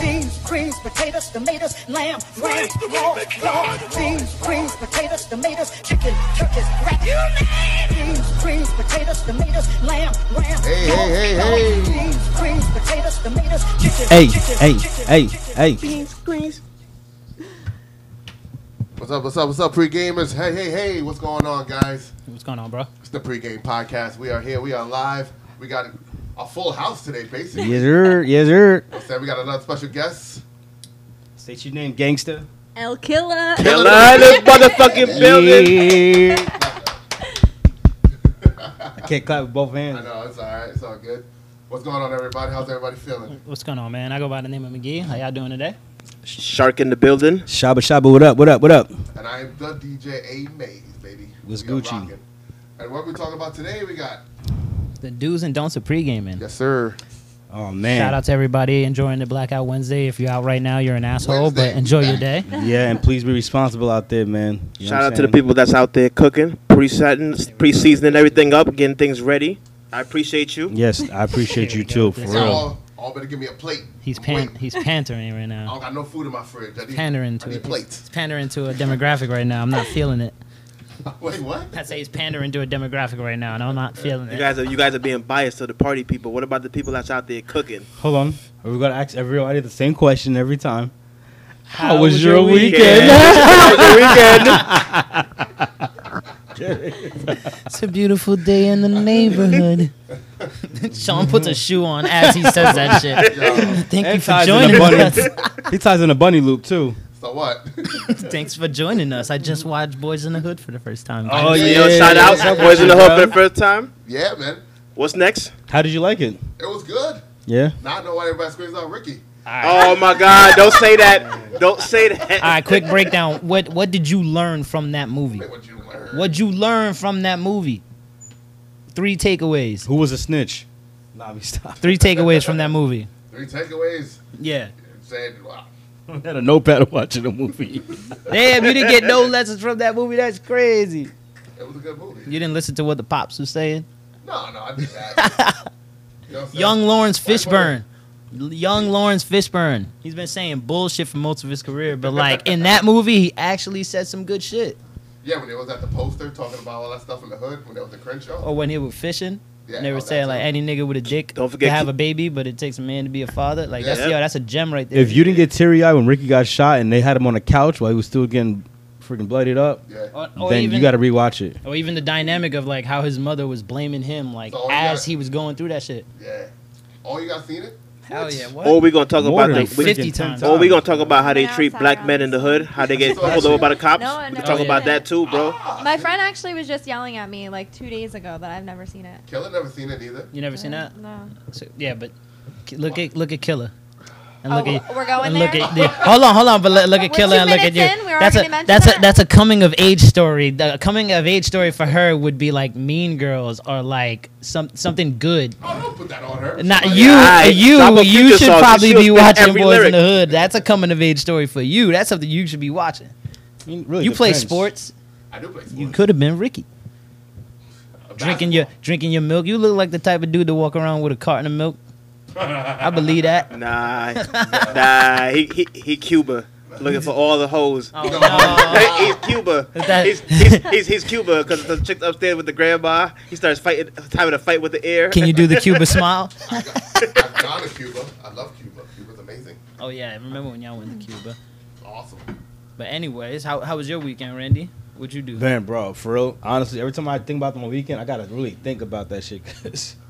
beans, creams, potatoes, tomatoes, lamb, ram, raw, raw, beans, creams, potatoes, tomatoes, chicken, turkeys, rat, you name beans, creams, potatoes, tomatoes, lamb, ram, Hey, raw, hey, hey, raw, hey. beans, creams, potatoes, tomatoes, chicken, Hey, chicken, hey, chicken, hey, chicken, hey. beans, creams. What's up? What's up? What's up, pre-gamers? Hey, hey, hey! What's going on, guys? What's going on, bro? It's the pre-game podcast. We are here. We are live. We got a full house today, basically. Yes, sir. Yes, sir. Said we got another special guest. State your name, gangster. El Killer. Carolina Yeah. motherfucking I I can't clap with both I hands. know it's all right. It's all good. What's going on, everybody? How's everybody feeling? What's going on, man? I go by the name of McGee. How y'all doing today? Shark in the building. Shaba Shaba, what up? What up? What up? And I am the DJ A Maze, baby. What's We are Gucci? rocking. And what we talking about today? We got The do's and don'ts of pre-gaming. yes, sir. Oh Shout man. out to everybody enjoying the Blackout Wednesday. If you're out right now, you're an asshole, Wednesday. but enjoy your day. Yeah, and please be responsible out there, man. You know Shout what out I'm to the saying? people that's out there cooking, pre-setting, pre-seasoning everything up, getting things ready. I appreciate you. Yes, I appreciate Here you we go. too, for Yes, Y'all real. all, all better give me a plate. He's I'm pan- waiting. he's pantering right I now. don't got no food in my fridge. I need, Pandering I to need it. He's plates. pandering to a demographic right now. I'm not feeling it. Wait, what? I say he's pandering to a demographic right now, and I'm not feeling You it. guys are you guys are being biased to the party people. What about the people that's out there cooking? Hold on. Are we gonna ask everybody the same question every time? How, It's a beautiful day in the neighborhood. Sean puts a shoe on as he says that shit. Yo, Thank you And for ties in joining a bunny. us. He ties in a bunny loop too. so what? Thanks for joining us. I just watched Boys in the Hood for the first time. Oh, Yo, yeah, shout yeah, out, yeah. boys in the hood Bro. for the first time. yeah, man. What's next? How did you like it? It was good. Yeah. Now I know why everybody screams out Ricky. Oh my God! Don't say that. Don't say that. All right, quick breakdown. What what did you learn from that movie? What you learn? What'd you learn from that movie? Three takeaways. Who was a snitch? Nah, we stopped. Three takeaways from that movie. Three takeaways. Yeah. Saying, wow. had a notepad watching the movie. Damn, you didn't get no lessons from that movie. That's crazy. It was a good movie. You didn't listen to what the pops was saying. No, no, I did that. You know what I'm saying? Young Lawrence Like, what Fishburne. Young Lawrence Fishburne. He's been saying bullshit for most of his career, but like in that movie, he actually said some good shit. Yeah, when it was at the poster talking about all that stuff in the hood when it was the Crenshaw. show. Or when he was fishing, Yeah, they oh, were that's saying like it. any nigga with a dick Don't forget to have Ke- a baby, but it takes a man to be a father. Like that's Yeah. yo, that's a gem right there. if you didn't get teary eyed when Ricky got shot and they had him on a couch while he was still getting freaking blooded up, Yeah. or, or then Oh, even, you got to rewatch it. or even the dynamic of like how his mother was blaming him, like So all you as gotta- he was going through that shit. Yeah. Oh, you guys seen it? Hell yeah, what? Or we gonna talk More about than the. like we- 50 freaking times. Or we gonna talk about how they Yeah, treat outside black men in the hood, how they get pulled over by the cops. No, I we never can talk did about that. that too, bro. My friend actually was just yelling at me like two days ago that I've never seen it. Killer never seen it either. you never seen that? No. So, yeah, but k- look at look at Killer, and look oh, at we're going and there. look at yeah. hold on, hold on, but look, look at We're Killer two and look at minutes you. in, we already that's a mentioned that's a that. that's a coming of age story. The a coming of age story for her would be like Mean Girls or like some something good. Oh, don't put that on her. Not Somebody- you, I- I'm you, a you Future should song. probably She was be spitting watching every Boys in lyric. the Hood. That's a coming of age story for you. That's something you should be watching. I mean, really you play depends. sports. I do play sports. You could have been Ricky. Drinking your drinking your milk. You look like the type of dude to walk around with a carton of milk. I believe that. Nah, nah, he, he he Cuba, looking for all the hoes. No. he's Cuba. that- He's, he's, he's, he's Cuba because the chick upstairs with the grandma. He starts fighting, having a fight with the air. Can you do the Cuba smile? I got, I've gone to Cuba. I love Cuba. Cuba's amazing. Oh yeah, I remember when y'all went to Cuba. It's awesome. But anyways, how how was your weekend, Randy? What'd you do? Man, bro, for real. Honestly, every time I think about my weekend, I gotta really think about that shit. 'cause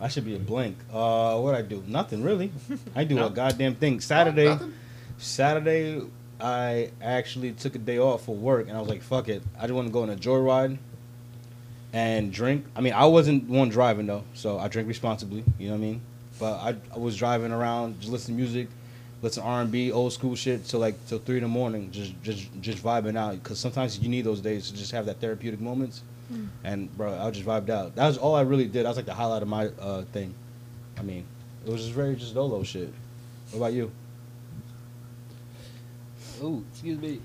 I should be a blank. Uh, what I do? Nothing really. I do a goddamn thing. Saturday, Nothing? Saturday, I actually took a day off for work, and I was like, "Fuck it, I just want to go on a joyride and drink." I mean, I wasn't one driving though, so I drink responsibly. You know what I mean? But I, I was driving around, just listen to music, listen R and B, old school shit, till like till three in the morning, just just just vibing out. Because sometimes you need those days to just have that therapeutic moments. And bro, I just vibed out. That was all I really did. That was like the highlight of my uh, thing. I mean, it was just very just dolo shit. What about you? Ooh, excuse me.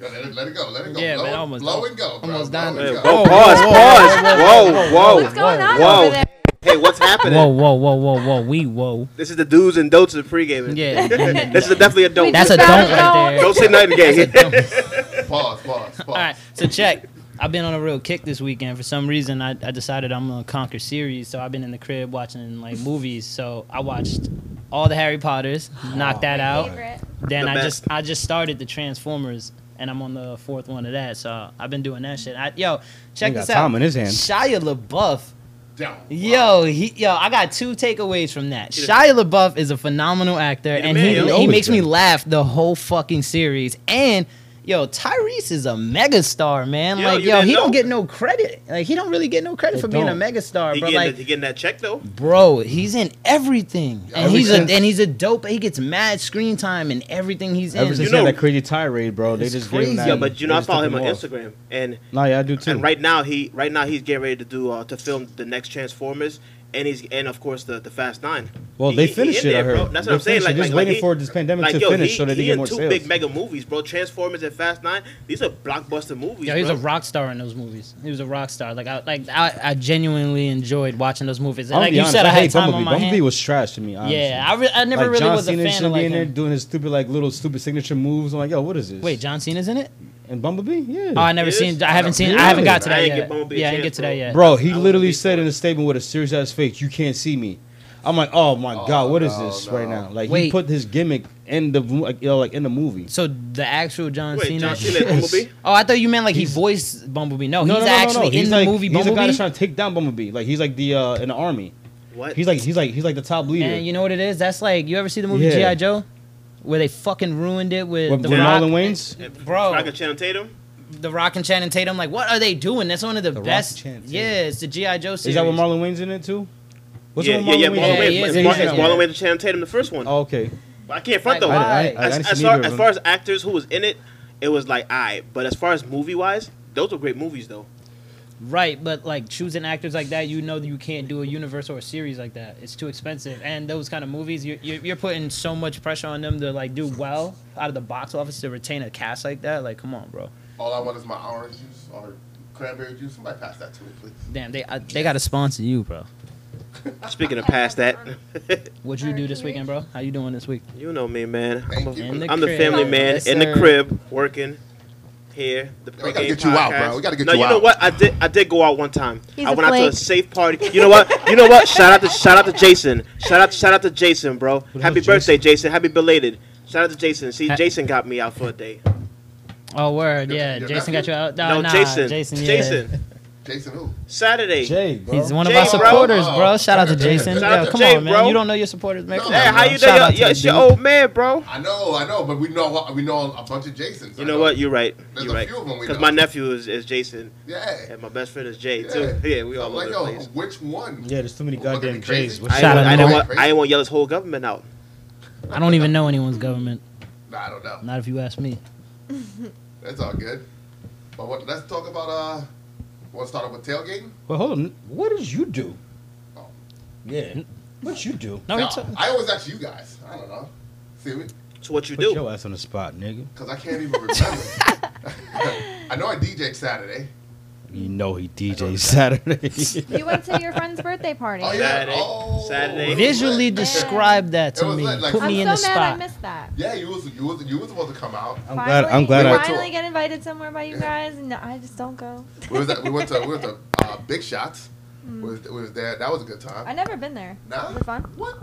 Yo, let, it, let it go. Let it go. Yeah, blow, man, I almost blow done. and go. Bro. Almost blow done. and go. Hey, whoa, pause, pause. Whoa, whoa, What's going on whoa. over there? Hey, what's happening? Whoa, whoa, whoa, whoa, whoa. We whoa. This is the do's and don'ts of pregaming. Yeah. this is definitely a don't. That's a Just don't don't. right there. don't say nothing gay. Pause, pause, pause. All right, so check. I've been on a real kick this weekend. For some reason, I, I decided I'm gonna conquer series. So I've been in the crib watching like movies. So I watched all the Harry Potters, knocked that out. Favorite. Then The I best. just I just started the Transformers, and I'm on the fourth one of that. So I've been doing that shit. I, yo, check He got this out. time in his hands. Shia LaBeouf. Down. Yo, he, yo, I got two takeaways from that. Shia LaBeouf is a phenomenal actor, the and man, he, yo. he Always makes me been. laugh the whole fucking series. And yo, Tyrese is a megastar, man. Yo, like, you yo, didn't he don't know. get no credit. Like, he don't really get no credit They for being a don't. megastar, He bro. getting, Like, he getting that check though. bro, he's in everything, and Ever he's a, since- and he's a dope. He gets mad screen time in everything he's in. Ever since You he know- had that crazy tirade, bro, they It's just crazy. gave him that. Yeah, Yeah, but you know they I just follow took him on off. Instagram, and Nah, yeah, I do too. and right now he right now he's getting ready to do uh, to film the next Transformers, and he's and of course the the Fast Nine. well, He- they he- he finished in it. I there, heard. bro. That's They what I'm saying. finished it. Like, just like, waiting he- for this pandemic like, to yo, finish he, so that they he get in more two sales. big mega movies, bro. Transformers and Fast Nine. These are blockbuster movies. Yo, he was a bro. rock star in those movies. He was a rock star. Like I like I, I genuinely enjoyed watching those movies. And I'm like gonna be you honest, said, I, I had hate time Bumblebee. on my Bumblebee hand. was trash to me. Honestly. yeah, I, re- I never like, really John was a Cena fan should of be like in there him. doing his stupid like little stupid signature moves. I'm like, yo, what is this? Wait, John Cena's in it? and Bumblebee, yeah. Oh, I never Yes. seen. I haven't seen. I Yeah. haven't got to I that ain't yet. get Bumblebee a Yeah, I didn't get chance, to that bro. yet. Bro, he I wouldn't literally be said for in a statement with a serious ass face, "You can't see me." I'm like, oh my god, what is no, this no. right now? Like he Wait. put his gimmick in the mo- like, you know, like in the movie. So the actual John Wait, Cena. John Cena and Bumblebee? oh, I thought you meant like he voiced Bumblebee. No, Oh, he's actually in the like, movie He's the guy Bumblebee. that's trying to take down Bumblebee. Like he's like the uh, in the army. what? He's like he's like he's like the top leader. And you know what it is? That's like you ever see the movie Yeah. GI Joe, where they fucking ruined it with, with the with Rock, Marlon Wayans. bro. Rock and Channing Tatum. The Rock and Channing Tatum. Like, what are they doing? That's one of the, The Rock best. and Channing Tatum. yeah, it's the GI Joe series. Is that with Marlon Wayans in it too? yeah, with yeah, yeah, Marlon Wayans? Yeah, Wayans. he is, It's yeah, Marlon- yeah, it's yeah. Marlon Wayans and Channing Tatum, the first one. Oh, okay. I can't front though. Like, I- I- I as, didn't see as, far, neither of as far as actors who was in it, it was like I. but as far as movie wise, those were great movies though. Right, but like choosing actors like that, you know that you can't do a universe or a series like that. It's too expensive, and those kind of movies, you're, you're you're putting so much pressure on them to like do well out of the box office to retain a cast like that. Like, come on, bro. All I want is my orange juice or cranberry juice. Somebody pass that to me, please. Damn, they I, they got to sponsor you, bro. Speaking of past that, What you do this weekend, bro? How you doing this week? you know me, man. I'm, a, Thank you. In the I'm the crib. family man Yes, in the sir. crib working here. The we gotta pregame get you out, bro. podcast. We gotta get no, you No, you know out. what? I did. I did go out one time. He's I a went out to a flake. safe party. You know what? You know what? Shout out to shout out to Jason. Shout out shout out to Jason, bro. the Happy hell's Jason? birthday, Jason. Happy belated. Shout out to Jason. See, Ha- Jason got me out for a day. Oh, word, Your- yeah. your Jason got nephew? you out. Nah, No, nah, Jason. Jason, yeah. Jason. Jason, who? Saturday. Jay, bro. He's one of Jay, our bro. supporters, bro. Oh, Shout out shout out to to Jason. Jay. Shout out Yo, to come Jay, on, man. bro. You don't know your supporters, man. No. Come Hey, on, how bro. you Shout out doing? to Yo, the it's your dude. old man, bro. I know, I know, but we know we know a bunch of Jasons. You I know what? You're right. There's You're a right. few of 'em we Because know. my nephew is, is Jason, Yeah. and my best friend is Jay Yeah. too. Yeah, we all I'm like, yo, over the place. which one? Yeah, there's too many Look at me goddamn crazy. J's. I, What's- ain't Shout out want, I, to didn't Mike. want, I didn't want to yell his whole government out. I don't even know anyone's government. Nah, I don't know. Not if you ask me. That's all good. But what, let's talk about uh. Want to start off with tailgating? But hold on, what did you do? Oh. Yeah, what you do? No, Nah, it's a- I always ask you guys. I don't know. See me? So what you Put do? your ass on the spot, nigga. Because I can't even remember. I know I DJ Saturday. You know he DJs Saturday. You went to your friend's birthday party. Oh yeah. Saturday. Oh, Saturday. it was Visually lit. describe that It to was me. lit, like- Put I'm me so in mad the I spot. missed that. Yeah, you was you was you was supposed to come out. I'm glad. I'm glad. Finally, I, I- finally get invited somewhere by you guys, and I just don't go. We was at, we went to we went to uh, Big Shots. We was, we was there. That was a good time. I've never been there. Nah. Was it fun? What?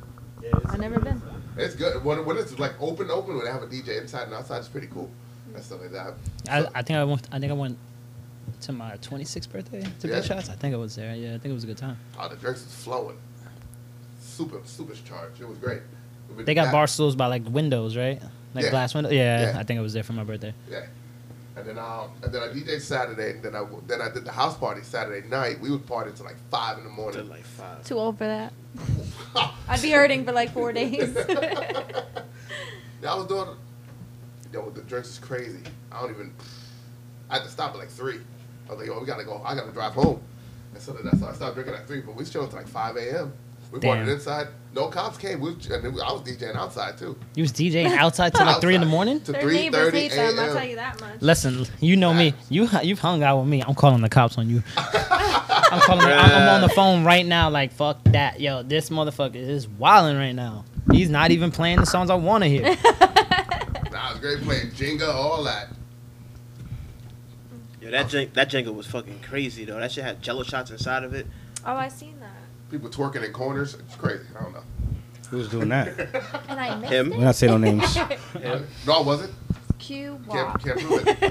I've never been. It's good. When, when it's like open, open, when they have a DJ inside and outside, it's pretty cool. And stuff like that. I, So- I think I went. I think I went to my 26th birthday to Yeah. Big Shots. I think I was there. Yeah, I think it was a good time. oh, the drinks was flowing. Super, super charged. It was great. We went They got back- bar stools by like windows, right? Like Yeah. glass window. Yeah, Yeah. I think I was there for my birthday. Yeah. And then um, and then I DJ Saturday, and then I then I did the house party Saturday night. We would party till like five in the To morning. like five. Too old for that. I'd be hurting for like four days. Yeah, I was doing. Yo, the drinks is crazy. I don't even. I had to stop at like three. I was like, yo, we gotta go. I gotta drive home. And so then that's why I stopped drinking at three. But we chilled till like five a.m. We parted Damn. inside. No cops came. We was, and then I was DJing outside too. You was DJing outside till like three in the Outside. morning. To Their three neighbors thirty hate them. I'll tell a.m. you that much. Listen, you know me. You you've hung out with me. I'm calling the cops on you. I'm calling. I'm, I'm on the phone right now. Like fuck that, yo. This motherfucker is wilding right now. He's not even playing the songs I want to hear. Nah, it was great playing Jenga, all that. Yo, that Jen- that Jenga was fucking crazy though. That shit had Jello shots inside of it. Oh, I seen that, People twerking in corners. It's crazy. I don't know. Who's doing that? and I missed Him? We're not saying no names. No, I wasn't. Q Can't, Walk. can't prove it.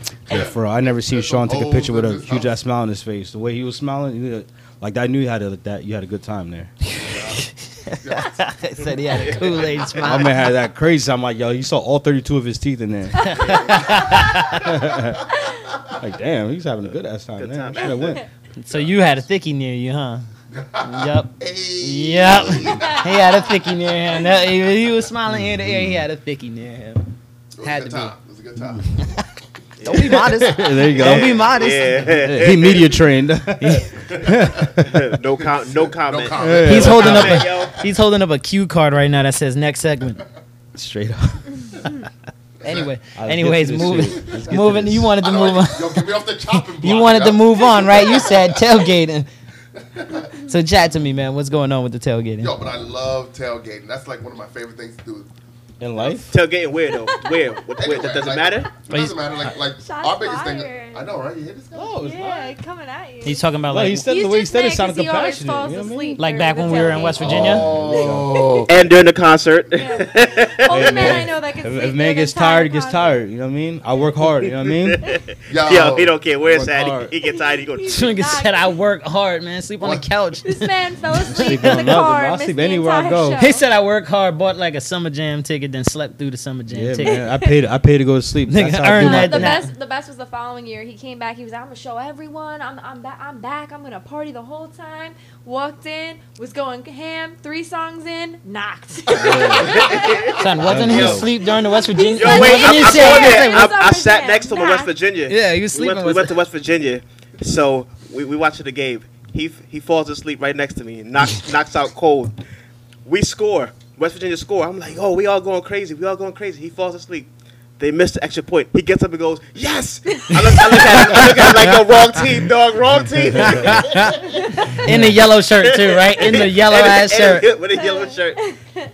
Right? Hey, for real, I never seen There's Sean some take a holes picture with in a this huge house. ass smile on his face. The way he was smiling, you know, like I knew you had a, that. You had a good time there. Said he had a Kool Aid My smile. man had that crazy. I'm like, yo, you saw all 32 of his teeth in there. like, damn, he's having a good ass time. Good there. time. Should have went. So you had a thicky near you, huh? Yup. Hey. Yep. he had a thicky near him. That- He, he was smiling ear to ear. He had a thicky near him. It was Had a good to be. time. It was a good time. Mm. Don't be modest. there you go. Don't be modest. Yeah. He media trained. no com- no comment. No comment. He's holding up Comment, a yo. he's holding up a cue card right now that says next segment. Straight up. Anyway, All right, anyways, let's get to this moving shit. Let's get to moving. this. You wanted I to know, move on. Yo, get me off the chopping block. You wanted to yo. move on, right? You said tailgating. So chat to me, man. What's going on with the tailgating? Yo, but I love tailgating. That's like one of my favorite things to do. In life? Tailgating where though? Where? What, where? That doesn't Like, matter. It doesn't matter. Like, like Shots our biggest fired. thing. I know, right? You hear this guy? Oh, No, Oh, it's Yeah, coming at you. He's talking about Like, like he said He's the way he just said it mad sounded 'cause he always compassionate. falls You know what I mean? asleep Like during back the when we were in West tailgate. Virginia? Oh. And during the concert. Yeah. Only man I know that can If, sleep if man during gets the entire tired, he gets concert. tired. You know what I mean? I work hard. You know what I mean? Yo, Yo, he don't care where it's Work at. hard. He, he gets tired. He goes. Nigga said I work hard, man. Sleep on the What? couch. This man fell asleep Sleep in the on nothing, car. bro. I and missed sleep the anywhere I entire go. show. He said I work hard, bought like a summer jam ticket, then slept through the summer jam Yeah, ticket. man. I paid. I paid to go to sleep. Nigga, That's how I do earn No, my that the thing. now. best, the best was the following year. He came back. He was, "I'm gonna show everyone. I'm, I'm back. I'm back. I'm gonna party the whole time." Walked in, was going ham. Three songs in, knocked. Son, wasn't he Yo. asleep during the West Virginia? Yo, wait, Wasn't I, he I, I'm saying- going he was there. like, Nah. I, I sat next to him in West Virginia. Yeah, he was we sleeping. went, to, we with went to West Virginia, so we, we watching the game. He f- he falls asleep right next to me, knocks knocks out cold. We score. West Virginia score. I'm like, oh, we all going crazy. We all going crazy. He falls asleep. They missed the extra point. He gets up and goes, yes. I look, I look at him, I look at him like, the wrong team, dog, wrong team. in the yellow shirt too, right? In the yellow And- ass and- shirt. with a yellow shirt.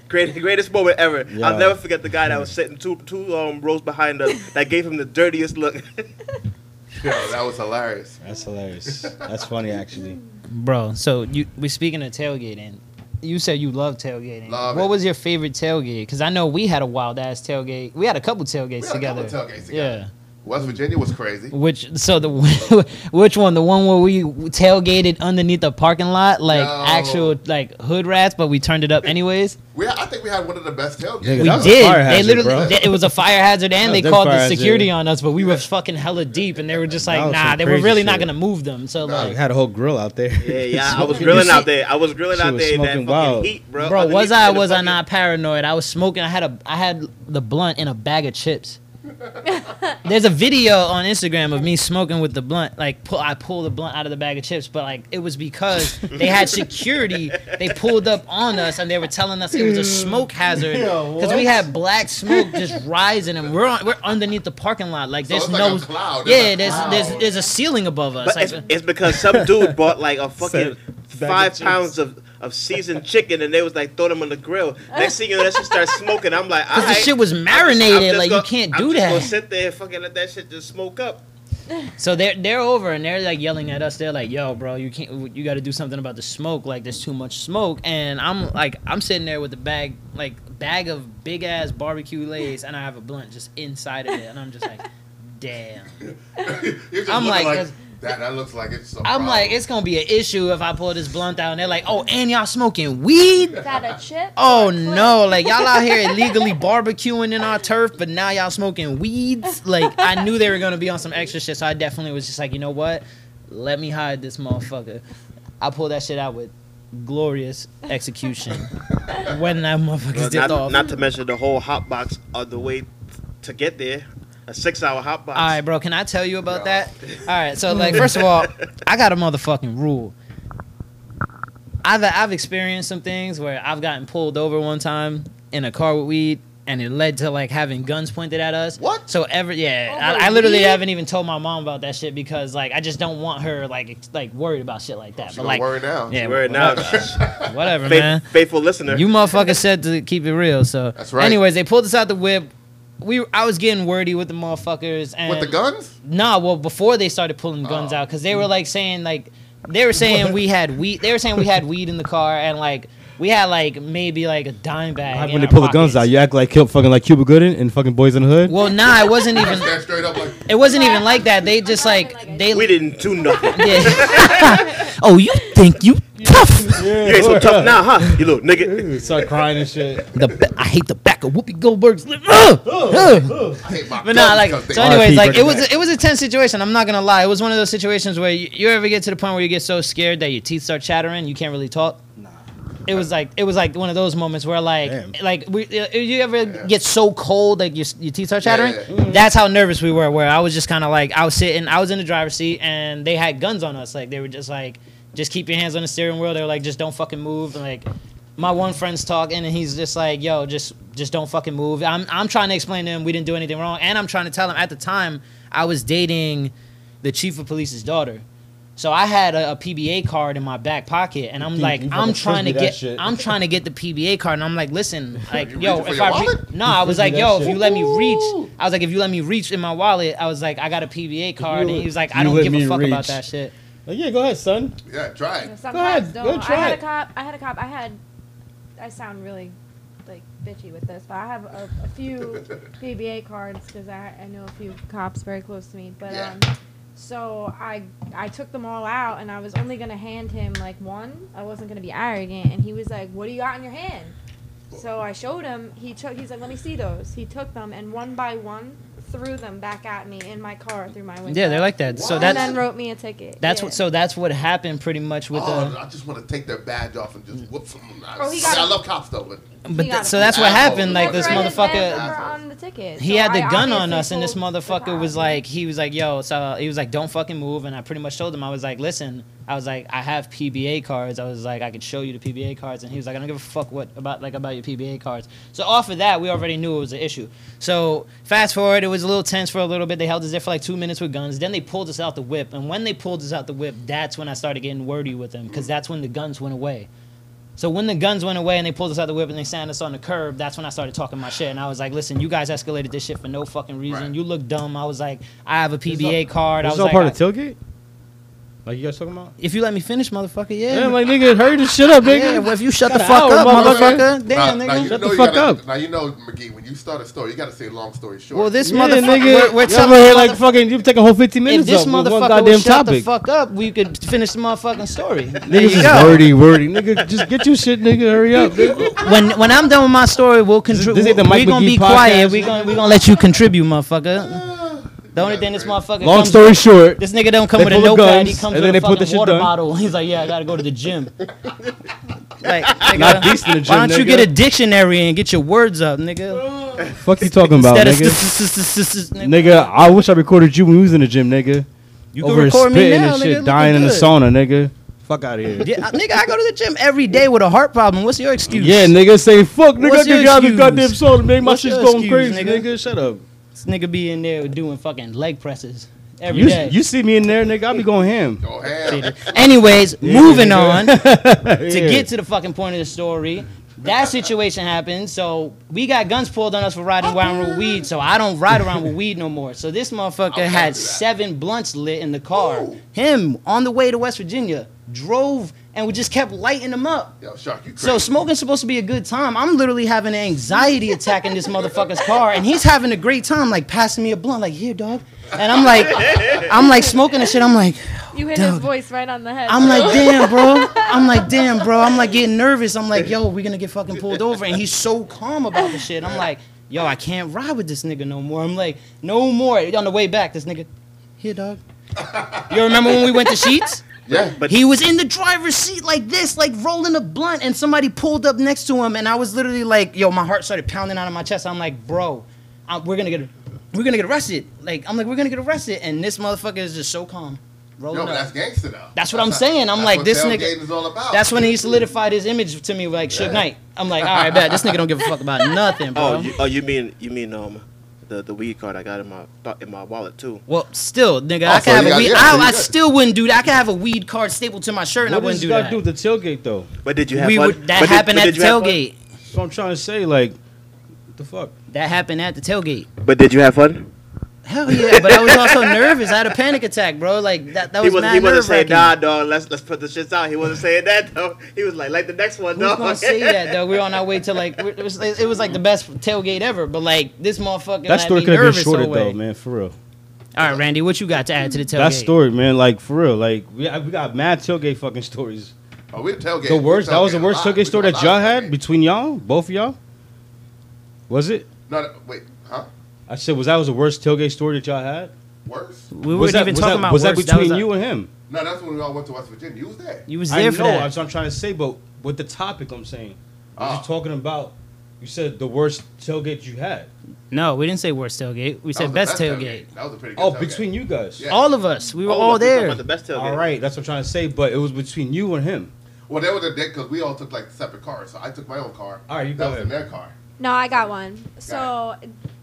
Great, greatest moment ever. I'll Yeah. never forget the guy that was sitting two two um, rows behind us that gave him the dirtiest look. Yo, that was hilarious. That's hilarious. That's funny, actually. Bro, so you we speaking of tailgating. You said you love tailgating. Love what it. was your favorite tailgate? Because I know we had a wild ass tailgate. We had a couple tailgates We had a together. couple tailgates together. West Virginia was crazy. Yeah. Which so the which one? The one where we tailgated underneath the parking lot, like No. actual like hood rats, but we turned it up anyways. We, I think we had one of the best Nigga, tailgates. We that was a did. fire they hazard, literally, bro. they- it was a fire hazard, and That they was called fire the hazard. security on us. But we were fucking hella deep, and they were just That like, was "Nah, some they were crazy really not shit. gonna move them." So Nah, I like, had a whole grill out there. Yeah, yeah. I was Smoking grilling shit. out there. I was grilling She out was there in that smoking fucking wild. heat, bro. bro, Underneath was I in or the was I fucking- not paranoid? I was smoking. I had a I had the blunt in a bag of chips. There's a video on Instagram of me smoking with the blunt. Like, pull, I pull the blunt out of the bag of chips, but like it was because they had security. They pulled up on us and they were telling us it was a smoke hazard because we had black smoke just rising and we're on, we're underneath the parking lot. Like, So there's it's like no a cloud. There's yeah. a There's, cloud. there's there's a ceiling above us. But Like, it's, it's because some dude bought like a Said fucking bag of five chips. pounds of, of seasoned chicken, and they was like throw them on the grill. Next thing you know, that shit starts smoking. I'm like, all Cause the right. shit was I'm just marinated, like gonna- you can't I'm do just that. Gonna sit there and fucking let that shit just smoke up. So they're they're over and they're like yelling at us. They're like, "Yo, bro, you can't. You got to do something about the smoke. Like, there's too much smoke." And I'm like, I'm sitting there with a bag, like bag of big ass barbecue lays, and I have a blunt just inside of it, and I'm just like, "Damn." You're just I'm looking like, like, it's- that. That looks like it's. Some I'm like, it's gonna be an issue if I pull this blunt out. And they're like, "Oh, and y'all smoking weed." Is that a chip? Oh or a clip? no! Like y'all out here illegally barbecuing in our turf, but now y'all smoking weeds. Like I knew they were gonna be on some extra shit, so I definitely was just like, you know what? Let me hide this motherfucker. I pulled that shit out with glorious execution when that motherfucker Well, dipped not, off. not to mention the whole hot box on the way to get there, a six hour hot box. All right, bro. Can I tell you about that? All right. So, like, first of all, I got a motherfucking rule. I've I've experienced some things where I've gotten pulled over one time in a car with weed, and it led to like having guns pointed at us. What? Oh, So ever yeah, Over I, I literally weed? haven't even told my mom about that shit because like I just don't want her like ex- like worried about shit like that. She but gonna like worry now. yeah, Word now, whatever, whatever man. faith, faithful listener. You motherfucker said to keep it real, so That's right. Anyways, they pulled us out the whip. We I was getting wordy with the motherfuckers and With the guns? Nah, well before they started pulling guns Oh. out because they were like saying like they were saying we had weed. They were saying we had weed in the car and like we had like maybe like a dime bag. Like in when they our pull the guns pockets. out, you act like kill fucking like Cuba Gooding and fucking Boys in the Hood. Well, nah, it wasn't even. Stand straight up like, It wasn't even like that. They just like they. we didn't do nothing. Yeah. oh, you think you tough? Yeah, You ain't so tough now, huh? You little nigga. Start crying and shit. The ba- I hate the back of Whoopi Goldberg's. lip. Ugh! Ugh! I hate my But nah, guns like because they so. are- Anyways, RIP like it was Breaking it was a tense situation. I'm not gonna lie. It was one of those situations where you, you ever get to the point where you get so scared that your teeth start chattering, you can't really talk. Nah. It was like it was like one of those moments where like Damn. like we uh, you ever get so cold like your, your teeth start chattering. Yeah, yeah, Mm. That's how nervous we were. Where I was just kind of like I was sitting, I was in the driver's seat, and they had guns on us. Like they were just like just keep your hands on the steering wheel. They were like just don't fucking move. And, like my one friend's talking and he's just like, "Yo, just just don't fucking move." I'm I'm trying to explain to him we didn't do anything wrong, and I'm trying to tell him at the time I was dating the chief of police's daughter, so I had a, a PBA card in my back pocket, and I'm You- like, you I'm fucking trying to frisbee that get shit. I'm trying to get the PBA card, and I'm like, listen, like, You yo, reaching for if your I re- wallet? no, I was like, frisbee yo, that if you shit. let me reach, I was like, if you let me reach in my wallet, I was like, I got a PBA card, and he was like, I you don't let give a me fuck about reach. that shit. Like, yeah, go ahead, son. Yeah, try it. Some Go cops ahead, don't. go I try had a it. cop. I had a cop. I had. I sound really like bitchy with this, but I have a, a few PBA cards because I, I know a few cops very close to me. But Yeah. um, so I I took them all out and I was only gonna hand him like one. I wasn't gonna be arrogant, and he was like, "What do you got in your hand?" So I showed him. He took. He's like, "Let me see those." He took them and one by one threw them back at me in my car through my window. Yeah, they're like that. So and that's then wrote me a ticket. that's Yeah. what so that's what happened pretty much with the. Oh, I just want to take their badge off and just whoop someone. Oh, he See, got I it. love cops though, but But He th- got so it. that's what Asshole. happened. Like Look this right at motherfucker, that. on the ticket. he so had the I gun on obviously us, and this pulled the motherfucker cop. was like, he was like, yo, so he was like, don't fucking move. And I pretty much told him, I was like, listen, I was like, I have PBA cards. I was like, I could show you the PBA cards. And he was like, I don't give a fuck what about like about your PBA cards. So off of that, we already knew it was an issue. So fast forward, it was a little tense for a little bit. They held us there for like two minutes with guns. Then they pulled us out the whip, and when they pulled us out the whip, that's when I started getting wordy with them because that's when the guns went away. So when the guns went away and they pulled us out the whip and they sat us on the curb, that's when I started talking my shit. And I was like, listen, you guys escalated this shit for no fucking reason. Right. You look dumb. I was like, I have a PBA card. I This was all like, part I- of tailgate. Like you guys talking about? if you let me finish, motherfucker, yeah. Yeah, like nigga, hurry the shit up, nigga. yeah, well, if you shut Got the an fuck hour, up, motherfucker. motherfucker. Damn, now, nigga. now you Shut know the you fuck gotta, up. Now you know, McGee, when you start a story, you got to say long story short. well, this yeah, motherfucker, nigga, we're, we're y'all telling over here you like fucking. You take a whole fifteen if minutes this up with one motherfucker goddamn would shut the topic. fuck up, we could finish the motherfucking story. There Niggas you is go. wordy, wordy. Nigga, just get your shit, nigga. Hurry up. Nigga. When when I'm done with my story, we'll contribute. this ain't the We're Mike gonna McGee be quiet. podcast. We're gonna we gonna let you contribute, motherfucker. The only thing this motherfucker Long comes- story short, This nigga don't come They with a pull the notepad. guns, he comes and with then a they put fucking the shit water down. bottle. He's like, yeah, I gotta go to the gym. like, nigga, Not beast in the gym, why don't you nigga. get a dictionary and get your words up, nigga? fuck you talking about, Instead of nigga. s- s- s- s- s- nigga. Nigga, I wish I recorded you when we was in the gym, nigga. You can Over here record me spitting now, and nigga, shit, looking dying in the good. sauna, nigga. Fuck out of here. Yeah, I- nigga, I go to the gym every day with a heart problem. What's your excuse? Yeah, nigga, say fuck, nigga. I What's your get out this excuse? goddamn soda, nigga. My What's shit's your going excuse, crazy, nigga? nigga? Shut up. This nigga be in there doing fucking leg presses every You, day. you see me in there, nigga? I be going ham. Oh, hell. Anyways, moving on. to to get to the fucking point of the story. That situation happened, so we got guns pulled on us for riding around with weed. So I don't ride around with weed no more. So this motherfucker Okay. had seven blunts lit in the car. Ooh. Him on the way to West Virginia drove and we just kept lighting them up. Yo, Shark, you crazy. So smoking's supposed to be a good time. I'm literally having an anxiety attack in this motherfucker's car, and he's having a great time, like passing me a blunt, like here, dog. And I'm like, I'm like smoking and shit. I'm like, You hit Dog. his voice right on the head. I'm like, damn, bro. I'm like, damn, bro. I'm like getting nervous. I'm like, yo, we're gonna get fucking pulled over. And he's so calm about the shit. I'm like, yo, I can't ride with this nigga no more. I'm like, no more. On the way back, this nigga, here, dog. You remember when we went to Sheets? yeah, But He was in the driver's seat like this, like rolling a blunt, and somebody pulled up next to him, and I was literally like, yo, my heart started pounding out of my chest. I'm like, bro, I, we're gonna get, we're gonna get arrested. Like, I'm like, we're gonna get arrested, and this motherfucker is just so calm. No, rolling but up. that's gangster though. That's what I'm saying. I'm that's like, what this nigga- tailgating Is all about. That's when he solidified his image to me, like Suge Yeah. Knight. I'm like, all right, bet this nigga don't give a fuck about nothing, bro. Oh, you, oh, you mean you mean um, the the weed card I got in my th- in my wallet too. well, still, nigga, Oh, I so could have you a got- weed. yeah, so I, you I got- still wouldn't do that. I could have a weed card stapled to my shirt, and What I does this wouldn't do got to that. do with the tailgate though? But did you have we fun? would, that but did- happened but at did the you have fun? tailgate. So I'm trying to say like, what the fuck? That happened at the tailgate. But did you have fun? Hell yeah, but I was also nervous. I had a panic attack, bro. Like that, that was he wasn't, mad he wasn't saying, nerve-wracking. nah, dog, let's, let's put the shits out. He wasn't saying that, though. He was like, like the next one, Who's dog. gonna say that though? We We're on our way to like it was, it was like the best tailgate ever, but like this motherfucker. That had story me could have been nervous shorter all the way. though, man. For real. All right, Randy, what you got to add to the tailgate? That story, man. Like for real. Like we we got mad tailgate fucking stories. Oh, we tailgate. The worst. That was the tailgating a worst lot. tailgate story We that do a lot y'all of had tailgating. between y'all, both of y'all. Was it? No, no, wait, huh? I said, was that was the worst tailgate story that y'all had? Worse? We was weren't that, even was talking that, about was that words. between a- you and him? No, that's when we all went to West Virginia. You was there. You was I know. there for that. That's what I'm trying to say, but with the topic I'm saying, Ah. you're talking about. You said the worst tailgate you had. No, we didn't say worst tailgate. We That said was the best tailgate. That was a pretty good Oh, tailgate. between you guys. Yeah. All of us. We were Oh, all look, we talking there. about the best tailgate. All right, that's what I'm trying to say, but it was between you and him. Well, they were the dick because we all took like separate cars. So I took my own car. All right, you that go was ahead. in their car. No, I got one. So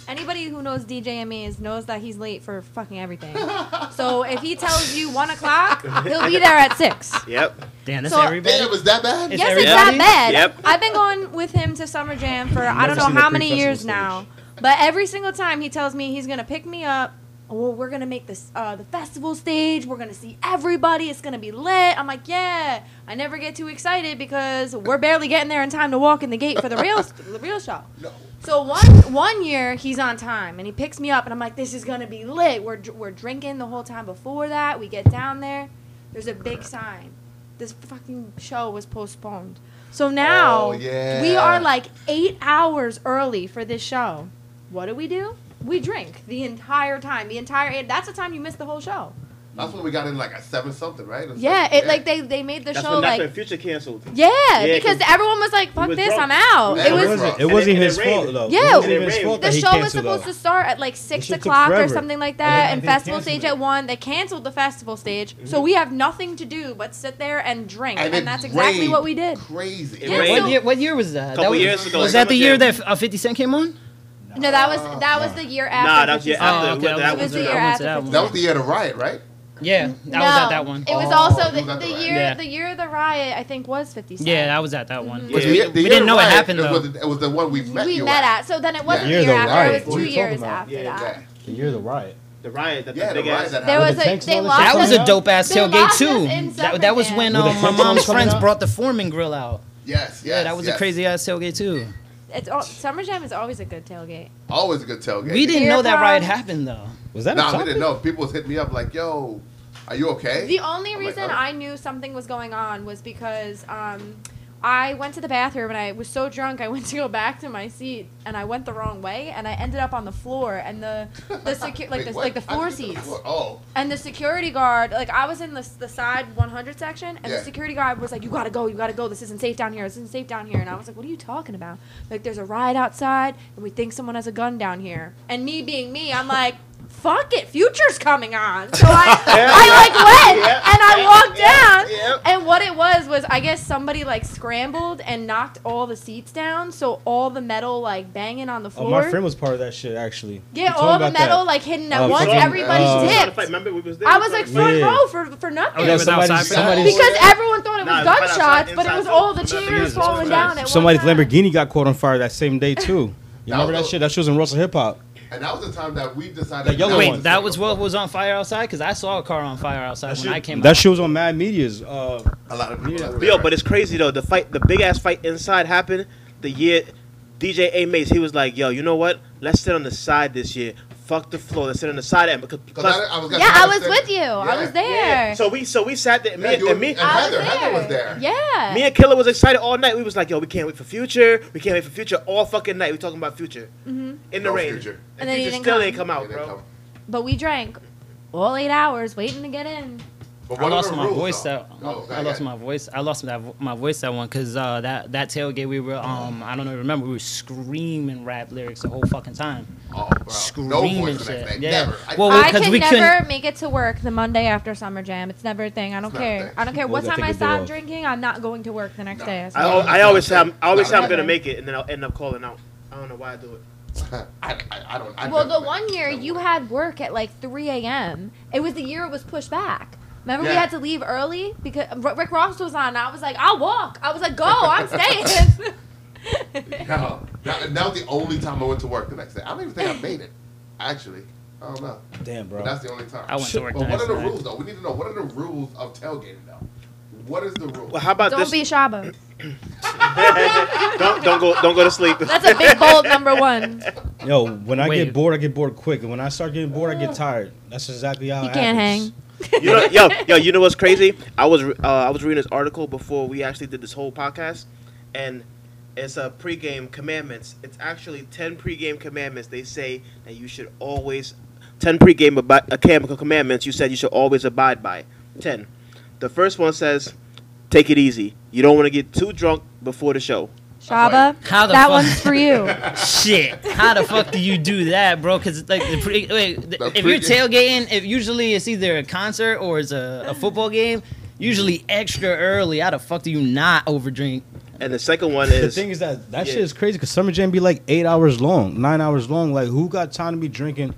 anybody who knows DJ Amaze knows that he's late for fucking everything. so if he tells you one o'clock, he'll be there at six. Yep. Damn, that's So- everybody. Damn, is that bad? It's yes, everybody? it's that bad. Yep. I've been going with him to Summer Jam for I never don't know seen the how many pre-festival years stage. now, but every single time he tells me he's gonna pick me up. Well, we're gonna make this uh, the festival stage. We're gonna see everybody. It's gonna be lit. I'm like, yeah. I never get too excited because we're barely getting there in time to walk in the gate for the real the real show. No. So one one year he's on time and he picks me up and I'm like, this is gonna be lit. We're dr- we're drinking the whole time. Before that, we get down there. There's a big sign. This fucking show was postponed. So now Oh, yeah. we are like eight hours early for this show. What do we do? We drink the entire time. The entire eight. That's the time you miss the whole show. That's when we got in like a seven something, right? Or Yeah, something. it like they they made the That's show when that's like. when Future canceled. yeah, Yeah, because 'cause everyone was like, "Fuck was this, drunk. I'm out." Yeah, It we was were drunk. It And wasn't it- his and it fault rained. though. Yeah, it wasn't even it his rained. fault The that he show was canceled. supposed though. to start at like six shit took o'clock or forever. something like And that, they- and they festival canceled stage it. Mm-hmm. at one. They canceled the festival stage, so we have nothing to do but sit there and drink, and, And, it that's exactly rained what we did. Crazy. It Yeah, rained. so- What year, what year was that? Couple that was, years ago, Was that the Summer year Jam. that uh, 50 Cent came on? No, that Oh. was that was the year after. Nah, that was the year 50 Cent. after. Oh, okay, That I was went to that the year one. I went to after that 50 That was one. the year of the riot, right? Yeah, I was at No, that one. It was Oh, also you the, got the the year riot. the year of the riot. I think was Mm-hmm. Fifty Cent. Yeah, I was at that one. Yeah. Was the year- the We year didn't of know it riot happened, is though. what the- It was the one we met. we you met at. at. So then it wasn't Yeah. the year Year of the after. riot. It What was are two you talking years about? after Yeah, that. Yeah, The year of the riot. The riot. That, yeah, that the big riot. ass. That There happened. was With the a tanks they and all that lost. shit That was us- a coming dope ass They tailgate lost us in too. That, that was Summerjam. With when the um, my fentanyl mom's coming friends out? brought the Foreman grill out. Yes, yes. Yeah, that was a yes. crazy ass tailgate too. It's all, Summer Jam is always a good tailgate. Always a good tailgate. We didn't Beer know that pong. riot happened though. Was that a Nah, we topic? didn't know. People was hitting me up like, "Yo, are you okay?" The only I'm like, reason "Alright." I knew something was going on was because um, I went to the bathroom and I was so drunk I went to go back to my seat and I went the wrong way and I ended up on the floor and the the secu- like Wait, the what? like the I floor didn't get to the seats floor. Oh, and the security guard like I was in the the side 100 section and Yeah. the security guard was like you gotta go you gotta go this isn't safe down here this isn't safe down here and I was like what are you talking about like there's a riot outside and we think someone has a gun down here and me being me I'm like. Fuck it, future's coming on. So I, I like went Yeah. and I walked down. yeah. And what it was was I guess somebody like scrambled and knocked all the seats down, so all the metal like banging on the Oh, floor. my friend was part of that shit actually. He yeah, told me all the about that. metal like hidden at Uh, once. fucking, Everybody uh, She was on the tipped. fight. Remember, we was there. I was like front Yeah. row for for nothing. Oh, Yo, yeah, was somebody, outside for that? somebody's- Because everyone thought it Nah, was the fight outside, gunshots, but it inside was door, all the nothing. chairs Jesus falling Christ. down at Somebody's one time. Lamborghini got caught on fire that same day too. That You remember was that a- shit? That shit was in Russell Hip Hop. and that was the time that we decided. That yellow was one. Wait, the that second was floor. what was on fire outside? Because I saw a car on fire outside when I came. That out. shit was on Mad Media's. Uh, A lot of people. Yeah. Yo, but it's crazy though. The fight, the big ass fight inside happened the year DJ A Mace. He was like, "Yo, you know what? Let's sit on the side this year. Fuck the floor. Let's sit on the side end because Because plus, I, I was Yeah, I was with you. I was there. yeah. So we so we sat there. Yeah, Me, you were- and me, and I Heather, Heather was there. Yeah. me and Killer was excited all night. We was like, "Yo, we can't wait for Future. We can't wait for Future all fucking night. We talking about Future in the No rain. Future. Mm-hmm. And And, then he Future didn't still come. ain't come out, bro. but we drank all eight hours waiting to get in. But I what are lost the my rules, voice though? that Oh, okay, I lost yeah. my voice. I lost that vo- my voice that one because uh, that that tailgate we were um I don't know remember we were screaming rap lyrics the whole fucking time. Oh, bro. No Screaming voice the shit. next day. Yeah. Never. I- Well, I because can we couldn't- never make it to work the Monday after summer jam. It's never a thing. I don't It's not a care. thing. I don't care You what gotta take time I a day stop off. drinking. I'm not going to work the next No. day. I, So- al- I always say I'm, I always say I'm Not gonna happening. make it, and then I'll end up calling out. I don't know why I do it. I, I, I don't. I well, never the went. one year Never you went. had work at like 3 a.m. It was the year it was pushed back. Remember we Yeah. had to leave early because R- Rick Ross was on. and I was like, I'll walk. I was like, go. I'm staying. No, that, that was the only time I went to work the next day. I don't even think I made it. Actually, I don't know. Damn, But bro. that's the only time. I went to work But the what are next the night. rules though? We need to know what are the rules of tailgating though. What is the rule? Well, how about don't this? be Shaba. don't don't go don't go to sleep. That's a big bold number one. Yo, when I Wait. get bored, I get bored quick, and when I start getting bored, I get tired. That's exactly how He it can't happens. hang. You know, yo, yo, you know what's crazy? I was re- uh, I was reading this article before we actually did this whole podcast, and it's a pregame commandments. It's actually ten pregame commandments. They say that you should always ten pregame abi- uh, cam- commandments. You said you should always abide by ten. The first one says, "Take it easy. You don't want to get too drunk before the show." Shaba, How the that fuck- one's for you. Shit! How the fuck do you do that, bro? Because like, the pre- wait, the- The if pre- you're tailgating, if usually it's either a concert or it's a, a football game, usually extra early. How the fuck do you not overdrink? And the second one The is thing is that that Yeah. shit is crazy because summer jam be like eight hours long, nine hours long. Like, who got time to be drinking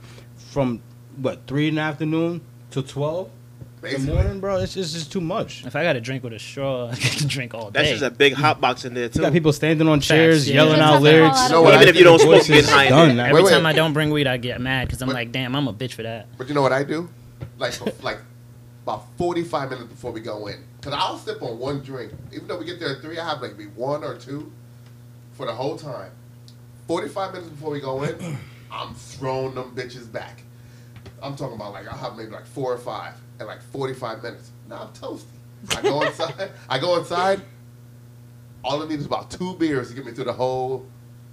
from what three in the afternoon to twelve in the Basically. morning, bro? It's, it's just too much. If I got to drink with a straw, I can drink all day. that's just a big hot box in there You got too. people standing on chairs, yeah. yelling Just out have to lyrics. call out You know what Even I if you do? don't smoke, Voice get is high. done. Every Wait, wait. time I don't bring weed, I get mad because I'm Wait. like, damn, I'm a bitch for that. But you know what I do? Like, for- like about 45 minutes before we go in. Because I'll sip on one drink. Even though we get there at 3, I have like maybe one or two for the whole time. 45 minutes before we go in, I'm throwing them bitches back. I'm talking about like, I'll have maybe like four or five in like 45 minutes. Now I'm toasty. I go inside. I go inside. All I need is about two beers to get me through the whole,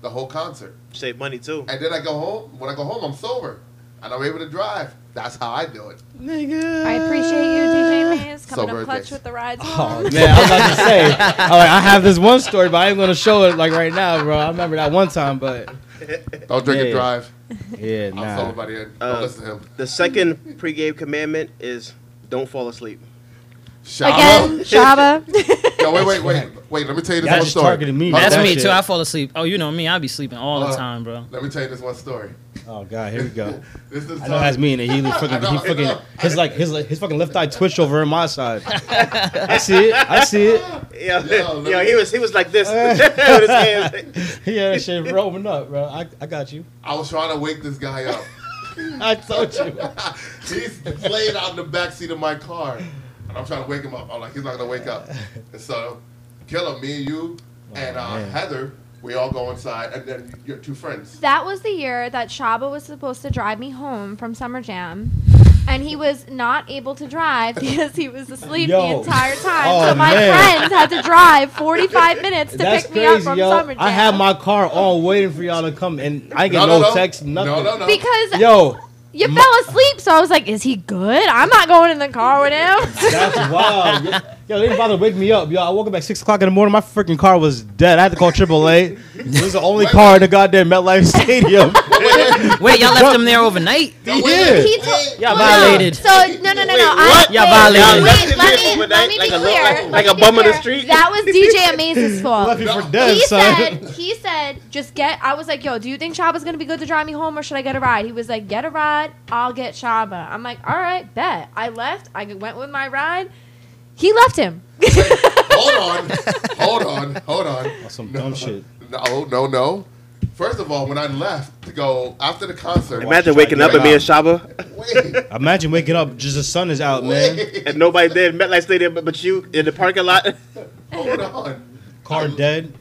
the whole concert. Save money too. And then I go home. When I go home, I'm sober and I'm able to drive. That's how I do it. Nigga. I appreciate you, DJ Mays, coming Sober up clutch days. with the rides. Oh man, I was about to say, I'm like, I have this one story, but I ain't gonna show it like right now, bro. I remember that one time, but Don't drink and Yeah. drive. yeah, I'm nah. sober by the end. Don't Uh, listen to him. The second pregame commandment is don't fall asleep. Shout Again, out. Shaba. No, wait, wait, wait, wait. Let me tell you this Y'all one just story. targeted me. Hold That's on. that me shit. too. I fall asleep. Oh, you know me. I be sleeping all Uh, the time, bro. Let me tell you this one story. Oh god, here we go. This is I know that's me, and he was I fucking, know, he I fucking, know. his like, his his fucking left eye twitched over on my side. I see it, I see it. Yo, Yo, yo, let me- he was he was like this. With his hands. Yeah, that shit rolling up, bro. I, I got you. I was trying to wake this guy up. I told you. he's laying out in the back seat of my car, and I'm trying to wake him up. I'm like, he's not gonna wake up. And so, Killer, me and you, and uh, man. Heather, we all go inside, and then your two friends. That was the year that Shaba was supposed to drive me home from Summer Jam. And he was not able to drive because he was asleep the Yo. entire time. Oh, so my man. friends had to drive 45 minutes to That's pick me up crazy, from yo. Summer Jam. I had my car all waiting for y'all to come, and I ain't get no, text, nothing. No, no, no. Because Yo, you my- fell asleep, so I was like, is he good? I'm not going in the car with him. That's wild. Yo, they didn't bother to wake me up, yo. I woke up at six o'clock in the morning. My freaking car was dead. I had to call AAA. It was the only car in the goddamn MetLife Stadium. Wait, y'all left them there overnight? No, Yeah. He told- Y'all Well, no. violated. So no, no, no, no. I, Y'all violated. Wait, Y'all let left it me, with let that, me like be a clear. little- like- Let like me a be bum in the clear. street. That was DJ Amaze's fault. Left me for dead, he son. said he said just get i was like yo do you think shaba's gonna be good to drive me home or should i get a ride he was like get a ride i'll get shaba i'm like all right bet i left i went with my ride he left him hold on, hold on, hold on. Some dumb shit. No, no, no. First of all, when I left to go after the concert, Imagine waking up and me and Shaba Wait, Imagine waking up, just the sun is out, man. wait, and nobody there, MetLife Stadium, but- but you in the parking lot. hold on. Car dead.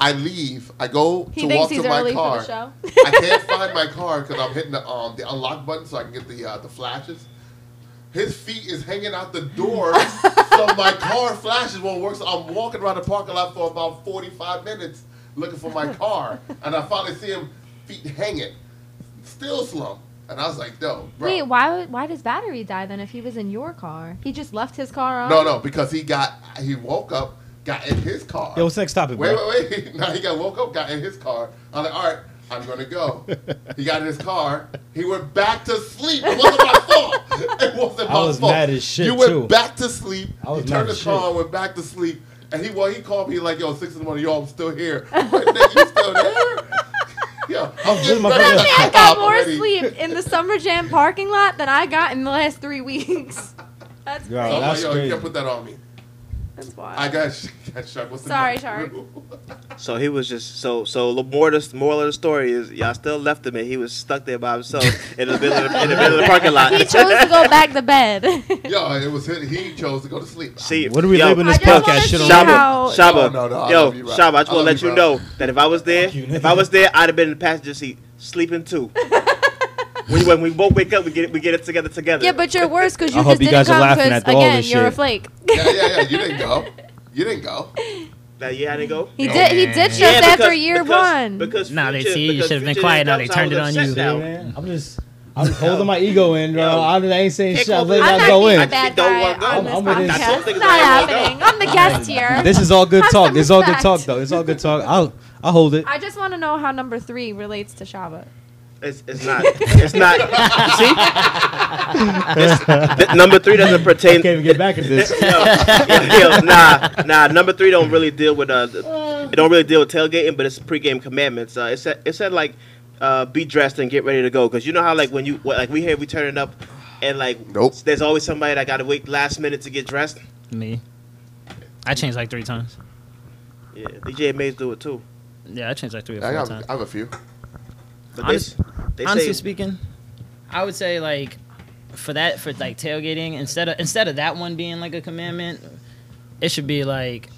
I leave. I go he to thinks walk he's to my early car. for the show I can't find my car because I'm hitting the um the unlock button so I can get the uh, the flashes. His feet is hanging out the door, so my car flashes won't work. So I'm walking around the parking lot for about 45 minutes looking for my car, and I finally see him feet hanging, still slump. And I was like, no, bro. Wait, why would- why does battery die then if he was in your car? He just left his car on. No, no, because he got he woke up, got in his car. Yo, what's the next topic, wait, bro? wait, wait. Now he got woke up, got in his car. I'm like, all right, I'm gonna go. he got in his car. He went back to sleep. It wasn't my fault. It wasn't I my was fault. mad as shit, You went too. back to sleep. I he was mad turned as his car shit. on, went back to sleep. And he well, he called me like, yo, six in the morning, yo, I'm still here. I'm like, nigga, you still there? Yo, I'm was getting in my ready bed. to That man cop got more already. sleep in the Summer Jam parking lot than I got in the last three weeks. That's Yeah. So I'm like, crazy. That's yo, you crazy. can't put that on me. That's I wild. got, got Shark. What's the Sorry, next Shark. rule? So he was just so so. The moral of the, moral of the story is y'all still left him and he was stuck there by himself in the middle of the, in the, middle of the parking lot. He chose to go back to bed. Yo, it was him. He chose to go to sleep. See, What are we yo, labeling this I just wanna podcast shit see on? how- Shaba, Shaba, No, no, no, I yo, love you, bro. Shaba, I just I love want to let you, you, bro. know that if I was there, Fuck you, if nigga. I was there, I'd have been in the passenger seat sleeping too. when, when we both wake up, we get it, we get it together together. yeah, but you're worse because you I just hope you didn't guys are come laughing because at all again, this you're a shit. flake. yeah, yeah, yeah. You didn't go. You didn't go. that yeah, I didn't go. He did. He did show Oh, yeah, us after year one. Because Nah, they Future- see, you because should've been Future quiet, now they announced I turned it was on you. upset now. Man, I'm just, I'm holding my ego in, bro. I'm, I ain't saying Can't shit. I go let back. I'm y'all not go being I a in. just bad don't wanna go. guy on this I'm with it. That's something podcast. It's not I wanna happening. I'm the guest here. This is all good Have talk. some It's all good respect. talk, though. It's all good talk. I'll, I'll hold it. I just want to know how number three relates to Shaba. It's, it's not. It's not. You see, This- th- number three doesn't I pertain. can't even get back at this. yo, yo, yo, nah, nah. Number three don't really deal with uh, th- it don't really deal with tailgating, but it's pregame commandments. Uh, it said it said like, uh, be dressed and get ready to go, because you know how like when you what, like we here we turning up, and like Nope. there's always somebody that got to wait last minute to get dressed. Me. I changed like three times. Yeah, DJ Mays do it too. Yeah, I changed like three or four I, got, times. I have a few. But Honest- they, they honestly say, speaking, I would say like for that for like tailgating instead of instead of that one being like a commandment, it should be like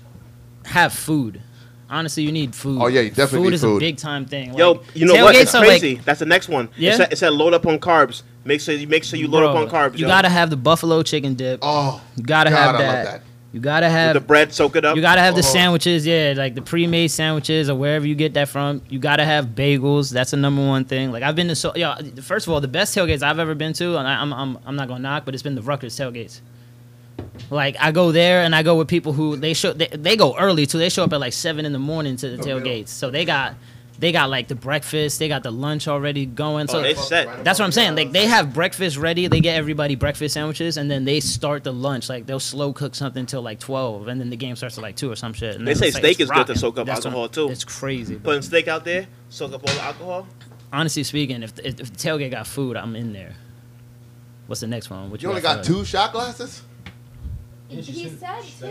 have food. Honestly, you need food. Oh, yeah, you definitely food need is a food. big time thing. Like, Yo, you know what? tailgates It's are, crazy. Like, That's the next one. Yeah? It said, it said load up on carbs. Make sure you make sure you load bro, up on carbs. You yo. gotta have the buffalo chicken dip. Oh, you gotta God, have I that. love that. You gotta With the have. bread, soak it up. You gotta have the Oh. sandwiches, yeah, like the pre-made sandwiches or wherever you get that from. You gotta have bagels. That's the number one thing. Like I've been to so, yo. First of all, the best tailgates I've ever been to, and I, I'm, I'm I'm not gonna knock, but it's been the Rutgers tailgates. Like I go there and I go with people who they show they, they go early too. They show up at like seven in the morning to the Oh, really? tailgates, so they got they got like the breakfast, they got the lunch already going. So Oh, they set. that's what I'm saying. Like they have breakfast ready. They get everybody breakfast sandwiches, and then they start the lunch. Like they'll slow cook something till like twelve, and then the game starts at like two or some shit. And They then say it's, like, steak it's is good to rocking. soak up That's what alcohol, I'm- too. It's crazy. But Putting steak out there, soak up all the alcohol. honestly speaking, if if, if the tailgate got food, I'm in there. What's the next one? What You only for got us? two shot glasses? He said two.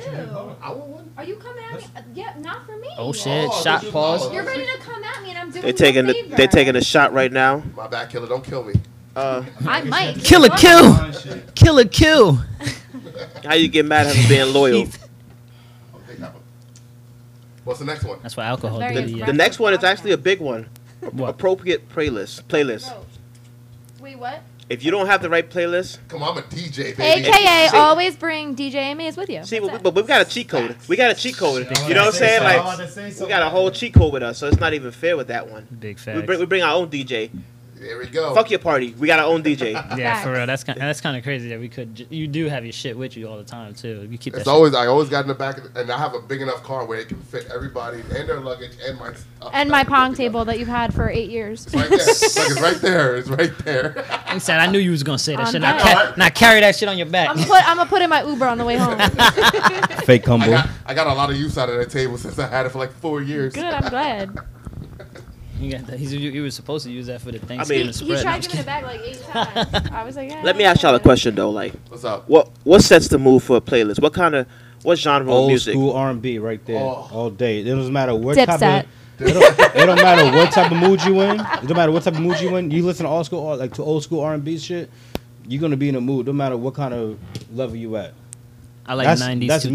I want one. Are you coming at me? Yeah, not for me. Oh shit! Oh, Shot this is- pause. oh. You're ready to come at me, and I'm doing They taking you the, a favor. they taking a shot right now. My back killer, don't kill me. Uh, I might Kill a kill. Kill a kill. how you get mad at him being loyal? I'll take that one. What's the next one? That's why alcohol. Very do to you. the next one is actually a big one. What? Appropriate playlist. Playlist. Bro. Wait, what? If you don't have the right playlist, Come on, I'm a DJ, baby. AKA, See- always bring DJ Amaze with you. see, That's but, we- it. but we've got a cheat code. We got a cheat code. Shit, I You know wanna what I'm say saying? something. I Like, wanna say we something. got a whole cheat code with us, so it's not even fair with that one. Big We facts. bring, we bring our own DJ. There we Oh. go. Fuck your party. We got our own DJ. Yeah, for Facts. real. That's kind. That's kind of crazy that we could. j- You do have your shit with you all the time too. You keep that. It's shit- always I always got in the back, of the, and I have a big enough car where it can fit everybody and their luggage and my stuff. And my pong table that you've had for eight years. Right there, Look, it's right there. It's right there. He said, "I knew you was gonna say that On shit. Now, that. ca- now carry that shit on your back." I'm put. I'm gonna put in my Uber on the way home. Fake I humble. got I got a lot of use out of that table since I had it for like four years. Good. I'm glad. You got that. He's, you, you were supposed to use that for the He, Thanksgiving he spread. he No, I'm tried just giving it back like eight times. I was like, eh, Let me ask y'all a question though. Like, What's up? what what sets the mood for a playlist? What kind of what genre of Old music? school R&B right there, Oh. all day. It doesn't matter what Dipset. type of. It don't, it don't matter what type of mood you in. It don't matter what type of mood you in. You listen to old school, or, like to old school R and B shit. You're gonna be in a mood, no matter what kind of level you at. kidding. I like That's- 90s, that's me.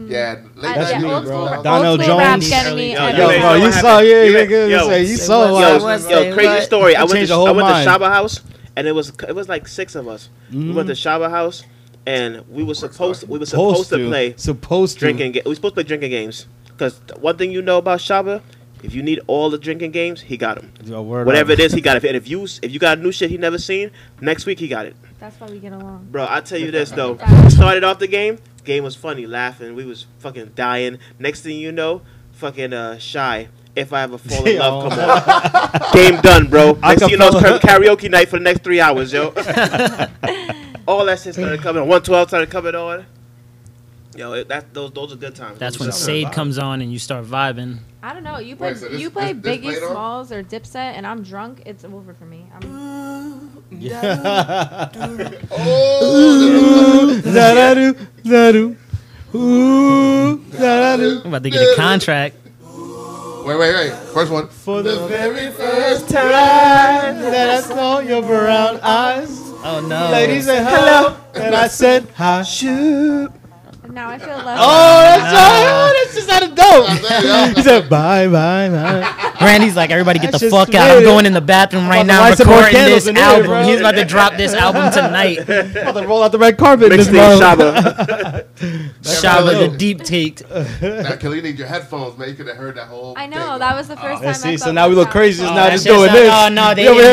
2000s. Yeah, late That's night me, old bro. school. Don- Donnell Mm. Old school rap Jones. getting me. Yo, every- Yo, made- bro, you what saw, happened. yeah, You made- nigga, you yo, say you say saw. what? like- Say what? yo, yo, crazy what? story. I You went to changed the, the whole I went mind. to Shaba House, and it was it was like six of us. We went to Shaba House, and we were supposed we were supposed to play Mm-hmm. supposed to drinking. Ga- we were supposed to play drinking games because one thing you know about Shaba If you need all the drinking games, he got them. Yo, word Whatever up. it is, he got it. And if you if you got new shit he never seen, next week he got it. That's why we get along. Bro, I tell you this though. Started off the game, game was funny, laughing. We was fucking dying. Next thing you know, fucking uh shy. If I ever fall in love, come on. game done, bro. Next thing you know, it's Acapella. karaoke night for the next three hours, yo. All that shit started coming on. One twelve started coming on. Yo, it, that those those are good times. That's Those when are Sounds good Sade vibe. comes on and you start vibing. I don't know. You play Wait, so this- you play this- this Biggie played on? Smalls or Dipset, and I'm drunk. It's over for me. I'm, Oh, Da-da-do, da-do. Ooh, da-da-do. I'm about to get a contract. wait, wait, wait. First one. For the very first time that I saw your brown eyes, Oh no. lady said hello, and I said hi. Shoot. now I feel left. Oh, out. that's oh, that's just out of dope. he said bye, bye, bye. Randy's like, everybody get That the shit's fuck out. I'm weird. going in the bathroom right about to now. light some more recording candles this in here, album. bro. He's about to drop this album tonight. About to roll out the red carpet, Mixed Miss in Shaba. Shaba the Hello. deep take. Oh, Now, Kelly, you need your headphones, man. You could have heard that whole. I thing. know that was the first time. Oh. Yeah, I see, so felt now we look left out. crazy. It's that not just shit's doing not- this. Oh no, they You over didn't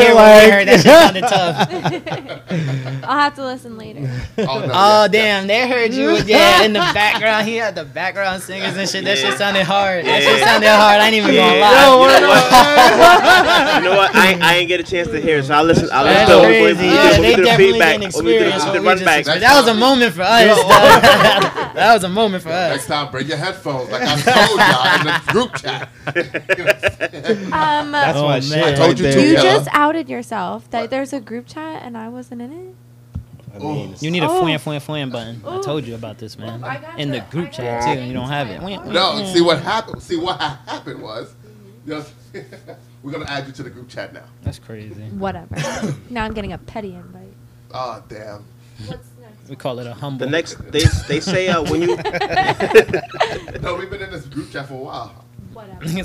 here hear what we like- heard. That shit sounded tough. I'll have to listen later. Oh, no, Oh yeah, yeah. damn, they heard you again in the background. He had the background singers and shit. That shit sounded hard. That shit Yeah. sounded hard. I ain't even gonna Yeah. lie. You know what? You know what? I, ain't- I ain't get a chance to hear it, so I listen. I That's listen to it when crazy. we Yeah, do- they when we do the definitely feedback. didn't When we do experience the- what the we run just back. experienced. That was a moment for us. though. that was a moment for Next us. time, bring your headphones, like I told y'all in the group chat. Um, That's Oh, my man. shit. I right told you there. to. you Yeah. just outed yourself that What? there's a group chat and I wasn't in it. I mean, You need a Oh. flan flan flan button. I told you about this, man. Oh, I got In the the- I group got chat the too, and you don't have it. thing. No, see what happened. See what ha- happened was, you know, we're gonna add you to the group chat now. That's crazy. Whatever. now I'm getting a petty invite. Oh damn. What's next? We call it a humble. The next, they they say uh, when you No, we've been in this group chat for a while. Whatever.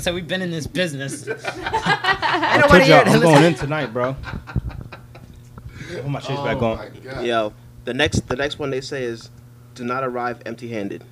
so we've been in this business. I don't told wanna hear y'all, it. I'm going in tonight, bro. Put my shades oh back my on. god. yo the next the next one they say is do not arrive empty-handed.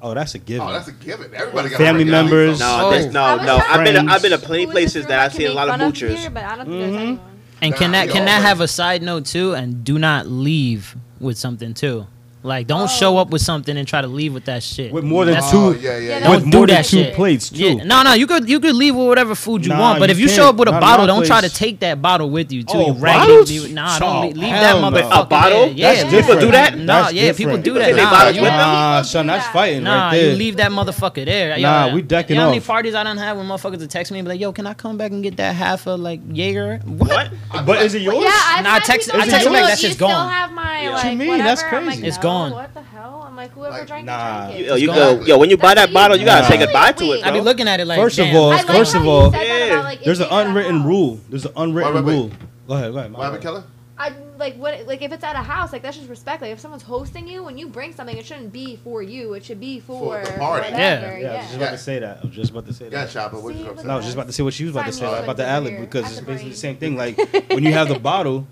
Oh, that's a given. Oh, that's a given. Everybody got Family members. No, Oh. that's, no, I no. was I've been trying- I've been to plenty Who in this places room that I've can seen a make lot of fun moochers. here, but I don't think Mhm. there's anyone. And can Nah, that we can all that friends. have a side note too? And do not leave with something too. Like don't show Oh. up with something and try to leave with that shit. With more than That's- two, Oh yeah, yeah. Yeah, yeah. Don't with do more than that two shit. plates too. Yeah, no, no, you could you could leave with whatever food you Nah, want, but you if you can't. show up with a Not in my bottle, don't try to place. take that bottle with you too. Oh, you raggedy. bottles? dude. Nah, don't Oh, leave, leave that hell no. motherfucker. A bottle? there. Yeah, That's yeah. different. People do that? Nah, That's yeah, people different. do People that. take Nah, bottles you, with them? Nah, son, that's fighting nah, right there. you leave that motherfucker there. Nah, Yeah. we decking you know How many off. parties I done had when motherfuckers would text me and be like, "Yo, can I come back and get that half of like Jaeger?" What? but is it yours? Yeah, I've Nah, I had text- people I say, text him back, "Yo, that you shit's still gone." have my, Yeah. like, What you mean? whatever." That's I'm like, crazy. It's "No, gone. What the hell? I'm like, whoever Like, drank nah. it, drank You, it. yo, you gone. go, yo, when you buy That's that what bottle, you you gotta do. say goodbye to it, Wait, I be bro. looking at it like, First of damn. all- I like First how of you all- said that about, like, it There's an being at a unwritten house. rule. There's an unwritten Wait, wait, wait. rule. Go ahead, go ahead. my What happened, bad. Keller? I like what like if it's at a house, like that's just respect. Like if someone's hosting you, when you bring something, it shouldn't be for you. It should be for, For the party. Yeah. whatever, Yeah, I was just about to say that. I was just about to say Yeah, that. Shaba, what you gonna See, say? No, I was just about to say what she was about to say Simon like, about the Wilson ad here. lib because At it's the basically brain. the same thing. Like when you have the bottle,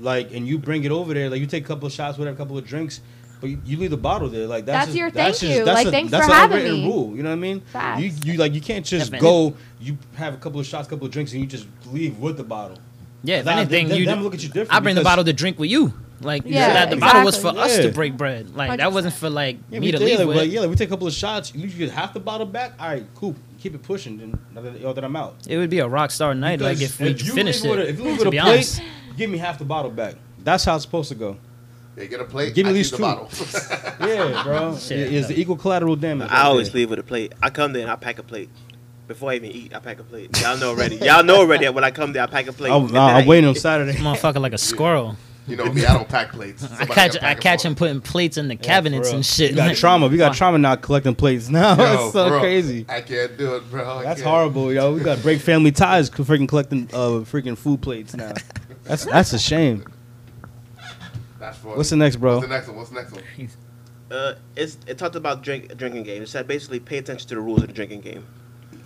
like and you bring it over there, like you take a couple of shots, whatever, a couple of drinks, but you, you leave the bottle there. Like that's, That's just- your that's thank just, you. That's Like, a, thanks that's for an having unwritten me. rule. You know what I mean? Facts. You you like you can't just Definitely. go. You have a couple of shots, couple of drinks, and you just leave with the bottle. Yeah, if Nah, anything, them- you them look at you different I bring the because- bottle to drink with you. Like you Yeah, said that the bottle was for exactly. us to Yeah. break bread. Like that 100%. wasn't for like Yeah, me we, to yeah, leave like, with. well, yeah, like, we take a couple of shots. You get half the bottle back. All right, cool. Keep it pushing. Then now that, yo, that I'm out. It would be a rock star night. Like Because if we you finished leave it. with a- if you leave to with a be plate, honest. give me half the bottle back. That's how it's supposed to go. Yeah, get a plate. Give I me at keep least the two. bottle. Yeah, bro. It's Shit. the equal collateral damage. I always leave with a plate. I come there and I pack a plate. Before I even eat, I pack a plate. Y'all know already. Y'all know already that when I come there, I pack a plate. I'm, And nah, then I I'm eat. waiting on Saturday. Motherfucker like a squirrel. you know me, I don't pack plates. I Somebody catch gotta I pack a catch plate. him putting plates in the cabinets for real. and shit. We got Like, trauma. We got trauma not collecting plates now. Yo, it's so bro, crazy. I can't do it, bro. I That's can't. horrible, yo. We got to break family ties co- freaking collecting uh freaking food plates now. That's that's a shame. That's funny. What's the next, bro? What's the next one? What's the next one? Uh, it's, it talked about drink drinking game. It said basically pay attention to the rules of the drinking game.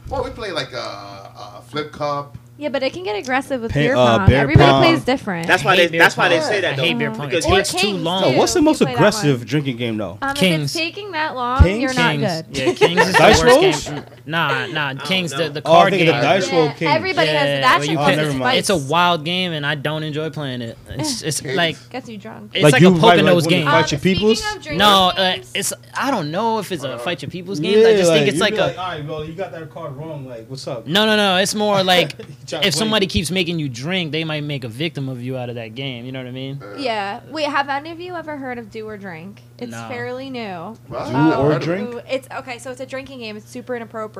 Well, we play like a, a flip cup. Yeah, but it can get aggressive with Pin- beer uh, pong. beer Everybody pong. plays different. That's why hate they. beer That's why they pong. say I that. hate though. beer pong. It Because Or takes too kings, long. too. No, what's the We most play that aggressive one. drinking game though? um, Kings. If it's taking that long, Kings? you're not Kings. good. Yeah, Kings is Dice the rolls? worst game. Nah, nah. Kings, know. the, the Oh, I card think game. the dice roll Yeah, king. Everybody Yeah, has that. where shit you Oh, has pick- never its mind. spice. It's a wild game, and I don't enjoy playing it. It's, it's like Gets you drunk. it's Like like, you a probably, like, Poconos wouldn't game. fight your speaking peoples? of drinking No, uh, games, it's I don't know if Uh, it's a fight your people's game. I just think it's like a all right, bro, you got that card wrong. Like, what's up? no, no, no. It's more like Try to if somebody play. keeps making you drink, they might make a victim of you out of that game. You know what I mean? yeah. Wait, have any of you ever heard of Do or Drink? It's No. fairly new. Um, Well, Do I've or heard of it. drink? Ooh, It's okay. So it's a drinking game. It's super inappropriate.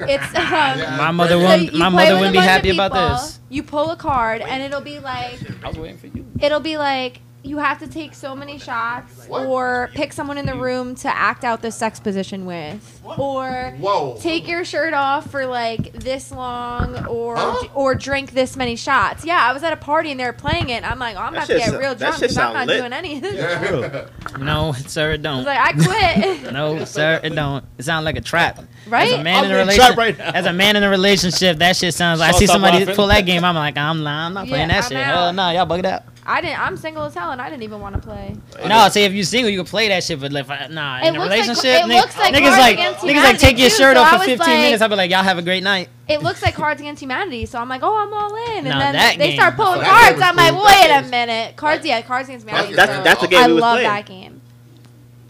It's um, Uh, Yeah. My mother so won't. you My play mother with a wouldn't be bunch of happy about people, this. You pull a card and it'll be like I was waiting for you. it'll be like you have to take so many shots What? or pick someone in the room to act out the sex position with or Whoa. take your shirt off for like this long or Huh? or drink this many shots. Yeah, I was at a party and they were playing it. And I'm like, oh, I'm That about to shit get sou- real that drunk shit because I'm sound not lit. doing anything. Yeah. No, sir, it I don't. was like, I quit. No, sir, it don't. It sounds like a trap. As a right? man in a I'm in relationship, trap right now. as a man in a relationship, that shit sounds like. I Shut see up, somebody Alfred. pull that game. I'm like, I'm not, I'm not Yeah, playing that I'm shit. out. Hell no, y'all bug it out. I didn't. I'm single as hell and I didn't even want to play. No, see if you single, you can play that shit. But like, if I- nah, in a It looks like- relationship, it nigg- looks like niggas Cards like Against niggas like take Humanity, your shirt too, so off I for was 15 like- minutes. I'll be like, y'all have a great night. It looks like Cards Against Humanity, so I'm like, oh, I'm all in. And Nah, then that they game- start pulling That game cards. was I'm like, cool. wait That a game- minute. Cards, yeah, Cards Against Humanity. that's- so that's the game I we was love playing. that game.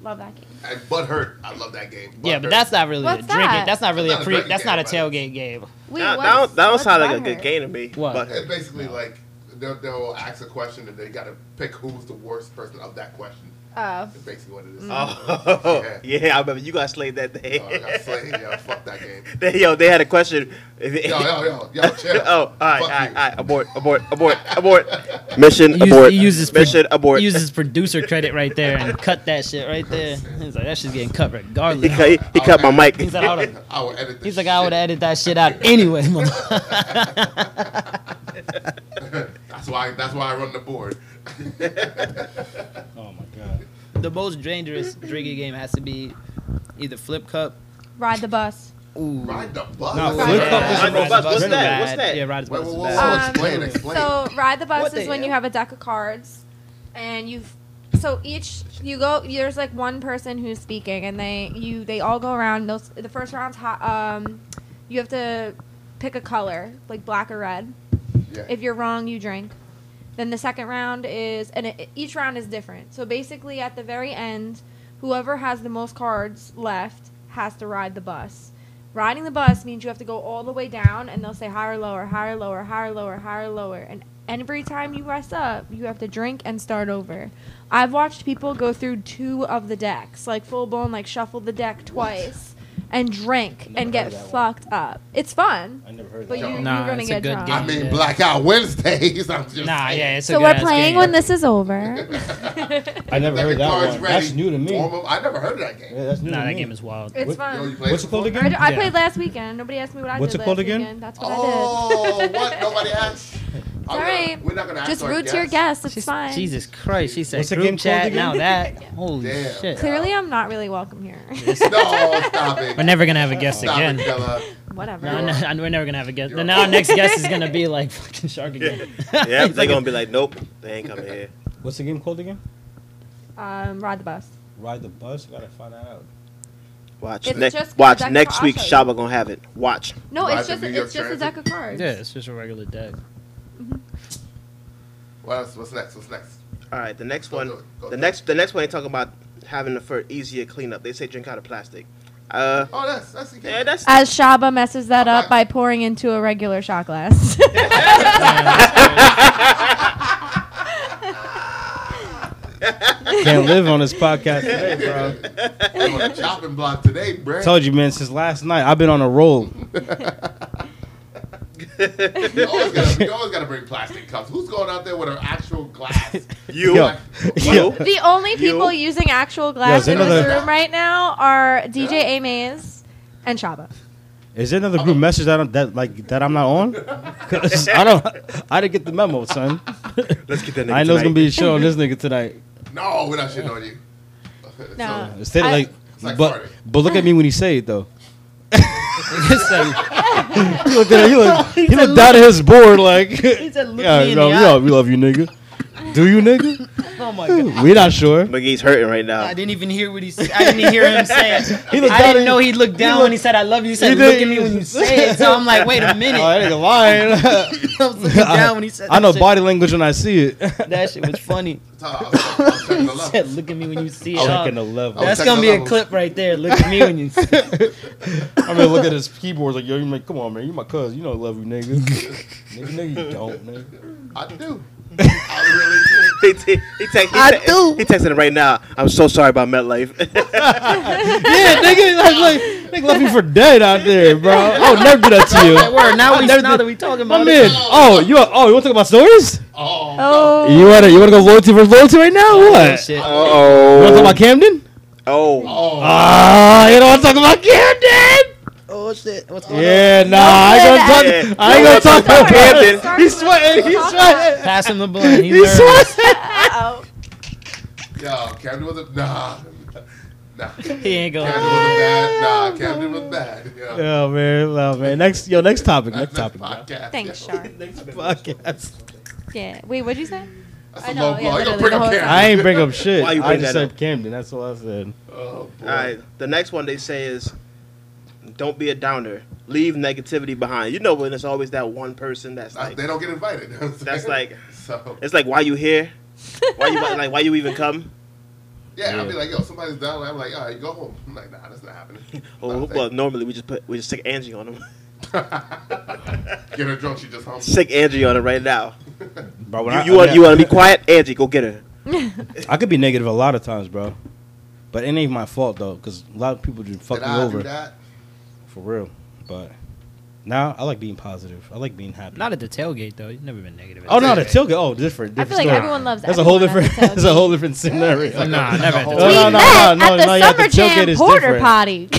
Love that game. And Bud Hurt. I love that game. Bud Yeah, but Hurt. that's not really What's a drinking. that? That's not really That's a not a pre. drinking That's not a game, tailgate game. Wait, That, what's- that don't, that don't what's sound like a Butthurt? good game to me. What? But It's basically like they'll, they'll ask a question and they gotta pick who's the worst person of that question. Oh, That's basically what it is. oh, yeah. yeah, I remember you got slayed that Yo, Oh, I got day. slayed. Yo, fuck that game. They- yo, they had a question. Yo, yo, yo, yo, chill. oh, all right, all Fuck right, all you. right. Abort, abort, abort, abort. Mission He, use, abort. he uses pro- Mission abort. he uses producer credit right there and cut that shit right there. He's like, that shit's getting cut he regardless. cut, he, he cut my mic. He's like, I would, I will edit this he's like, I would shit. edit that shit out anyway. mother- That's why. That's why I run the board. Oh my god. the most dangerous drinking game has to be either flip cup. ride the bus. Ooh, Ride the bus. Nah, flip Yeah, cup is ride a the robust. bus What's is that? bad. What's that? Yeah, ride the Wait, bus is whoa, whoa, bad. whoa, Um, explain, explain. So ride the bus What is the when you hell? have a deck of cards, and you, so each you go. There's like one person who's speaking, and they you they all go around. Those the first round's hot. Um, you have to pick a color like black or red. yeah. If you're wrong, you drink. Then the second round is, and it, each round is different. So basically, at the very end, whoever has the most cards left has to ride the bus. Riding the bus means you have to go all the way down, and they'll say higher, lower, higher, lower, higher, lower, higher, lower. And every time you rest up, you have to drink and start over. I've watched people go through two of the decks, like full blown, like shuffle the deck twice, and drink Never and heard get of that one. fucked up. It's fun. I never heard But that. you, Nah, you're gonna it's a get good drunk. game. I mean, Yeah. blackout Wednesdays. I'm just Nah, saying. yeah, it's a So good we're ass playing game. when this is over. I never Second heard that card's one. ready. That's new to me. Warm up. I never heard of that game. Yeah, that's new Nah, to that me. game is wild. it's What- Yo, you fun. played What's it called I, again? d- I Yeah. played last weekend. Nobody asked me what I What's did it called last again? weekend. That's what Oh, what? Nobody asked. I'm not- Sorry. We're not gonna I ask did. Just our root to your guests. It's fine. Jesus Christ, she said What's the group game chat. called Now again? that, holy Damn. shit, Clearly, I'm not really welcome here. No, stop it. we're never gonna have a guest stop again. it, Bella. Whatever. No, no, we're never gonna have a guest. You're Now our right. next guest is gonna be like fucking Shark again. yeah, He's they're like, gonna be like, nope, they ain't coming here. What's the game called again? Um, ride the bus. Ride the bus. Gotta find that out. Watch, It's ne- just watch Rebecca next week. Crosshair. Shaba gonna have it. Watch. No, Ride it's the just New York it's just a Transit. deck of cards. yeah, it's just a regular deck. What else? What's next? What's next? All right, the next Go one. do it, go the do it. next, the next one. They talking about having the for easier cleanup. They say drink out of plastic. Uh, Oh, that's that's the game. yeah, that's As Shaba messes that I'm up not- by pouring into a regular shot glass. Can't live on this podcast today, bro. I'm on a chopping block today, bruh. Told you, man. Since last night, I've been on a roll. You always, gotta, you always gotta bring plastic cups. Who's going out there with an actual glass? you. Yo, yo, the only people You- using actual glass in another- this room right now are DJ Amaze and Shaba. is there another group message that I'm, that like that I'm not on? 'Cause I don't. I didn't get the memo, son. Let's get that. Nigga I know it's gonna tonight. be a show on this nigga tonight. no, we're not shitting on you. No. Instead, I- like, It's like but Friday. but look at me when he say it though. It's like, He looked at he looked, he said, looked down at his board like he said, "Look yeah, me in no, the we, eye." all- we love you nigga. Do you nigga? Oh my god. We're not sure. McGee's hurting right now. I didn't even hear what he said. I didn't hear him say it. He looked I down didn't at- know he looked down when he looked- said I love you. He said He look did- at me when you say it. So I'm like, wait a minute. Oh, that nigga lying. I was looking down when he said I know that shit. body language when I see it. That shit was funny. I was, I was checking the He said, levels. look at me when you see it. Checking the Oh, level. That's- That's gonna be a Checking the clip right there. Look at me when you see it. I'm gonna look at his keyboards like, yo, you like, come on, man, you my cousin, you know I love you, nigga. nigga, no, you don't, nigga. I do. I really do. he, te- he, text- he, I te- do. he texted him right now. I'm so sorry about MetLife. Yeah, nigga, like, like, nigga left me for dead out there, bro. I would never do that to That you. word. Now we never now did- that we talking My about man. it. Oh, you oh, you want to talk about stories? Oh, Oh. You wanna you wanna go loyalty versus loyalty right now? or Oh, what? You shit. wanna talk about oh. Camden? Oh. oh. Ah, you don't wanna talk about Camden? Oh shit. What's going on? Yeah, nah, I ain't Yeah. gonna talk. I ain't gonna talk about Camden. Camden. He's sweating. He's sweating. Pass him the blunt. He He's nervous. sweating. Uh-oh. Yo, Camden was a nah. Nah. Camden was He ain't going. bad. Nah, Camden was bad. Yeah. Oh man, oh man. Next, yo, next topic. Next That's topic. next podcast. Thanks, yeah. Shark. Podcast. Yeah. Wait, what'd you say? That's I a know, low blow. yeah, You gonna literally bring the up whole Camden. I ain't bring up shit. Why you I bring just that said up? Camden. That's all I said. Oh, boy. All right. The next one they say is, don't be a downer. Leave negativity behind. You know when it's always that one person that's Nah, like, they don't get invited. That's like- So, it's like why you here? Why you like why you even come? yeah, I'll be Yeah. like, yo, somebody's down. I'm like, all right, go home. I'm like, nah, that's not happening. Oh, Nah, well, normally we just put we just stick Angie on him. thank- get her drunk. She just home. Sick Angie on him right now. Bro, You, you want you want to be quiet, Angie? Go get her. I could be negative a lot of times, bro. But it ain't my fault though, because a lot of people just fuck Did me I do over that? for real. But now I like being positive. I like being happy. Not at the tailgate though. You've never been negative. at oh the no, the tailgate. tailgate. Oh, different. different I feel like story. everyone loves That's a whole everyone different. at the That's a whole different scenario. Like, Nah, it's never a at the whole- No, we no, no, met no, at no, the yeah, the summer tailgate jam is porter different. potty.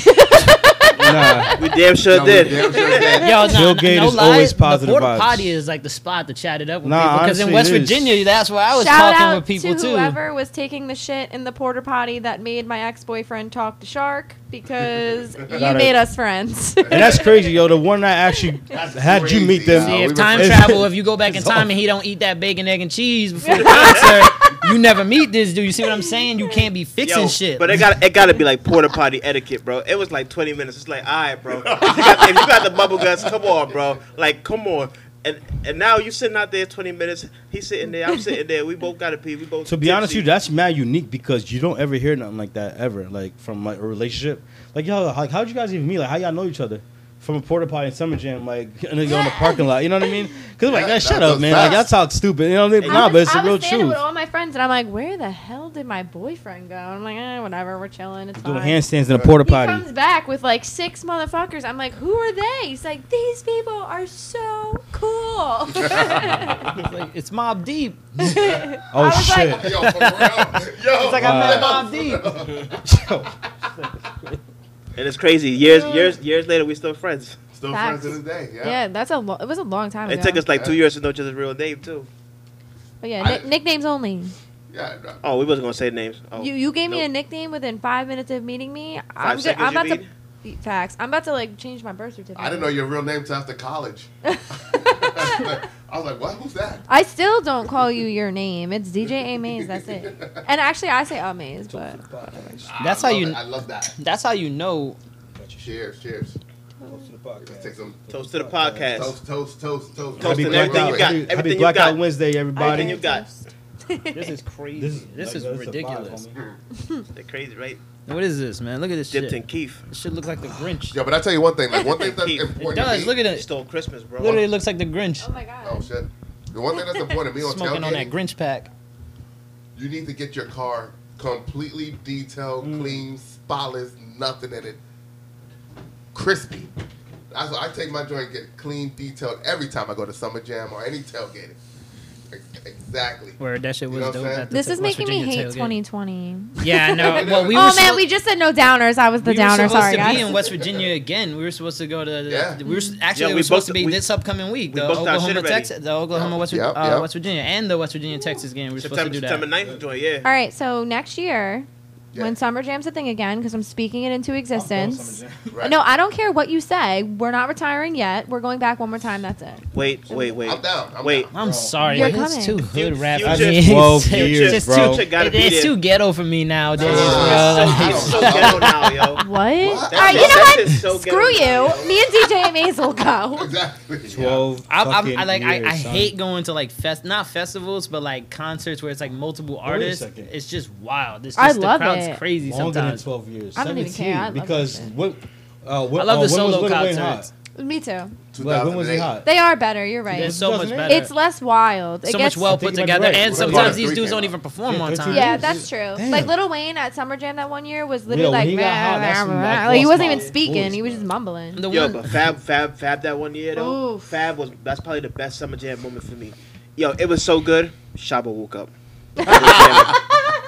nah. We damn sure No, we did. damn sure did. Yo, no, Tailgate no is lie, always positive The porta vibes. potty is like the spot to chat it up with Nah, people because in honestly, West it is. Virginia, that's where I was Shout talking out with people to too. whoever was taking the shit in the porter potty that made my ex boyfriend talk to Shark because you Got it. made us friends. And that's crazy, yo. The one I actually That's had you meet crazy. them. Nah, See, we if were time friends. travel, if you go back in It's time all- and he don't eat that bacon, egg, and cheese before the concert, you never meet this dude. You see what I'm saying? You can't be fixing Yo, shit. But it got it got to be like porta potty etiquette, bro. It was like 20 minutes. It's like, all right, bro. If you got, if you got the bubble guts, come on, bro. Like, come on. And and now you sitting out there 20 minutes. He's sitting there. I'm sitting there. We both got to pee. We both. To be honest, tipsy. with you that's mad unique because you don't ever hear nothing like that ever, like from like a relationship. Like y'all, like how'd you guys even meet? Like how y'all know each other? From a porta potty in summer jam, like and they go in the parking lot. You know what I mean? Because like, Yeah, man, shut that up, was man. Like y'all fast. talk stupid. You know what I mean? I Nah, was- but it's I the was real standing truth. with all my friends, and I'm like, where the hell did my boyfriend go? And I'm like, eh, whatever, we're chilling. It's Doing fine. handstands in a porta he potty. comes back with like six motherfuckers. I'm like, who are they? He's like, these people are so cool. it's, like, it's Mob Deep. Oh was like- shit! Yo, for real. Yo. It's like Wow. I met Mob Deep. And it's crazy. Years years years later, we still friends. Still Facts. friends to this day. Yeah. yeah, that's a lo- it was a long time It ago. took us like two years to know each other's real name too. But yeah, I- nick- nicknames only. Yeah, no. Oh, we wasn't gonna say names. Oh, You you gave me nope. a nickname within five minutes of meeting me. I'm Five good. seconds I'm about you to facts. I'm about to like change my birth certificate. I didn't know your real name till after college. I was like, what? Who's that? I still don't call you your name. It's DJ A Maze. That's it. And actually, I say A Maze, but That's I how love you. it. I love that. That's how you know. Cheers, cheers. Let's take some Toast to the podcast. toast, toast, toast, toast. Toast Happy to everything you blackout. got. Happy- Everything Happy you blackout got. Wednesday, Everything everybody. you got. This is crazy. This, is like, a vibe, ridiculous. homie. They're crazy, right? what is this, man? Look at this Dipped in shit. Keith This shit looks like the Grinch. Yeah, but I tell you one thing. Like one thing that's It important. to It does. me- Look at it. stole Christmas, bro. Literally looks like the Grinch. oh my Oh god, shit. The one thing that's important to me on Smoking tailgating, on that Grinch pack. you need to get your car completely detailed, clean, spotless, nothing in it, crispy. That's why I take my joint and get clean, detailed every time I go to summer jam or any tailgating. Ex- Exactly. Where that shit You was know what I'm dope. saying? At the this t- is West making me Virginia hate tailgate. 2020. Yeah, I know. Well, we were oh supposed- man, we just said no downers. I was the we downer. were supposed Sorry, to guys. be in West Virginia again. We were supposed to go to. The, Yeah. We were s- actually Yeah, we we were supposed booked- to be we- this upcoming week. we The booked our shit Oklahoma, already. Texas, the Oklahoma, West, Yep, uh, yep. West Virginia, and the West Virginia, Texas game. We were supposed September, to do that. September 9th joint, yeah. All right, so next year, Yeah. when Summer Jam's a thing again, because I'm speaking it into existence. Right. No, I don't care what you say. We're not retiring yet. We're going back one more time. That's it. Wait, wait, wait. I'm down. I'm wait. down. I'm Bro. sorry, You're it's coming. too hood You- rap. you I just- mean, 12 it's- years, it's bro. Too, Future gotta it- be it's there. too ghetto for me nowadays, Nah. bro. I He's don't so know. ghetto now, yo. What? All What? right, you That's- know that's what? just so Screw you. ghetto. Me and DJ Mays will go. Exactly. Twelve. I'm, I'm, fucking I like years, I, I son. hate going to like fest not festivals but like concerts where it's like multiple artists. second. It's just wild. It's just I the love crowd's it. crazy longer than sometimes. twelve years. I don't even Seventeen. care. I love that because shit. what? Uh, when, uh, I love the when was solo Lil Wayne concerts. hot? Me too. Like, when was he hot? They are better. You're right. It's so much 2008. better. It's less wild. It so gets much well I think you might put be together, right. and Well, the sometimes Mark these III dudes came don't out. even perform Yeah, on 13 time. Yeah, years. that's true. Damn. Like Little Wayne at Summer Jam that one year was Yeah, literally when like, he got hot, that's when, like, like, he lost wasn't my even speaking. voice, He was just bro. mumbling. The Yo, one, but Fab, Fab, Fab that one year though. Oof. Fab was that's probably the best summer jam moment for me. Yo, it was so good. Shaba woke up.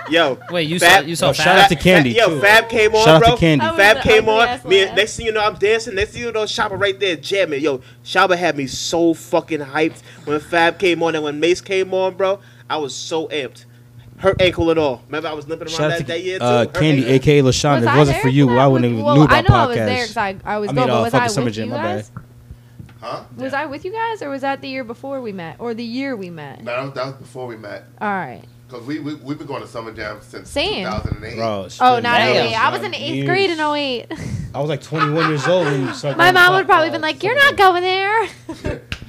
Yo, Wait, you Fab- saw you saw Yo, shout Fab? out to Candy, Fab, yo, too. Fab came on, Shout out bro. to Candy. Oh, Fab the came on. ugly-ass Me, laugh. next thing you know, I'm dancing. Next thing you know, Shaba right there jamming. Yo, Shaba had me so fucking hyped when Fab came on and when Mace came on, bro. I was so amped. Her ankle and all. Remember, I was limping around Shout out that, to that year too. uh, Her Candy, ankle. aka LaShawn. If it I wasn't there for you, that? I wouldn't Was- even well, knew about I know I was there because podcast. I, I was I I mean, but uh, was fucking I Summer with Jam, you my guys? Huh? Was I with you guys, or was that the year before we met, or the year we met? No, that was, that was before we met. All right. Because we, we, we've been going to Summer Jam since Same. 2008. Bro, it's Oh, been not Damn, years, 08. I was son. in eighth Years. grade in 08. I was like 21 years old. When so My mom would probably been like, "You're not going there."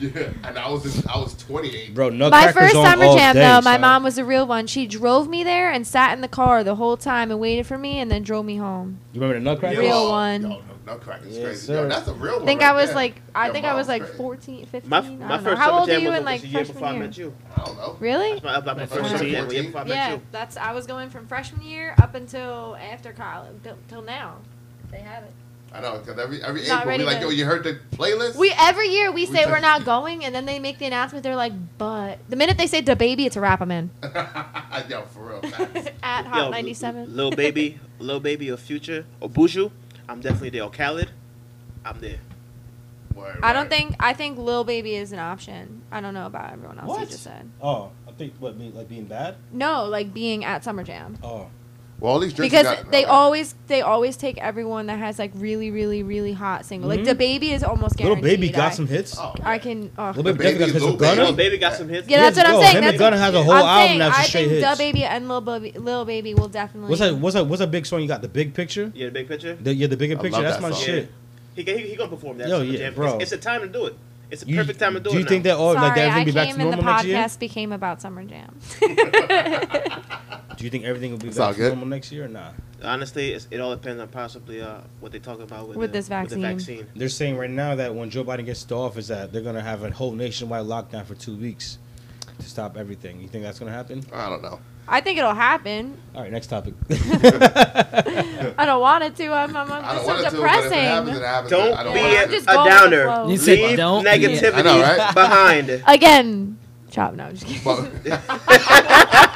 Yeah, and I was in, I was 28. Bro, Nutcracker's My first on summer all jam, day, though, my son. mom was a real one. She drove me there and sat in the car the whole time and waited for me, and then drove me home. You remember the Nutcracker? Real Yo, one. Yo, Nutcracker's Yes, crazy. sir. Yo, that's a real one. Oh, I think right I was there. like, I Your think I was mom's like crazy. 14, 15. My, I my don't know. first How summer old were jam you was in like the year before I freshman year? met you. I don't know. Really? My, my, my first Like summer jam was the year 14? before I met Yeah, you. that's I was going from freshman year up until after college, till- till now. They have it. I know, because every, every Not April, ready we like, to- yo, you heard the playlist? We every year we say We- we're not going, and then they make the announcement. They're like, "But the minute they say the baby, it's a wrap. I'm in." yo, for real. facts. At Yo, Hot 97. Lil Baby, Lil Baby or Future or Buju, I'm definitely there. Or Khaled, I'm there. Word, I don't word. think I think Lil Baby is an option. I don't know about everyone else you What? just said. Oh, I think what being like being bad. No, like being at Summer Jam Oh, Well, all these drinks you because got, they okay. always they always take everyone that has like really really really hot single. Mhm. Like Mm-hmm. the baby is almost little guaranteed. baby I, got some hits. Oh, I can. Oh. Lil The Baby definitely Baby, got hits Lil with Gunna. Lil Baby got some hits. Yeah, that's what I'm Yo, saying. him and That's- Gunna has a whole I'm album saying, that's I just straight think hits. Da Baby and Lil Baby, Lil Baby will definitely. What's that? What's that? What's that big song you got? The big picture. Yeah, the big picture. The, yeah, the bigger I picture. love That's that my song. shit. He, he, he gonna perform that. Yo, summer yeah, jam. bro. It's, it's a time to do it. It's a You- perfect time to do, you it. think now. that all Oh, like Sorry, that everything I be back came to and the normal next year? podcast became about Summer Jam. Do you think everything will be It's all back to good. normal next year or not? Honestly, it's, it all depends on possibly uh, what they talk about with, With the, this With the vaccine. vaccine. They're saying right now that when Joe Biden gets to office, that they're gonna have a whole nationwide lockdown for two weeks to stop everything. You think that's gonna happen? I don't know. I think it'll happen. All right, next topic. I don't want it to. I'm, I'm, I don't I'm just want so it to, but if it happens, depressing. it happens. Don't I be I'm a, want it just to. going a with the downer. flow. You Leave said don't be a- negativity I know, right? behind. Again, chop. No, I'm just kidding. But-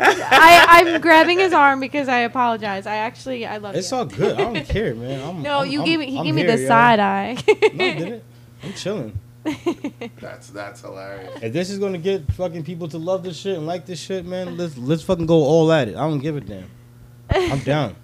I, I'm grabbing his arm because I apologize. I actually I love. it's you. all good. I don't care, man. I'm, No, I'm- you I'm- gave me. He I'm gave me here, the yo. side eye. No, I didn't. I'm chilling. That's that's hilarious. If this is gonna get fucking people to love this shit and like this shit, man, let's let's fucking go all at it. I don't give a damn. I'm down.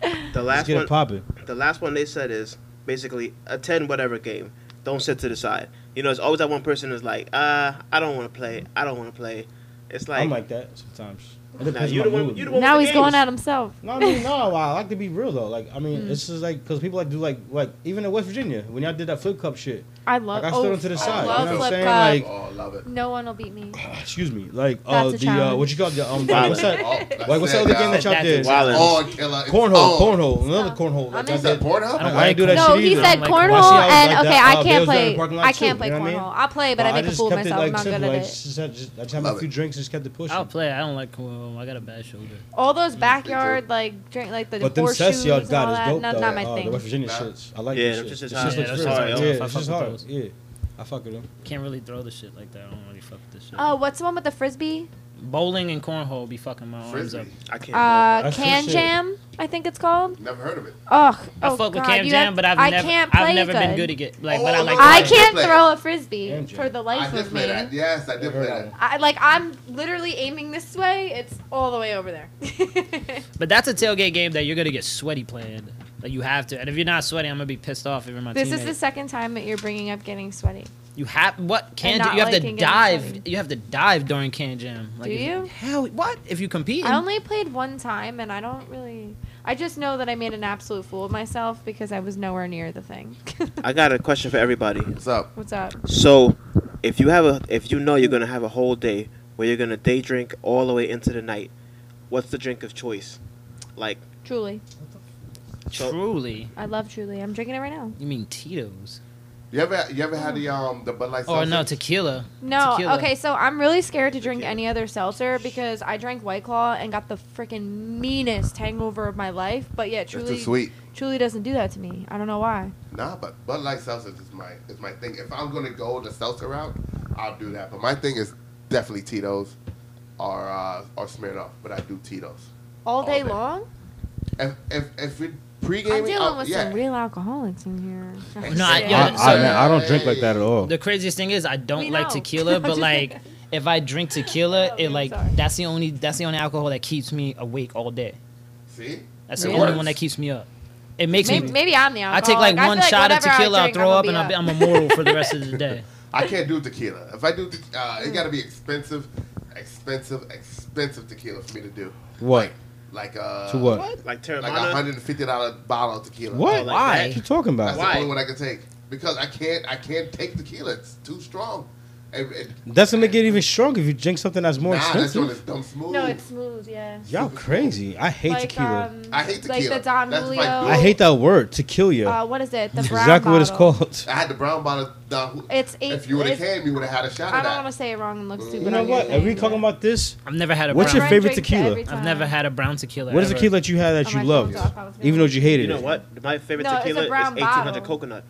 The let's last get it one. popping. The last one they said is basically attend whatever game. Don't sit to the side. You know, it's always that one person is like, uh, I don't want to play. I don't want to play. It's like, I'm like that sometimes. It Nah, depends you on the my one- mood. you the one- now the he's going games. at himself. No, I mean, no. I like to be real though. Like, I Mm. mean, it's just like because people like do like like even in West Virginia when y'all did that flip cup shit. I love. Like, I oh, stood him to the I side, love you know what I'm flip saying? Like- cup. oh, I love it. no one will beat me. Excuse me, like uh, That's a the uh, challenge. what you call the um Wow. what's that? Oh, that's Like what's that other it, game that y'all That's did? it. wild. Oh, killer. It's Cornhole, on. cornhole, another Stop. cornhole. I'm Like, Is y'all in- that did. Pornhub? I don't I like ain't do that No, shit he either. said Like, cornhole, why she always and like okay, that? I Oh, they can't was doing play. parking lot I too, can't play you know what I mean? cornhole. I'll play, but I Well, make a just fool of kept it, myself. I'm like, not good simple, at like, it. Just, had- just, I just had a Love few it. drinks and just kept it pushing. I'll play. I don't like Quillo. I got a bad shoulder. All those backyard like drink like the But them horseshoes sets and all y'all got is that. dope no, though. not my uh, thing. The West Virginia Nah. shits. I like Yeah, that them shit. shits This is shit hard. looks Yeah, good. those are hard. Yeah, I it's fuck just with hard. those. Yeah, I fuck with them. Can't really throw the shit like that. I don't really fuck with this shit. Oh, what's the one with the frisbee? Bowling and cornhole be fucking my arms Frisbee. up. I can't. Uh, That's can your shit. jam. I think it's called. Never heard of it. Ugh. I oh, fuck with God, Cam you Jam, have- but I've I never, can't play I've never been good. good at it. Like, Oh, but I I like like. I to that. play. can't Play. throw a frisbee Cam Jam. for the I life did of play that. me. Yes, I did Never play heard of that. I like I'm literally aiming this way. It's all the way over there. But that's a tailgate game that you're gonna get sweaty playing. Like you have to, and if you're not sweaty, I'm gonna be pissed off if you're my this teammate. is the second time that you're bringing up getting sweaty. You have what can jam? not You have to liking getting dive. sweaty. You have to dive during can jam. Like, Do if- you? Hell, what if you compete? I only played one time, and I don't really. I just know that I made an absolute fool of myself because I was nowhere near the thing. I got a question for everybody. What's up? What's up? So, if you have a, if you know you're gonna have a whole day where you're gonna day drink all the way into the night, what's the drink of choice? Like, Truly. so- truly, I love Truly. I'm drinking it right now. you mean Tito's? You ever you ever had the um the Bud Light? Or Seltzer? Oh, no, tequila. No, Tequila. okay, so I'm really scared to drink Tequila. any other seltzer because I drank White Claw and got the freaking meanest hangover of my life. But yeah, It's too Truly, sweet. Truly doesn't do that to me. I don't know why. Nah, but Bud Light seltzer is my is my thing. If I'm gonna go the seltzer route, I'll do that. But my thing is definitely Tito's or uh, or Smirnoff. But I do Tito's. All day day. long? If if if we I'm pre-gaming, dealing I'll- with yeah. some real alcoholics in here. No, I- I, Yeah, I, so- man, I don't drink like that at all. The craziest thing is I don't We like know. tequila, I'm but just like kidding. if I drink tequila, Oh, it I'm like sorry. that's the only that's the only alcohol that keeps me awake all day. See, That's Really? the only one that keeps me up. It makes maybe, me. maybe I'm the I alcoholic. take like feel one shot of whatever I tequila, I'll drink, throw I'ma up, be and I'll be, I'm immortal for the rest of the day. I can't do tequila. If I do, te- uh, it got to be expensive, expensive, expensive tequila for me to do. What? Like uh, To what? like Like a Terramana. hundred and fifty dollar bottle of tequila. What? Oh, like Why? that? What you talking That's about? Why? the only one I can take because I can't. I can't take tequila. It's too strong. And, and Doesn't make it even stronger if you drink something that's more nah, that's one expensive. is dumb smooth. No, it's smooth, yeah. Y'all crazy. I hate like, tequila. Um, I hate Like tequila. the Don That's Julio. like I hate that word, Uh, tequila. what is it? The That's brown exactly what it's bottle. called. I had the brown bottle. Down, It's eight. if you would have it's- came, you would have had a shot I of don't want that. to say it wrong and look stupid. You know on what? Are If we talking about this? I've never had a. What's your brown- favorite tequila? I've never had a brown tequila. What is the ever. tequila that you had that Oh, you my loved, phone's off. I was gonna- even though you You hated know it? what? My favorite No, it's a tequila is brown 1800 bottle. coconut.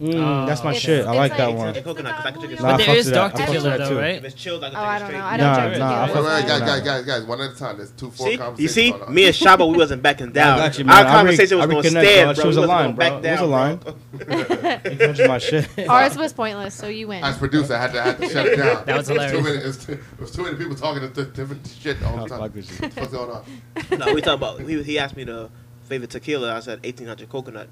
Mm, Oh. that's my It's- shit. I it's like that like- one. it's a Coconut, 'cause I can drink it Don Nah, But fuck there is to that. dark I fuck to tequila that though, too. If right? it's chilled, I can Oh, I don't drink know. it I straight. don't Nah, drink nah, tequila. Wait, wait, so- guys, guys, guys, guys, one at a time. There's two, four See, you conversations. see, going on. me and Shaba, we wasn't backing down. I got you, Our man. I re- conversation I was going to reconnect, stand, bro. bro. She was we a line, wasn't gonna bro. It Back down, was a line. bro. You touched my shit. Ours was pointless, so you win. As producer, I had to, I had to shut it down. That was It too hilarious. many, it, was too, it was too many people talking to th- different shit all I the fuck time. with you. What's going on? no, we talk about. He, he asked me the favorite tequila. I said 1800 coconut.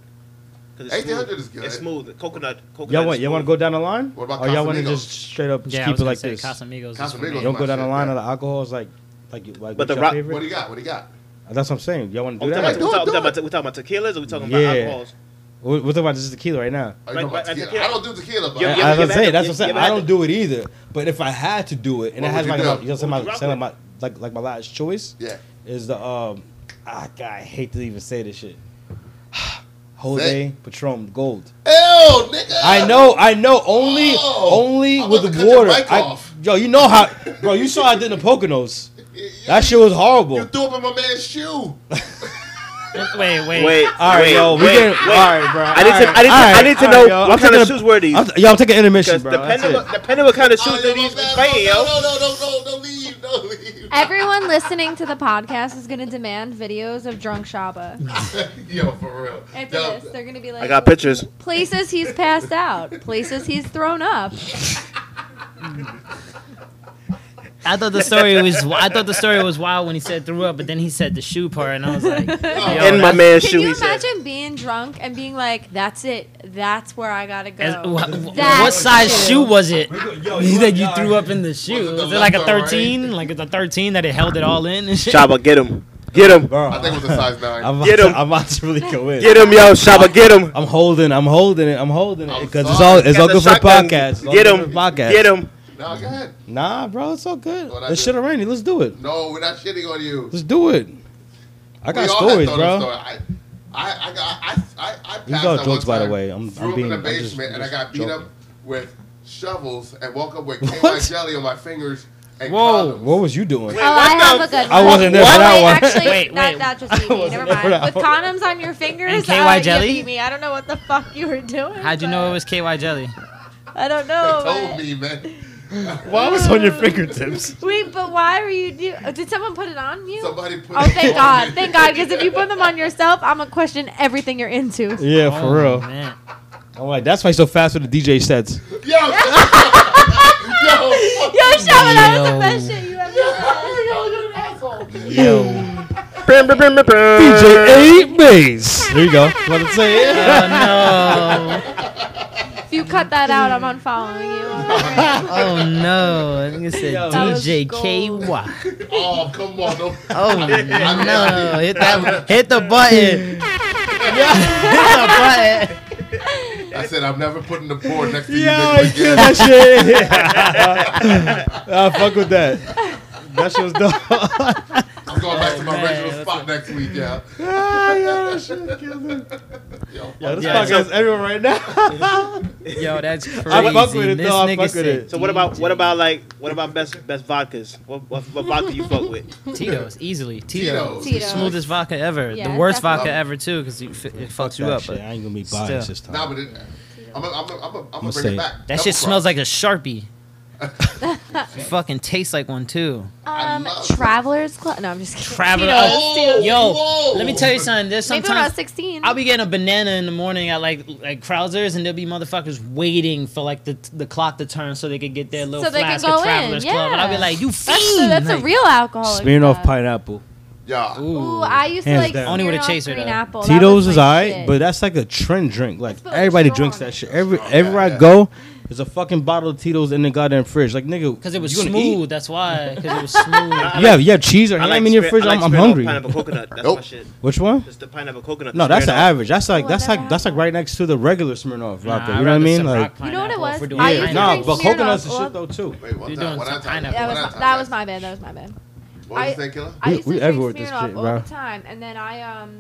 'Cause it's 1800 smooth. is good. It's smooth. Coconut. coconut Y'all is want, y'all want to go smooth. down the line? What about or y'all want to Casamigos? just straight up just Yeah, I keep it was gonna like say this? Casamigos. is for Casamigos. me. Don't go My down the shit, line yeah. of the alcohol. Is like, like, you- like But what's the your rock- What do you favorite? got? What do you got? Oh, That's what I'm saying. Y'all want to Oh, We do talking that? do it, about- do we it. talking about we talking about tequilas or we talking Yeah. about alcohols? We're we're talking about just tequila right now. Oh, you Right, know about right, tequila. tequila. I don't do tequila, but Yeah, Yeah, yeah, that's yeah, what I'm saying. but- That's what I'm saying. yeah, but I I- don't do it either. But if I had to do it, and What it has would my, you my, do? you know, What my, would you rock sound with? like my- like like my last choice yeah. is the um, ah, God, I hate to even say this shit. Jose Say Patron Gold. Ew, nigga. I know, I know. Only, Oh, only I'm with about to the cut your water. mic I- off. yo, you know how, bro? You saw I did in the Poconos. You- That shit was horrible. You threw up in my man's shoe. Wait, wait. Wait, all right, wait, yo, we wait, getting wait. all right, bro. I need to, I need to, I need to know what kind of shoes were these. I'm, yo, I'm taking intermission, Because bro. That's depending, it. what, depending what kind of shoes Oh, yo, that my these bad. playing, no, yo. No, no, no, no, no, don't leave, don't leave. Everyone listening to the podcast is going to demand videos of drunk Shaba. Yo, for real. After Yo, this, they're going to be like, I got pictures. places he's passed out, places he's thrown up. I thought the story was I thought the story was wild when he said threw up, but then he said the shoe part, and I was like, yo, In my that's- man's Can shoe, you he said. imagine being drunk and being like, that's it, that's where I got to as- wha- go? wha- That what size shoe. shoe was it? yo, He you said you are- threw up in the shoe. Was it Was the it like a left or right? thirteen? Like it's a thirteen that it held it all in and shit. Shaba, get him, get him, bro. I think it was a size 9. I'm about, Get to, him. I'm about to really go in. get him, yo, Shaba, get him, I'm holding. I'm holding it. I'm holding it I'm because it's sorry. all it's Got all the good for the shotgun. podcast. It's all Get good him. for the podcast. get him. No, go ahead. Nah, bro, it's all good. What I It's do. shit already. Let's do it. No, we're not shitting on you. Let's do it. I got We all stories, had bro. Thanos story. I, I, I, got- I, I, I passed These are that one jokes, by the time, way. I'm- I'm threw up being- in I'm the just- basement, and I just got beat up joking. with shovels, and woke up with KY What? jelly on my fingers. And Whoa. condoms. What was you doing? Oh, I what have the a good one. I wasn't there for Oh, that wait, one. Actually, Wait, wait. That, that just beat me. Never wasn't there mind. for that With condoms on your And fingers, KY uh, you jelly? beat me. I don't know what the fuck you were doing. How'd you but- know it was KY jelly? I don't They know. told but- me, man. Why was on your fingertips? Wait, but why were you do? oh, Did someone put it on you? Somebody put. Oh, it thank on God, me. thank God, because if you put them on yourself, I'm gonna question everything you're into. Yeah, Oh, for real. man. I'm like, that's why he's so fast with the DJ sets. Yo. Yo. fuck Yo, Sean, that was the Yo. best shit you ever said. Yo. DJ DJ Eight Bass. There you go. What I'm saying. Oh no! If you cut that out, I'm unfollowing you. Alright. Oh no! I think it said Yo. That was DJ gold. KY. Oh, come on. Don't. Oh no! Hit that! Hit the button! hit the button! I said I'm never putting the board next to you Yeah, niggas I killed again. that shit. I fuck with that. That shit was dope. I'm going back to my Oh, man, original spot next week. Yeah. ah, yo, that shit killed it. Yo. Yo, this Yeah, podcast everyone right now. Yo, that's crazy. I fuck with it, This though. I nigga fuck with said it. So what about what DJ. about like what about best best vodkas? What what, what vodka you fuck with? Tito's? Easily Tito's. Tito's. Tito's. Smoothest vodka ever. Yeah, the worst definitely. vodka ever too, because it, it fucks you That up. shit, I But ain't gonna be biased still. this time. Nah, but it, I'm gonna I'm I'm I'm I'ma bring say it it. back. that Double shit cross. smells like a sharpie. fucking tastes like one too. I Um, love- Travelers Club. No, I'm just kidding. Travel- Tito's, Oh, Tito's. Yo, whoa. let me tell you something. There's Maybe when I was sometimes 16. I'll be getting a banana in the morning at like like Krausers, and there'll be motherfuckers waiting for like the the clock to turn so they could get their little So they can flask go of in, Travelers Club. And I'll be yeah. like, you That's, fiend! that's like, a real alcoholic. Smirnoff stuff. pineapple. Yeah. Ooh, I used to Hands like down. Only with a Smirnoff chaser, Green though. Apple. That Tito's was is my alright, shit. but that's like a trend drink. Like It's full of everybody straw drinks in it. that shit. Every Straw, everywhere yeah. I go, there's a fucking bottle of Tito's in the goddamn fridge. Like nigga, Because it was you gonna eat? smooth. That's why. Because it was smooth. You have you have cheese or I ham like in your spit- fridge. I like I'm, I'm spit on hungry. Pineapple coconut. That's my Nope. shit. Which one? Just the pineapple coconut. No, the that's Smirnoff. the average. That's like Oh, I that's never like had that's like that. right next to the regular Smirnoff Nah, vodka. I'd you know what I rather mean? some Like rock You know what it pineapple was? if we're doing I pineapple. used to nah, drink but coconuts Smirnoff and all- shit though too. Wait, one You're time. doing One some at a time. pineapple. That One was at a my, time. that was my bad. That was my bad. What was I- that killer? I We- used we to drink everywhere with this Smirnoff shit, all bro. the time, and then I um,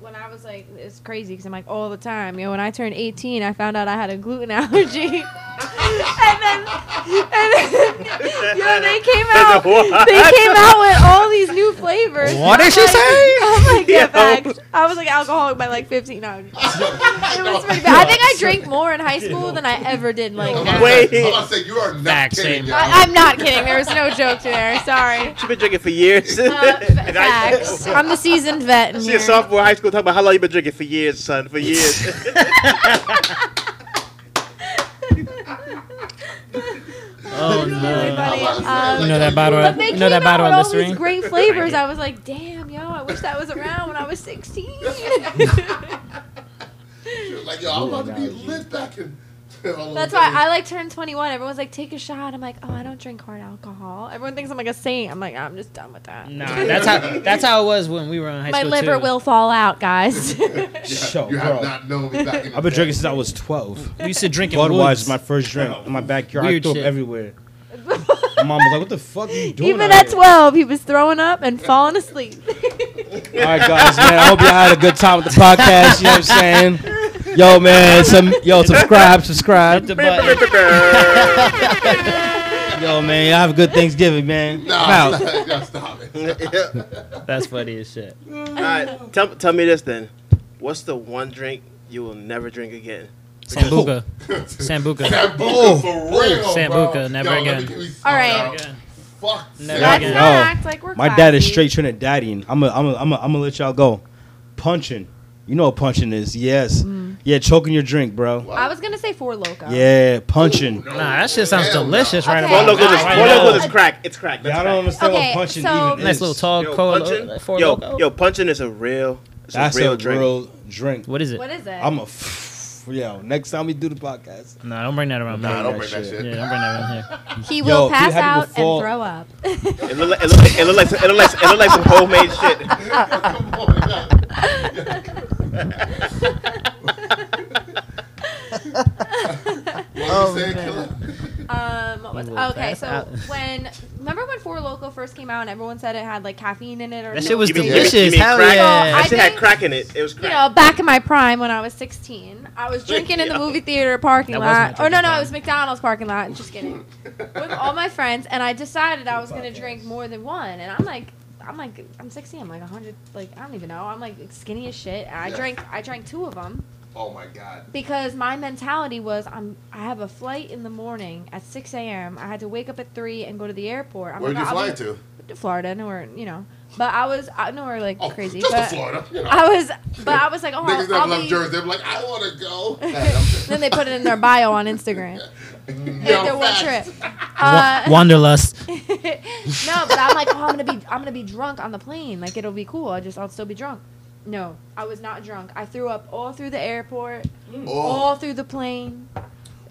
when I was like, it's crazy because I'm like all the time. You know, when I turned 18, I found out I had a gluten allergy, and then and then yo, they came out. They came out with all these new flavors. What I'm did she like, say? I'm like, yeah, Yo. facts. I was like alcoholic by like 15. No, I'm just- it was pretty bad. I think I drank more in high school than I ever did. Like, I'm now. about to Wait. say- I'm about to say you are not Back kidding. same. yo. I, I'm not kidding. There was no joke to there. Sorry. She been drinking for years. Oh, Uh, In high facts. school. I'm the seasoned vet in She a here. sophomore in high school talking about how long you been drinking for years, son, for years. Oh, That's no. really funny. I was Um, like, You know that bottle but of, they you came know that out bottle with of all these Listerine? great flavors. I was like, damn, yo, I wish that was around when I was 16. Like, yo, I'm about to be lit back in. That's why I like turn 21. Everyone's like, take a shot. I'm like, oh, I don't drink hard alcohol. Everyone thinks I'm like a saint. I'm like, I'm just done with that. Nah, that's how that's how it was when we were in high My Mm, school liver too. will fall out, guys. Show, You have bro. not known me back in the I've been day. drinking since I was 12. We used to drink in Budweiser woods. is my first drink in my backyard. Weird I threw shit. up everywhere. My mom was like, "What the fuck you doing?" Even out at here?" 12, he was throwing up and falling asleep. All right, guys, man. I hope y'all had a good time with the podcast. You know what I'm saying? Yo, man. Some yo, subscribe, subscribe. the button. Yo, man. Y'all have a good Thanksgiving, man. Nah, stop, yo, stop it. That's funny as shit. All right, tell, tell me this then. What's the one drink you will never drink again? Sambuca. Sambuca. Sambuca for real, bro. Sambuca, never Yo, let me again. give you some, All right. yo. Fuck. Never Let's again. not Yo, act like we're My dad is classy. straight Trinidadian. I'm a, I'm a, I'm a, I'm gonna let y'all go. Punching. You know what punching is? Yes. Mm. Yeah, choking your drink, bro. I was going to say four loco. Yeah, punching. No, Nah, that shit sounds hell no. delicious right Okay. Four about Locos is, now. I Four know. Locos is crack. It's crack. That's Y'all crack. don't understand Okay, what punching so- even Nice is. little tall Yo, cola. punching, Four yo, Loko. yo, punching is a real, it's That's a real a drink. real drink. What is it? What is it? I'm a. F- yo, next time we do the podcast. Nah, don't bring that around Nah, me. don't bring that shit. shit. Yeah, don't bring that around here. He will if you pass had to out and before- throw up. It look like, it look like, it look like, some- it look like, some- it look like some homemade shit. Come on, yo. What you saying, killer? Um, what was- will okay, pass so out. when remember when Four Loco first came out and everyone said it had like caffeine in it or That shit was You mean- you mean- delicious. you mean Hell crack? yeah. I That shit had think- crack in it. It was you crack. know back in my prime when I was 16, I was drinking in the Yeah. movie theater parking That was my lot. Or drinking no, no, it time. was McDonald's parking lot. Just kidding. With all my friends, and I decided I was gonna drink more than one, and I'm like. I'm like I'm 16. I'm like 100. Like I don't even know. I'm like skinny as shit. And I Yeah. drank I drank two of them. Oh my god. because my mentality was I'm I have a flight in the morning at 6 a.m. I had to wake up at three and go to the airport. I'm Where'd like, you I'll fly be- to? to Florida, nowhere, you know. But I was I nowhere like Oh, crazy. Just but to Florida. You know. I was, but I was like, oh, Niggas I'll, never I'll left be. Jersey. They're like, I want to go. then they put it in their bio on Instagram. Yo, Like their one facts. trip. Uh, Wanderlust. no, but I'm like, oh, I'm gonna be, I'm gonna be drunk on the plane. Like it'll be cool. I just, I'll still be drunk. No, I was not drunk. I threw up all through the airport, Oh, all through the plane.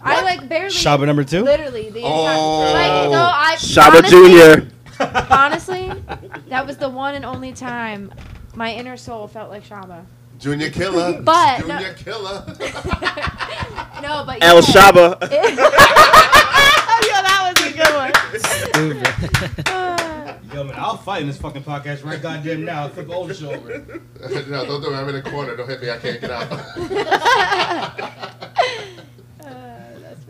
I What? like barely. Shaba number two? Literally the entire. Oh. Like no, I. Shaba honestly- Junior. Honestly, that was the one and only time my inner soul felt like Shaba. Junior Killer. But- Junior Killer. No, but El yeah. Shaba. yeah, that was a good one. Yo, man, I'll fight in this fucking podcast right goddamn now. I'll flip the old show over. no, don't do it. I'm in the corner. Don't hit me. I can't get out.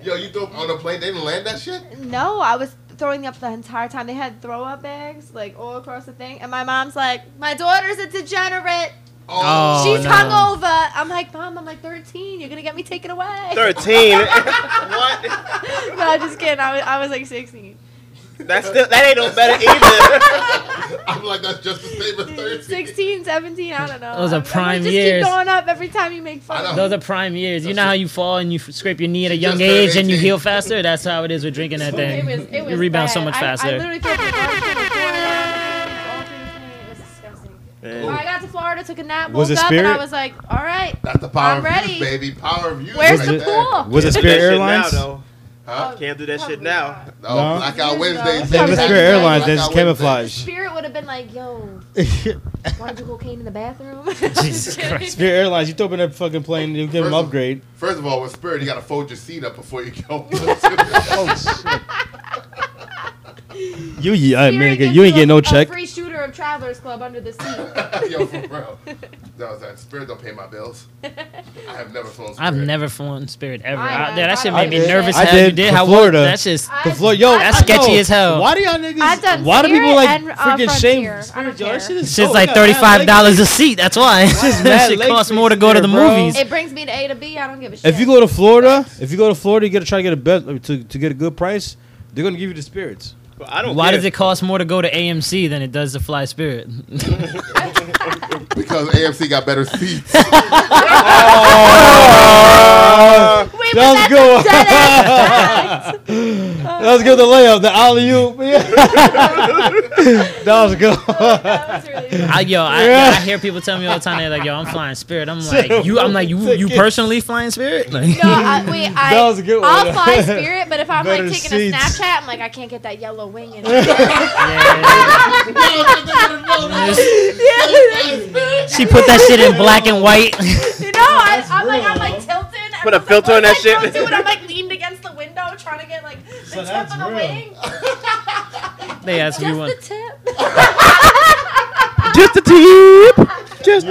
Yo, you threw up on the plane. They didn't land that shit. No, I was throwing up the entire time. They had throw up bags like all across the thing, and my mom's like, "My daughter's a degenerate. Oh, She's no. hungover." I'm like, "Mom, I'm like 13. You're gonna get me taken away." Thirteen. Oh, what? no, I'm just kidding. I was, I was like 16. That's still that ain't no better either. I'm like that's just the same as thirteen. 16, 17, I don't know. Those are I'm- I'm like, prime just years. keep going up every time you make fun. I of know. me. Those are prime years. You know how you fall and you f- scrape your knee at a She young just turned age and you 18. heal faster? That's how it is with drinking that It thing. was, it was You rebound bad. so much I- I, faster. literally felt like I was going all through the plane. It was disgusting. When I got to Florida, took a nap, Was woke it up, and I Spirit? was like, all right. That's the power I'm of ready. you, baby. Power of you. Where's right the there. pool? Uh, Was it That Spirit shit Airlines? Now, though. Huh? Can't do that shit Probably now. not. No, No. Blackout Years ago. Wednesday. Yeah, That was it Spirit was Blackout Airlines. That's Blackout camouflage. Spirit would have been like, yo, why don't you go clean in the bathroom? Jesus Christ. Spirit Airlines, you throw up in that fucking plane, you give them First of- upgrade. Wednesday. First of all, with Spirit, you gotta fold your seat up before you go. You, yeah, I Spirit mean, gives you ain't getting a- no a check. free shooter of Travelers Club under the seat. Yo, for real. No, that Spirit don't pay my bills. I have never flown Spirit. I've never flown Spirit ever. I Out there, have. that shit I made me did. nervous. I how you did did. to How Florida. That's just. I- The floor, yo, I've That's done- sketchy as hell. Why do y'all niggas? I've done why do people Spirit like and, uh, freaking Frontier. shame? I don't Spirit, yo, care. that shit is Oh, Shit's dope. like We got mad thirty-five legs. dollars a seat. That's why. that mad shit legs costs for more to go to the Spirit, bro. movies. It brings me to A to B. I don't give a shit. If you go to Florida, if you go to Florida, you gotta try to get a best to, to get a good price. They're gonna give you the spirits. But I don't. Why care. does it cost more to go to AMC than it does to fly Spirit? Because AMC got better seats. Oh. Wait, That was but good one. that's a dead-ass fact. Let's give the layup, the alley oop. that was good. That was really funny. I, yo, I, Yeah. I hear people tell me all the time. They're like, "Yo, I'm flying Spirit." I'm like, "You, I'm like, you, you Tickets. personally flying Spirit?" Like, No, I, wait, I, That was a good I'll one. fly Spirit, but if I'm like Better taking seats. a Snapchat, I'm like, I can't get that yellow wing in it. yeah. she put that shit in black and white. You know, I, I'm like, I'm like tilting. Put a everyone's filter like, on that "What's shit." tilted?" And I'm like leaned against the window trying to get like the tip that's of the real. wing. they asked me Just one. the tip. Just a tip. Just a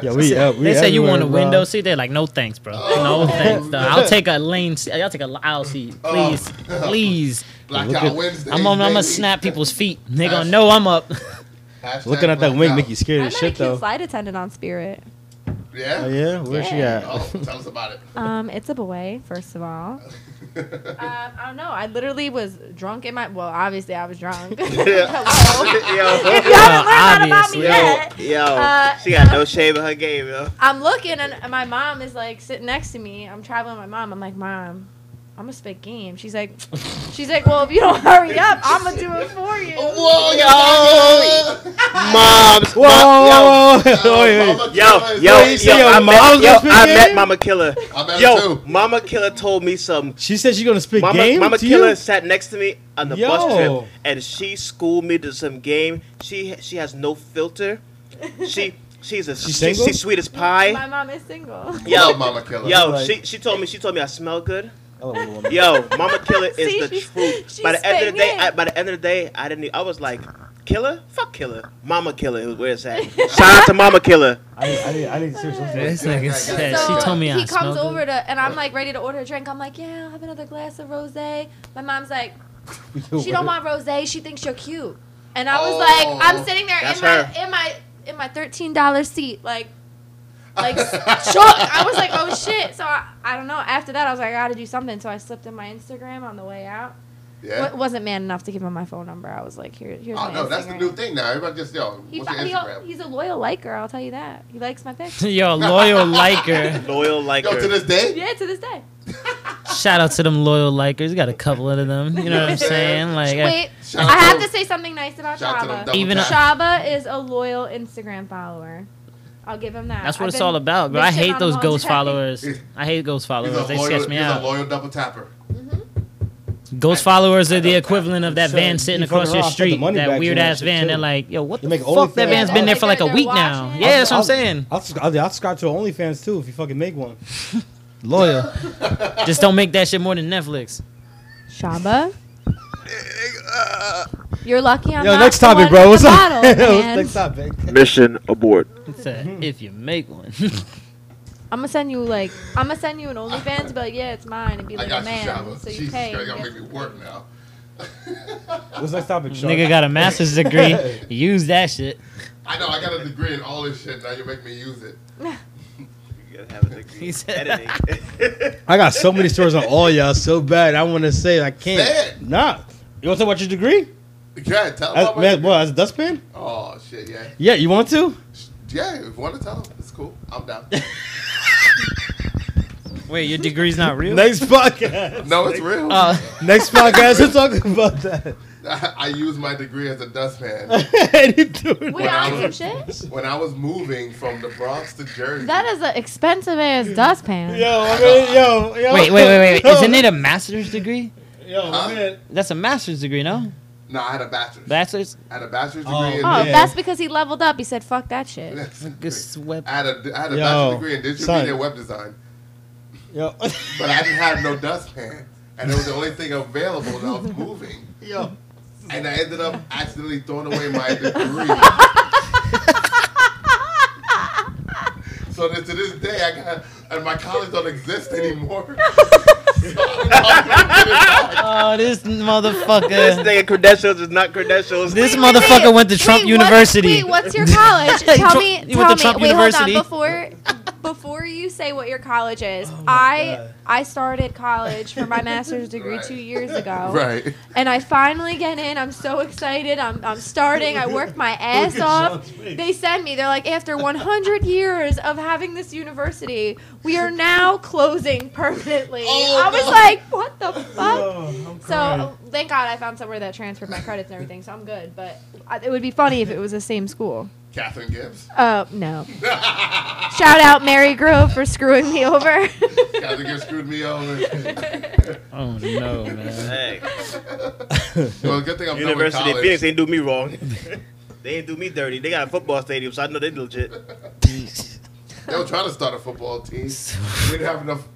tip. Yeah, we up. We They said you want a everywhere, window bro. seat. They're like, "No thanks, bro. No thanks. Though. I'll take a lane. Seat. I'll take a aisle seat, please, please." Blackout Wednesday. I'm on. I'm gonna snap people's feet. They gonna know I'm up. Looking at that wing, make you scared I as met a shit cute though. flight attendant on Spirit. Yeah? Oh yeah, where she Yeah. at? Oh, tell us about it. Um, it's a boy, first of all. um, I don't know. I literally was drunk in my. Well, obviously I was drunk. if you yo, haven't learned that about obviously. me yo, yet, yo. Uh, she got no shame in her game, yo. I'm looking and my mom is like sitting next to me. I'm traveling with my mom. I'm like, mom, I'm gonna spit game. She's like, she's like, well, if you don't hurry up, I'm gonna do it for you. Whoa, Oh, yo! uh, Mom's. Whoa, whoa, whoa, whoa, wait, wait. Mama Killer Yo, is yo, yo, crazy. see your I mom's met, yo, listening I game? met Mama Killer. I met her Yo, too. Mama Killer told me some. She said she gonna spit Mama, game Mama to Killer you. sat next to me on the bus Yo. trip, and she schooled me to some game. She she has no filter. She she's a she, single? she's sweet as pie. My mom is single. Yo, Yo, Mama Killer. yo, Right. she she told me she told me I smell good. Oh, woman. Yo, Mama Killer is See, the she's- truth. she's by the end of the day, spitting I, it. by the end of the day, I didn't. e- I was like, Killer, fuck Killer, Mama Killer. was where it's at. Shout out to Mama Killer. I, I, need, I need to see something. This nigga said she told me I he comes smelled over to, and I'm like ready to order a drink. I'm like, yeah, I'll have another glass of rosé. My mom's like, she don't want rosé. She thinks you're cute. And I was Oh, like, I'm sitting there that's in my her. in my in my thirteen dollar seat, like like shook. I was like, oh shit. So I, I don't know. After that, I was like, I gotta do something. So I slipped in my Instagram on the way out. Yeah. Wa- wasn't man enough to give him my phone number. I was like, here, here's Eh. Oh my no, Instagram. that's the new thing now. Everybody just yo, He, what's your fi- he- Instagram? he's a loyal liker. I'll tell you that. He likes my pics. Yo, loyal liker. Loyal like yo, to her. this day. yeah, to this day. Shout out to them loyal likers. Got a couple of them. You know what I'm saying? Like, I- Wait, Shout I out have to- to say something nice about Shout out to them Shaba. double Even taps. Shaba is a loyal Instagram follower. I'll give him that. that's what I've it's been- all about, bro. been I shitting hate on those him all ghost day. followers. I hate ghost He's followers. a They loyal, sketch me he's a out. loyal double tapper. Ghost followers are the equivalent of that van sitting You fucking across your rock, put the street. money That back weird in that ass shit, van. too. They're like, yo, what You the make fuck? That OnlyFans van's been there for like a They're week now. watching it. Yeah, that's what I'm I'll- saying. I'll, I'll, I'll subscribe to OnlyFans too if you fucking make one. Loyal. Just don't make that shit more than Netflix. Shaba. You're lucky I'm Yo, not next the topic, one bro. What's with the up? bottle, man. next topic. Mission abort. It's a, Mm-hmm. if you make one. I'm gonna send you like I'm gonna send you an OnlyFans, but like, yeah, it's mine, and be I like, got you, man, Shava. so you Jesus pay. Christ, y'all yeah. make me work now. What's next topic, Sean? Nigga got a master's degree. Use that shit. I know I got a degree in all this shit. Now you make me use it. You gotta have a degree He in said- editing. I got so many stories on all y'all so bad. I want to say I can't. Say it. Nah. You want to talk about your degree? Yeah, tell As, them. Uh, man, what, as a dustpan? Oh shit, yeah, Yeah, you want to? yeah. If you want to tell them, it's cool. I'm down. Wait, your degree's not real? Next podcast. no, it's real. Uh, Next podcast, we're talking about that. I use my degree as a dustpan. And he do it. We on some shit. when I was moving from the Bronx to Jersey, That is an expensive ass dustpan. Yo, I mean, yo, yo. wait, wait, wait, wait. Isn't it a master's degree? Yo, Huh? man. That's a master's degree, no? no, I had a bachelor's. Bachelor's? I had a bachelor's degree. Oh, in Oh, Yeah. that's because he leveled up. He said, "Fuck that shit." This web- I had a, I had a Yo, bachelor's degree in digital son. media and web design, Yo. but I didn't have no dustpan, and it was the only thing available. And I was moving, yo. and I ended up accidentally throwing away my degree. so that to this day, I got and my college don't exist anymore. so I Oh, this this motherfucker. nigga credentials is not credentials. This Wait, wait, motherfucker wait. went to Trump Wait, what's- University. wait, what's your college? tell Tru- me. you went tell to me. Trump wait, University? hold on. Before before you say what your college is, Oh I God. I started college for my master's degree Right. two years ago, don't right. and I finally get in. I'm so excited. I'm I'm starting. I worked my ass at off. Sean's face. They send me. They're like, after 100 years of having this university, we are now closing permanently. Oh, I was no. like, what the fuck? I'm So crying. uh, thank God I found somewhere that transferred my credits and everything, so I'm good. But I, it would be funny if it was the same school. Catherine Gibbs. Uh, no. Shout out Mary Grove for screwing me over. Catherine Gibbs screwed me over. Oh, no, man. Hey, well, good thing I'm done with University of college. Phoenix ain't do me wrong. they ain't do me dirty. They got a football stadium, so I know they legit. They were trying to start a football team. We didn't have enough.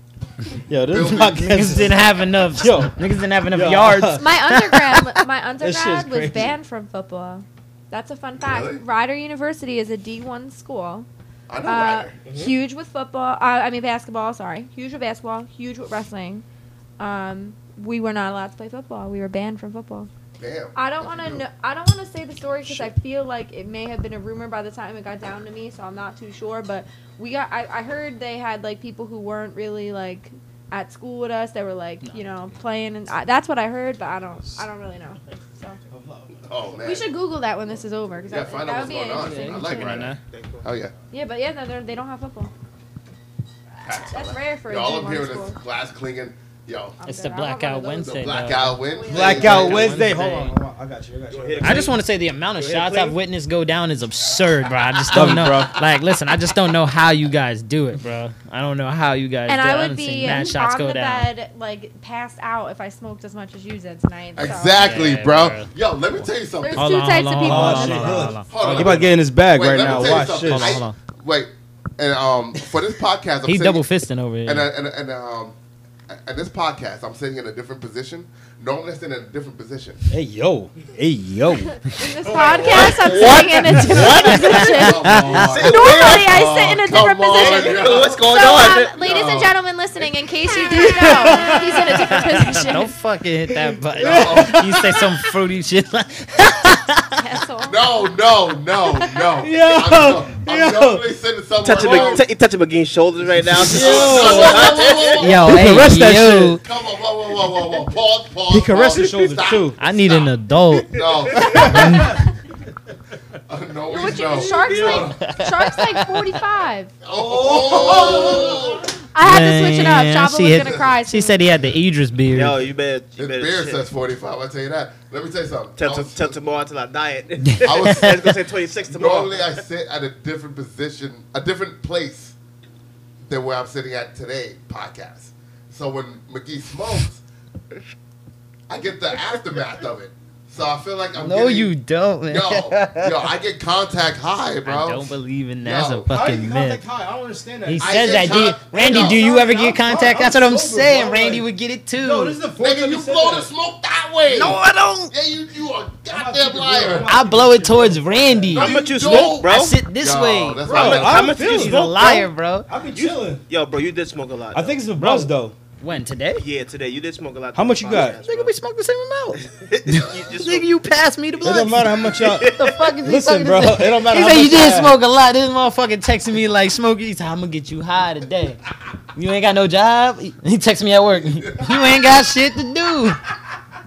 Yo, this Building- podcast Niggas is didn't have enough. Yo. Niggas didn't have enough Yo. yards. my undergrad, my This shit's undergrad was crazy. banned from football. That's a fun fact. Really? Rider University is a D1 school. I know Uh, Ryder. Huge with football. Uh, I mean basketball. Sorry, huge with basketball. Huge with wrestling. Um, we were not allowed to play football. We were banned from football. Damn. I don't What want you to. do? Know, I don't want to say the story because I feel like it may have been a rumor by the time it got down to me, so I'm not too sure. But we got. I, I heard they had like people who weren't really like at school with us. They were like you know playing, and I, that's what I heard. But I don't. I don't really know. So Oh man. we should Google that when this is over because Yeah, that, find that out what's would be going on. interesting. I like Ryder. Oh yeah. Yeah, but yeah, no, they're- they don't have football. That's rare for a Y'all up D1 here with school. this glass clinging. Yo. I'm It's good. the I want one of Blackout those. The Wednesday. blackout Wednesday. Blackout Blackout Wednesday. Wednesday. Hold on, hold on. I got you. I got you. I just want to say the amount of Go ahead, shots Clay. I've witnessed go down is absurd, bro. I just don't know. Like, listen, I just don't know how you guys do it, bro. I don't know how you guys And do it. I done would seen be mad shots on go the down. bed, like passed out, if I smoked as much as you did tonight. so- Exactly, Yeah, bro. bro. Yo, let me tell you something. There's Hold two on, types hold of on, people. hold Oh, on, shit. hold on, hold on. Hold on. He about to get in his bag Wait, right let me now. tell you Watch something. shit. Hold on, I- hold on. Wait, and um, for this podcast, I'm He's sitting- double fisting over here. And uh, and and um, at this podcast, I'm sitting in a different position. Normally, I'm sitting in a different position. Hey yo, hey yo. In this podcast, I'm sitting in a different position. Come on. Normally, I sit in a different Come on, position. yo. What's So, going uh, on? um, ladies and gentlemen listening, in case you didn't know, he's in a different position. don't fucking hit that button. No. you say some fruity shit like Asshole. No, no, no, no. Yo. I'm so- I'm definitely sending someone Touching, home. Mc- t- touching McGee's shoulders right now. Yo, caressed that hey, yo. Come on, whoa, whoa, whoa, whoa, whoa. Pause, pause. He caressed pause. his shoulders Stop. too. I need an adult. No. Uh, no, What he's you, no. sharks like sharks like 45. Oh, I had to switch it up. Man, Chava she was hit- gonna cry. She soon. said he had the Idris beard. Yo, you better. You his better beard shit. says 45. I tell you that. Let me tell you something. Tell, I t- was- tell tomorrow until I diet. I I was was gonna say 26 tomorrow. Normally, I sit at a different position, a different place than where I'm sitting at today, podcast. So when McGee smokes, I get the aftermath of it. So I feel like I'm no, getting- you don't, man. Yo, yo, I get contact high, bro. I don't believe in that. Yo, That's a how fucking myth. I don't understand that. He I says get that. Do you, con- Randy, No, do you no, ever no, get I'm fine. contact? I'm That's what I'm sober, saying. bro. Randy Like- would get it too. no, this is the fourth Nigga, time you said blow that. the smoke that way. no, I don't. Yeah, you, you are a not goddamn keeping liar. real. I blow it towards Randy. How much you don't. smoke, bro? I sit this Yo, way. that's Bro, why I How was much- like, I- how I'm much did you feeling He's a smoke, liar, bro? bro. I've been chilling. Yo, bro, you did smoke a lot. I though. think it's a buzz though. When today? Yeah, today you did smoke a lot. How much you got? Nigga, we smoked the same amount. Nigga, Nigga, you passed me the It don't blunt. matter how much y'all. The fuck is he Listen, talking bro. It about? don't matter. He how said much you did y'all- smoke a lot. This motherfucker texted me like, "Smoke." He's like, "I'm gonna get you high today." You ain't got no job. He he texted me at work. You ain't got shit to do.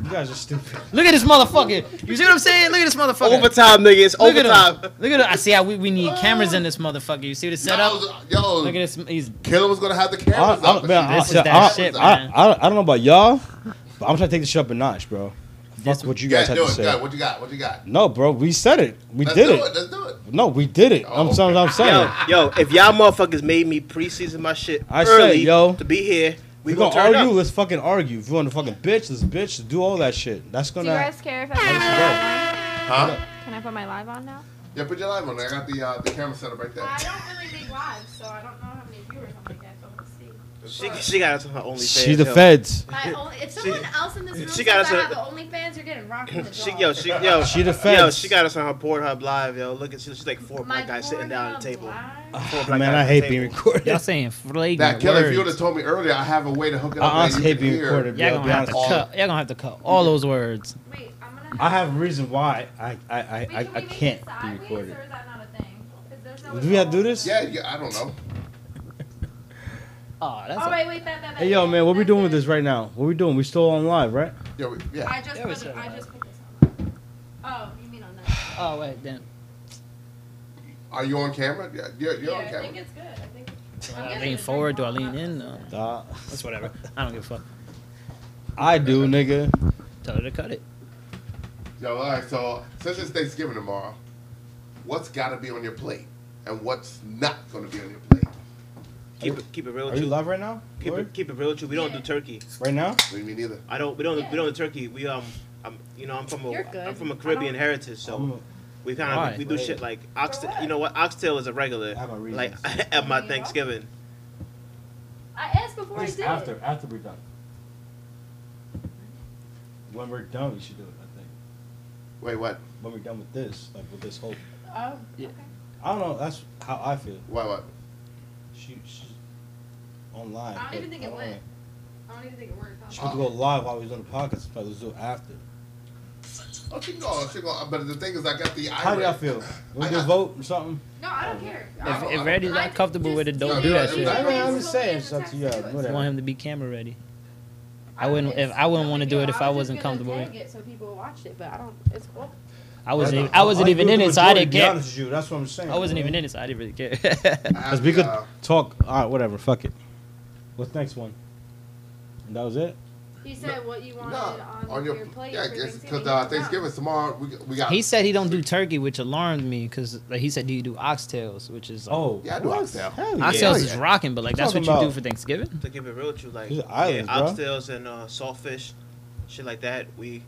You guys are stupid. Look at this motherfucker. You see what I'm saying? Look at this motherfucker. overtime, nigga. It's Look at overtime. him. Look at him. I see how we, we need cameras in this motherfucker. You see the I setup? was- Yo, Look at this. He's Killer was gonna have the I, cameras I, up. man, I, This is I, that I, shit, I, man. I, I don't know about y'all, but I'm trying to take this shit up a notch, bro. Fuck This- what you You guys guys have do to it. say. Good. What you got? What you got? No, bro, we said it. We Let's did do it. Let's do it. No, we did it. I'm, Oh, saying what I'm saying. Yo, yo, if y'all motherfuckers made me preseason my shit I say, early yo, to be here, we We're gonna, gonna argue. turn up. Let's fucking argue. If you want to fucking bitch, let's bitch. Let's do all that shit. That's Do gonna. you guys care if I put my live Huh? on? Can I put my live on now? Yeah, put your live on. I got the uh, the camera set up right there. don't really make lives, so I don't know how many viewers I'm like that. So we'll see. She, she got us on her OnlyFans. she the yo. feds. My only, if someone else in this room she says got I us a- have the OnlyFans, you're getting rocked in the She jaw. yo, she yo, She the yo, feds. she got us on her Pornhub live, yo. Look at she, she's like four black guys sitting down at the Pornhub table. live? Four black Man, guys I at the hate table. being recorded. y'all saying flagrant Now, Killer, if you would have words. told me earlier, I have a way to hook it up. I honestly that you hate can being hear. recorded. Y'all yo, gonna be have to honest. cut. Y'all gonna have to cut all those words. Wait, I'm gonna. I have a reason why I I I, Wait, I, can I we make can't it be sideways, recorded. or is that not a thing? 'Cause there's no Do we have to do control. this? Yeah, yeah, I don't know. Oh, that's Oh a- wait, wait, that, that, that. Hey yo, man, what we that's doing it. with this right now? What we doing? We still on live, right? Yeah, we, yeah. I just Yeah, we put said it, I that. just put this on. Oh, you mean on that? oh wait, damn. Are you on camera? Yeah, you're, you're yeah, on I think camera. it's good. I think. Do I'm I getting lean it. forward? Do I lean in? No, Uh, that's whatever. I don't give a fuck. I do, nigga. Tell her to cut it. Yo, all right. So since it's Thanksgiving tomorrow, what's got to be on your plate, and what's not going to be on your plate? Keep it, keep it real Are with you you. live right now? Keep Lori? it, keep it real with you. We don't do turkey. Right now? What do you mean either? I don't. We don't. Yeah. We don't do turkey. We um. I'm. You know. I'm from You're a. good. I'm from a I Caribbean don't- heritage, so I'm- we kind Why? of we do shit like oxtail. You know what? Oxtail is a regular. I have my Like reasons. at my Thanksgiving. I asked before I did. after after we're done. When we're done, we should do it. I think. Wait, what? When we're done with this, like with this whole, Oh. Yeah. okay. I don't know. That's how I feel. What? What? She, she's online. I don't but even think it don't went. wanna- I don't even think it worked. She huh? could go live while we was on the podcast, but let's do it after. Oh, she can go. She can go. But the thing is, I got the. How do y'all iris. feel? We I do a got- vote or something? No, I don't care. I If, don't- if I Randy's don't- not comfortable with it, don't do that Yeah, shit. yeah. I I mean, you I'm still just saying, need it's to up to text you. it to us. want Whatever. him to be camera ready. I wouldn't. If I wouldn't want to do it if I wasn't comfortable. with it. it, so people watched it, but I don't. It's cool. I wasn't. e, I wasn't even in it, so I didn't Be care. honest with you, that's what I'm saying. I wasn't even in it, so I didn't really care. I have Cause we the, could uh, talk. All right, whatever. Fuck it. What's next one? And that was it. He said what you wanted No, on, on your, plate. yeah, for because uh, Thanksgiving tomorrow we, we got. He said he don't do turkey, which alarmed me because like, he said, "Do you do oxtails?" Which is like, Oh, Yeah, I do what? oxtail. Hell oxtails yeah. is rocking, but like that's what Talking you do about- for Thanksgiving. To keep it real with you, like These yeah, are islands, bro. oxtails and uh, saltfish, shit like that. We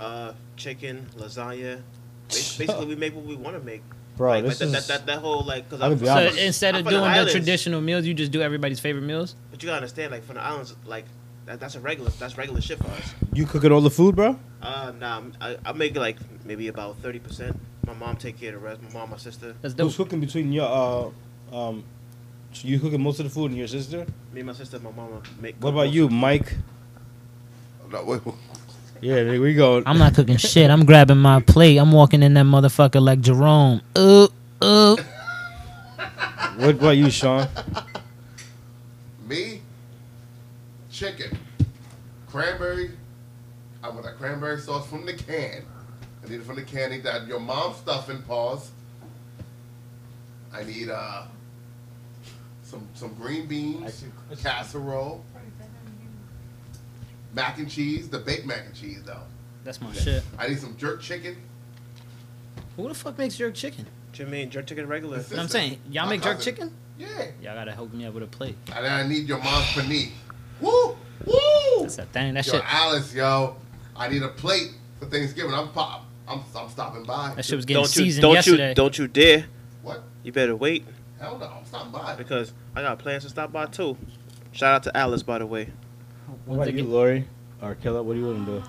uh chicken lasagna. Bas- Basically, we make what we want to make. bro. like, this like, that, is that, that, that whole like because I'll be I'm from- So honest. instead I'm of from the doing the islands, traditional meals, you just do everybody's favorite meals. but you gotta understand, like from the islands, like that, that's a regular that's regular shit for us. you cooking all the food, bro. Uh, nah, I'm- I, I make like maybe about thirty percent. My mom take care of the rest. My mom, my sister, That's dope. Who's cooking between your uh, um, so you cooking most of the food and your sister? me and my sister, my mama make. What about you, Mike? No, wait, Yeah, there we go. I'm not cooking shit. I'm grabbing my plate. I'm walking in that motherfucker like Jerome. Ooh, ooh, What about you, Sean? Me, chicken, cranberry. I want that cranberry sauce from the can. I need it from the can. I need that your mom stuffing. Pause. I need uh some some green beans, casserole, mac and cheese. The baked mac and cheese though. That's my Oh, shit. I need some jerk chicken. Who the fuck makes jerk chicken? Jermaine, jerk ticket regular. You know what I'm saying, y'all My make jerk cousin. chicken? Yeah. Y'all gotta help me out with a plate. And then I need your mom's panini. Woo! Woo! That's that thing. That Yo, shit. Alice, yo, I need a plate for Thanksgiving. I'm pop. I'm, I'm stopping by. That shit was getting Don't you seasoned don't yesterday. you don't you dare. What? You better wait Hell no, I'm stopping by. because I got plans to stop by too. Shout out to Alice by the way. What about you, Lori? Or Killa, what do you want to do?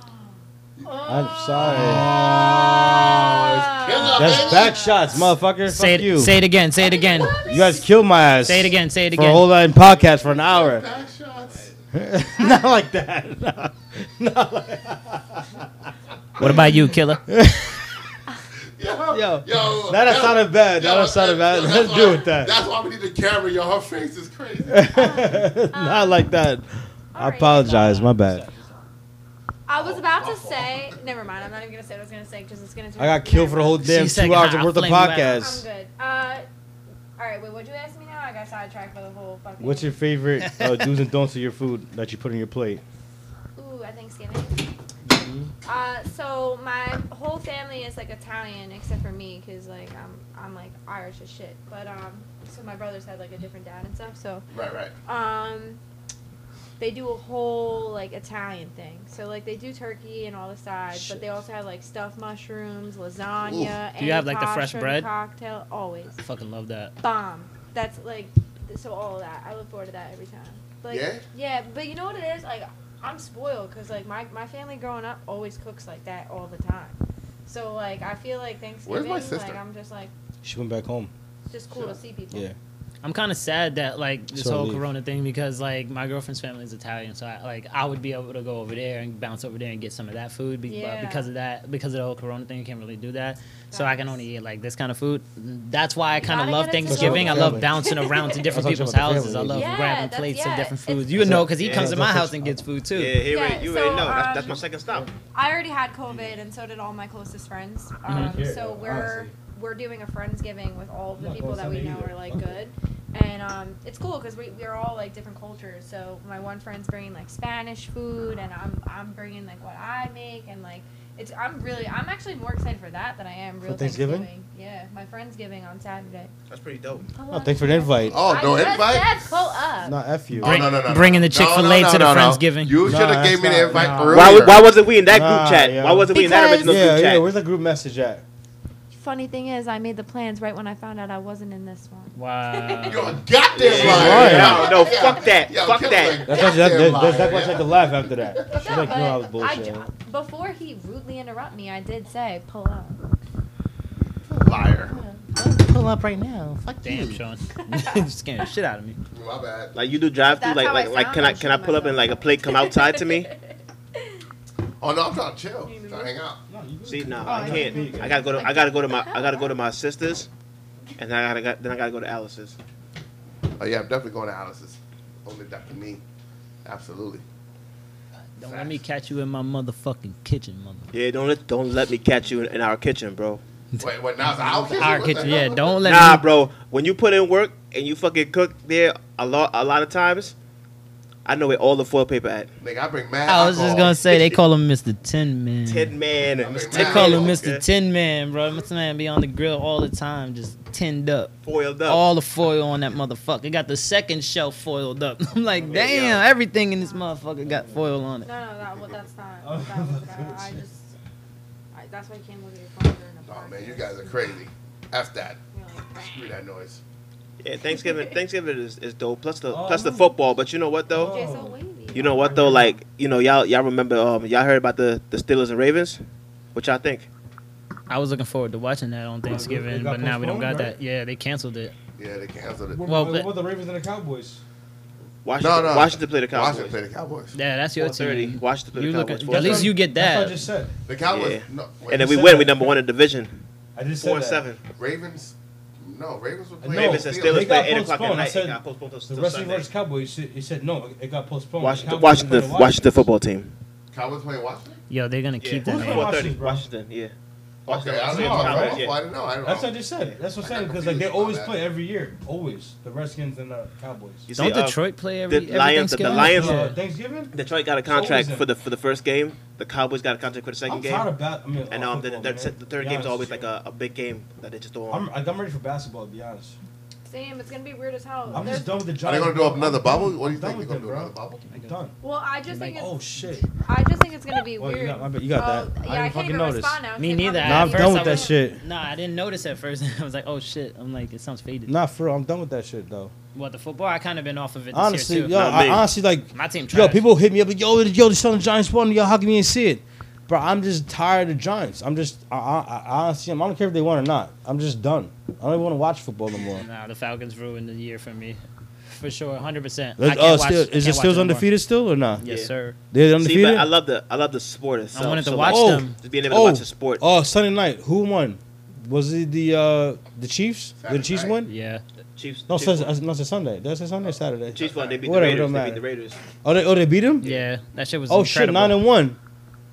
I'm sorry. Uh, Killer, That's baby. back shots, motherfucker. say Fuck it. you. Say it again. Say it again. you guys killed my ass. Say it again. Say it For a again. whole line podcast for an hour. Back shots. Not like that. No. What about you, killer? Yo, Yo, yo, that don't sound bad. That yo, don't sound bad. that's Let's why- do with that. That's why we need the camera, yo. Her face is crazy. Not like that. I Alright. apologize. uh, My bad. I was about to say. Never mind. I'm not even gonna say what I was gonna say because it's gonna. Turn I got killed for the whole damn She's like, two hours "Nah, worth of flame you out." I'm podcast. good. Uh, all right. Wait. What'd you ask me now? I got sidetracked by the whole fucking. What's your favorite uh, do's and don'ts of your food that you put on your plate? Ooh, at Thanksgiving. Mm-hmm. Uh, so my whole family is like Italian except for me, cause like I'm I'm like Irish as shit. But um, so my brothers had like a different dad and stuff. So right, right. um, they do a whole like Italian thing. So like they do turkey and all the sides, but they also have like stuffed mushrooms, lasagna. Do you have, like, the fresh antipasto, bread? cocktail? Always I fucking love that. bomb. That's like th- so all of that. I look forward to that every time. Like, Yeah? but you know what it is? Like I'm spoiled because like my my family growing up always cooks like that all the time. So like I feel like Thanksgiving, sister? like I'm just like She went back home. it's just cool to see people. Yeah. I'm kind of sad that like this So whole leave. Corona thing because like my girlfriend's family is Italian, so I, like I would be able to go over there and bounce over there and get some of that food. Be- Yeah. But because of that, because of the whole Corona thing, you can't really do that. So I can Facts. only eat like this kind of food. That's why I kind of gotta love get it to Thanksgiving. I the love family. bouncing around to different That's what people's I'm talking about, houses. the I family. love Yeah, grabbing that's- plates yeah, of different it's- foods. You would know because he Yeah, comes to my that's house what- and gets food too. Yeah, here Yeah, you so, already know. That's, that's um, my second stop. I already had COVID, and so did all my closest friends. Um, Yeah, so we're honestly. we're doing a friendsgiving with all of the not people close that to we me know either. are like Fuck good, and um, it's cool because we we're all like different cultures. So my one friend's bringing like Spanish food, and I'm I'm bringing like what I make, and like it's I'm really I'm actually more excited for that than I am real Thanksgiving? Yeah, my friend's giving on Saturday. That's pretty dope. Oh, thanks for the invite. Oh, no I just invite? said pull up. Not F you. Oh, no, no, no. bringing no. the Chick-fil-A No, to the no, no, no. Friendsgiving. You Nah, should have that's gave me the not- invite nah. earlier. Why, why wasn't we in that Nah, group chat? yeah. Why wasn't we in that Because- original yeah, group yeah. chat? Where's the group message at? Funny thing is, I made the plans right when I found out I wasn't in this one. Wow. You're a goddamn Yeah. liar. Right. No, no, fuck that. Yo, Fuck Killer, that. like, That's why she, that, goddamn that, that's liar, why she yeah. had to laugh after that. She's No, like, no, I was but I bullshit. ju- before he rudely interrupted me, I did say, pull up. Liar. Pull up right now. Fuck Damn, Sean. You're scaring the shit out of me. My bad. Like you do drive through, That's like how like I like sound, can I I'm can I shitting pull up and myself. like a plate come outside to me? Oh, no, I'm trying to chill. Trying to hang out. See, no, I I can't. I gotta go to I gotta go to my I gotta go to my sister's, and I gotta got, then I gotta go to Alice's. Oh, yeah, I'm definitely going to Alice's. Only that for me. Absolutely. Don't let me catch you in my motherfucking kitchen, mother. Yeah, don't let don't let me catch you in, in our kitchen, bro. Wait, what? Now it's our kitchen? Our What the kitchen. hell? Yeah, don't let Nah, me. bro. When you put in work and you fucking cook there a lot a lot of times, I know where all the foil paper at. Nigga, I bring mad I was just alcohol. gonna say they call him Mr. Tin Man. Mm. Tin man, They tin Man, call him man, Mr. okay? Tin Man, bro. Mr. Man be on the grill all the time, just tinned up. Foiled up. All the foil on that motherfucker. Got the second shelf foiled up. I'm like, Yeah, damn, yeah. everything in this motherfucker got foil on it. No, no, that, well, that's not. Oh, That was bad. I just. I, that's why I can't look at your phone during the Oh, podcast. man, you guys are crazy. F that. You're like, Screw that noise. Yeah, Thanksgiving Thanksgiving is, is dope. Plus the plus Oh. the football. But you know what though? "Jay, so wavy." You know what though? Like you know y'all y'all remember um y'all heard about the the Steelers and Ravens? What y'all think? I was looking forward to watching that on Thanksgiving, got but now we don't got postponed, right? that. Yeah, they canceled it. Yeah, they canceled it. Well, but- the Ravens and the Cowboys? Washington, Washington played the Cowboys. Washington played the Cowboys. Yeah, that's your Four thirty. team. Washington played You the look Cowboys. at, 4:30. at least you get that. said. The Cowboys. Yeah. No, wait, and if you we said win, that. we number one in division. I just Four seven. Ravens No, Ravens were No, playing. Ravens and they Steelers got play 8 o'clock at postponed. I night. It said got postponed till The till wrestling Sunday. versus Cowboys, it it said no, it got postponed. Washington, The Cowboys Washington, played Washington football team. Cowboys playing Washington? Yo, they're gonna Yeah, Who's keep that. playing name. Washington, Washington, Washington, yeah. Okay, I don't Yeah, know. I Cowboys, don't yeah. know. I didn't know. I don't That's what I know. just said. That's what I'm I got saying because like they confused always about play that. every year, always the Redskins and the Cowboys. You see, Don't uh, Detroit play every, the every Lions- the- the Thanksgiving? Lions- Yeah. Uh, Thanksgiving. Detroit got a always contract them. for the for the first game. The Cowboys got a contract for the second I'm game. tired of bat. I mean, and uh, um, the, football, that's man. it. the third Be game's honest always with like you. a, a big game that they just don't. I'm like, I'm ready for basketball. To be honest, Sam, it's gonna be weird as hell. I'm just There's- done with the Are Giants. they going to do another I'm done bubble? with- What do you I'm think? They're going done to with do another them, bubble? bro. I'm done. well, I just Like, think oh it's, shit. I just think it's gonna be Well, you weird. got- my bad, you got Oh, that. I yeah, I, didn't can't fucking even notice. respond now. Me It's neither. Nah, probably gonna I'm be done with weird. that shit. Nah, I didn't notice at first. I was like, oh shit. I'm like, it sounds faded. Nah, for real, I'm done with that shit though. What the football? I kind of been off of it this Honestly, year too. yo, Not I me. honestly like My team trash. Yo, people hit me up like, yo, yo, the Southern Giants won. Yo, how come you didn't see it? Bro, I'm just tired of Giants. I'm just, I, I, I honestly, am. I don't care if they won or not. I'm just done. I don't even want to watch football no more. Nah, the Falcons ruined the year for me, for sure, 100. percent Let- oh, still, is it still undefeated still or not? Yes, Yeah. sir. They're See, undefeated. but I love the I love the sport itself. wanted to so, watch like, Oh. them. just being able to watch the sport. Oh, Sunday night. Who won? Was it the uh, the Chiefs? Did the Saturday Chiefs night. win? Yeah. Chiefs. No, Chiefs, Sunday, uh, no, it's Sunday. That's a Sunday, or Saturday. Chiefs won. They beat Whatever, the don't Raiders. They beat matter. the Raiders. Oh, they, oh, they beat him. Yeah, that shit was. Oh shit, incredible. nine and one.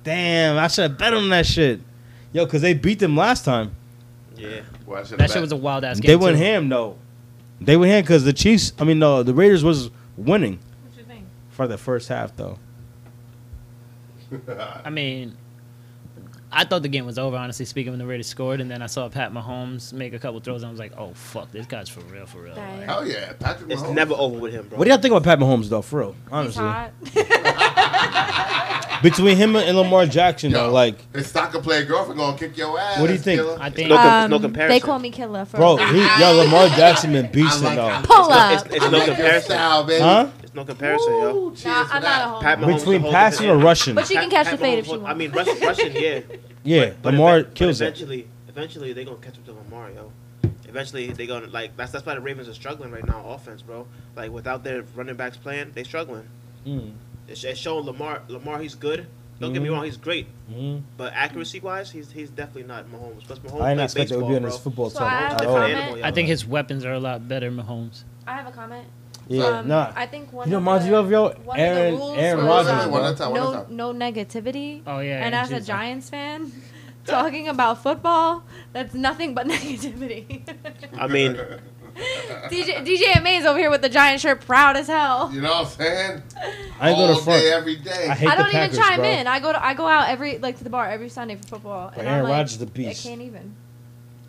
Damn, I should have bet on that shit. Yo, cause they beat them last time. Yeah. Well, I should've That shit bet. was a wild ass game. They went too. ham though. They went ham because the Chiefs. I mean, no, the Raiders was winning What you think? for the first half though. I mean, I thought the game was over. Honestly speaking, when the Raiders scored, and then I saw Pat Mahomes make a couple throws, and I was like, oh fuck, this guy's for real, for real. Dang. Hell yeah, Patrick It's Mahomes. never over with him, bro. What do y'all think about Pat Mahomes though? For real, honestly, He's between him and Lamar Jackson though, Yo, like, his soccer player girlfriend gonna kick your ass. What do you think? killer. I think No com- hot. it's no Um, they comparison. call me killer for bro, he, yo, Lamar Jackson been beasting I though. like- Pull no- up. it's- it's I no like your comparison. style, baby. Huh? It's no comparison, yo. Cheers Nah, for I'm that. not a Pat homer. Mahomes Between the whole passing or different- rushing, But you can catch the Pat fade Mahomes if you hold- want. I mean, Russian, Russian, yeah. yeah, But Lamar even- but kills it. eventually, Eventually, they're gonna catch up to Lamar, yo. Eventually, they gonna like that's that's why the Ravens are struggling right now, offense, bro. Like without their running backs playing, they struggling. Mm, It's, it's showing Lamar. Lamar, he's good. Don't get me Mhm. wrong, he's great. mm. But accuracy wise, he's he's definitely not Mahomes. Plus, Mahomes I didn't plays expect it baseball, would be on bro. his football So team. I have He's a an Oh, comment. animal, yo. I think his weapons are a lot better, Mahomes. I have a comment. yeah, um, nah. I think one You know, of reminds the, you of yo, one of the Aaron, rules Aaron was, Rodgers. um, One bro. at a time. One at a no, time. no negativity. Oh yeah. and as a Jesus. Giants fan, talking about football, that's nothing but negativity. I mean, DJ DJ Mays over here with the Giant shirt, proud as hell. You know what I'm saying? I ain't All go to front. day, every day. I hate I the don't Packers, even chime bro. in. I go to I go out every like to the bar every Sunday for football. But and Aaron I'm like, Rodgers the beast. I can't even.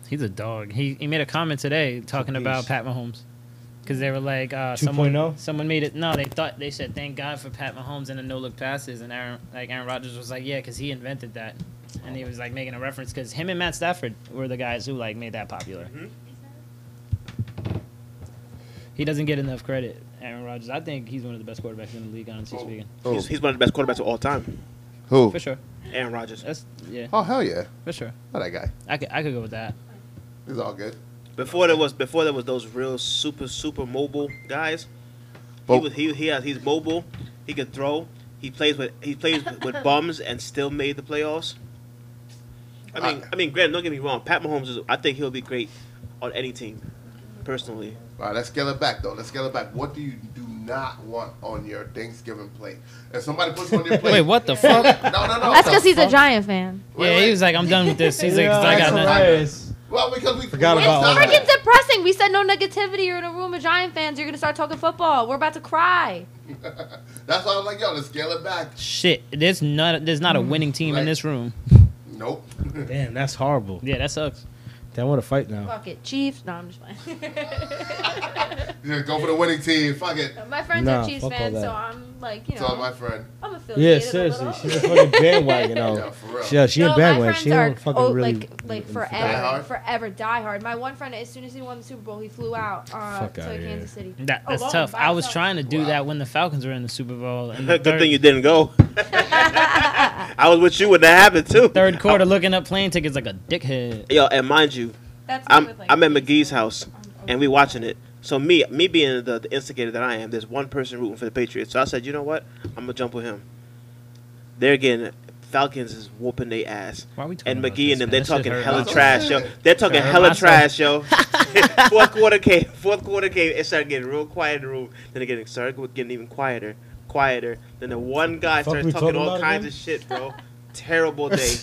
He's a dog. He he made a comment today talking beast. about Pat Mahomes. Because they were like, uh, someone, 2.0? someone made it. No, they thought they said thank God for Pat Mahomes and the no look passes, and Aaron like Aaron Rodgers was like, yeah, because he invented that, and he was like making a reference because him and Matt Stafford were the guys who like made that popular. He doesn't get enough credit, Aaron Rodgers. I think he's one of the best quarterbacks in the league, honestly Oh. speaking, he's, he's one of the best quarterbacks of all time, Who? for sure. Aaron Rodgers. That's yeah, Oh hell yeah! for sure. Not that guy. I could I could go with that. It's all good. Before there was before there was those real super super mobile guys. He Bo- was he, he has he's mobile. He could throw. He plays with he plays with, with bums and still made the playoffs. I mean I, mean Grant, don't get me wrong. Pat Mahomes is I think he'll be great on any team, personally. All right, let's scale it back though. Let's scale it back. What do you do not want on your Thanksgiving plate? If somebody puts on your plate, Wait, what the fuck? No, no, no. That's because Wait, he's a Giant fan. yeah, wait. he was like, I'm done with this. He's like, Yeah, I got that's nothing. hilarious. Well, because we Forgot we- about all that. Freaking depressing. We said no negativity. You're in a room of Giant fans. You're gonna start talking football. We're about to cry. That's why I was like, yo, let's scale it back. Shit, there's not there's Mm-hmm. not a winning team in Right. this room. Nope. Damn, that's horrible. Yeah, that sucks. Damn, what a fight now. Fuck it, Chiefs. No, I'm just playing. Just go for the winning team. Fuck it. my friends Nah, are Chiefs fuck all fans, that. so I'm like, you It's all my know, friend. I'm Yeah, affiliated. seriously, a she's a little. fucking bandwagon now. Yeah, for real. Yeah, she No, a my bandwagon. friends She are don't fucking oh, really. like like Die forever, hard? forever die hard. My one friend, as soon as he won the Super Bowl, he flew out uh, Fuck to outta here. Kansas City. That, that's Alone, tough. by I was himself. trying to do Wow. that when the Falcons were in the Super Bowl. And the Good Mm-hmm. third, thing you didn't go. I was with you when that happened too. third quarter looking up plane tickets like a dickhead. Yo, and mind you, That's me I'm with, like, I'm at these McGee's people. house and we watching it. So me me being the, the instigator that I am, there's one person rooting for the Patriots. So I said, you know what? I'm gonna jump with him. They're getting Falcons is whooping their ass. Why are we talking And about McGee this, and them, man? they're That shit talking hurt. hella us. trash, yo. They're talking Hurt hella myself. trash, yo. fourth quarter came. Fourth quarter came. It started getting real quiet in the room. Then again, it started getting even quieter, quieter. Then the one guy Fuck started we talking talking all about kinds again? of shit, bro. Terrible day.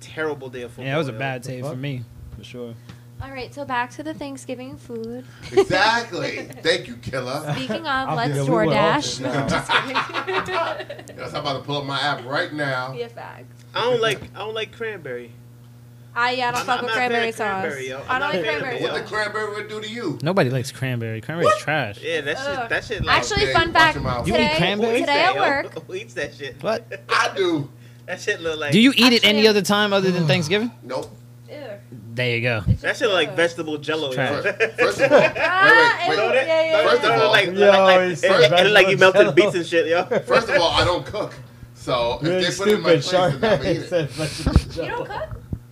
Terrible day of football. Yeah, it was a yo. bad tape for fuck? me, for sure. All right, so back to the Thanksgiving food. Exactly. Thank you, killer. Speaking of, I'm let's thinking we went off DoorDash. this now. Yes, I'm about to pull up my app right now. Yeah, facts. I don't like. I don't like cranberry. I yeah, I don't I'm fuck not- with I'm not a fan cranberry of sauce. cranberry, yo. I I'm don't not a like fan of cranberry it, What yo. the sauce. cranberry would do to you? Nobody likes cranberry. Cranberry's trash. Yeah, that shit. Ugh. That shit. Like, Actually, Okay, fun watch fact your mouth. You eat today, cranberry? today at work, Who eats that shit? What? I do. That shit look like. Do you eat it any Actually- other time other than Thanksgiving? Nope. Ew. There you go. It's That just shit look like ugh. vegetable jello. yo. Trash. First of all, wait, Ah, wait, ew, wait. yeah, yeah, First yeah. of all- like, Yo, like, like, he it, said it- it look like you vegetable melted jello. beats and shit, yo. First of all, I don't cook. So if You're they put it in my stupid, place, then Char. He I'm gonna eat said it. vegetable You don't jello.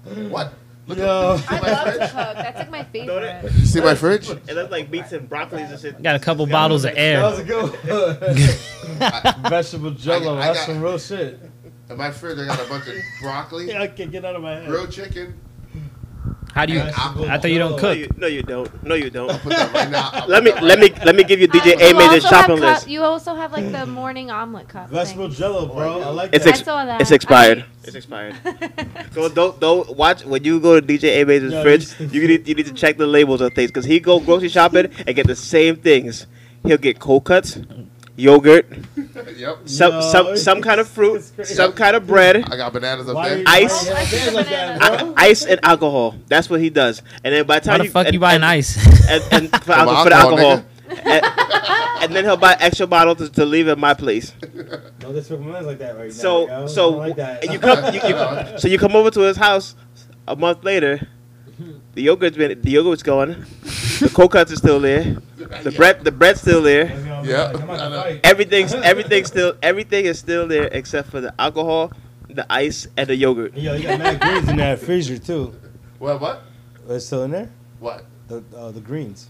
cook? What? Look Yo. at I you see my love to fridge? cook. That's like my that- favorite. You see my fridge? It looks like beets and broccolis and shit. Got a couple bottles of That was air. a good one. vegetable jello. I That's got- some real shit. In my fridge, I got a bunch of broccoli, Yeah, I can't get out of my head. grilled chicken, How do you? and apple. I thought you don't No, cook. you, no, you don't. No, you don't. Put that right now. I'll Let put me that let me right let me give you DJ I- A you made this also have shopping cup- list. You also have like the morning omelet cup. Vegetable thing. jello, bro. I like It's that. I ex- saw that. it's expired. It's expired. So don't don't watch when you go to DJ A Maze's Yo, you fridge. stupid. You need you need to check the labels of things because he go grocery shopping and get the same things. He'll get cold cuts, yogurt, now. Yep. some Yo, some some kind of fruit, it's crazy. some kind of bread, I got bananas up Why there. you- Ice. why you have Oh, hands like that, banana. bro? ice, and alcohol. That's what he does. And then by the Why time the you fuck and- you buying and- ice? and, and for, For my for the alcohol, alcohol. and, and then he'll buy extra bottle to, to leave at my place. Don't disrespect my man's like that right now. So- yo. so Don't like that. and you come- you- you- So you come over to his house a month later. The yogurt's been the yogurt's gone. The cold cuts is still there. The bread the bread's still there. Yeah. I'm about I to know. fight. Everything's everything's still everything is still there except for the alcohol, the ice, and the yogurt. Yo, you got mad greens in that freezer too. What? What? It's still in there. What? The uh, the greens.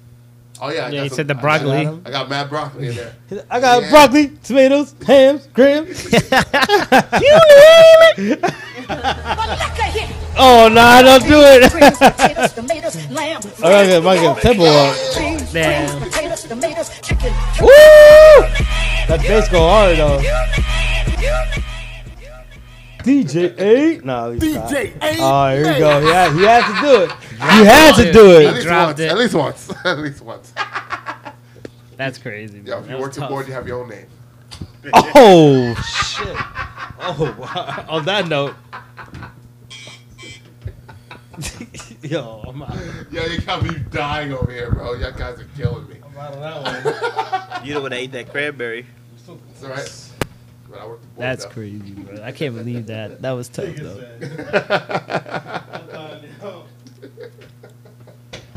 Oh yeah. I Yeah, got he some- said the I got- broccoli. I got mad broccoli in there. I got Yeah. broccoli, tomatoes, hams, grams. Oh no, nah, don't do it. All right, good, my good. Tempo up. Damn. Woo! That bass go hard though. DJ A, nah, DJ A. Oh, here we go. Yeah, he had to do it. You had to do At it. least dropped once. it. At least once. At least once. That's crazy. Yeah. Man. If you That was work the tough. board, you have your own name. Oh shit. Oh wow. On that note. Yo, I'm out. Yo, you got me dying over here, bro. Y'all guys are killing me. I'm out of that one. You know when I ate that cranberry. It's all right. But I work the board, That's though. crazy, bro. I can't believe that. That was tough, though.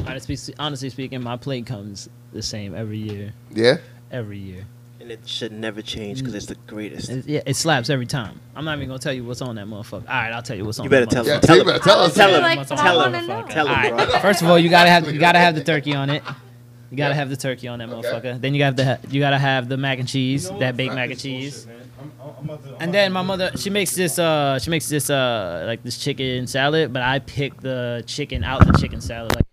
Honestly, honestly speaking, my plate comes the same every year. Yeah. Every year. And it should never change because it's the greatest. It, yeah, it slaps every time. I'm not even gonna tell you what's on that motherfucker. All right, I'll tell you what's on. You better that tell motherfucker. Yeah. Tell, him. Tell you him. better tell us. Tell him. him. Like, What's but on I that want to motherfucker? know. Tell him, All right. bro. First of all, you gotta have you gotta have the Yeah. turkey on it. You gotta Yeah. have the turkey on that Okay. motherfucker. Then you got the you gotta have the mac and cheese, that baked mac and cheese. And then my mother, she makes this, uh, she makes this, uh, like this chicken salad, but I pick the chicken out the chicken salad. Like,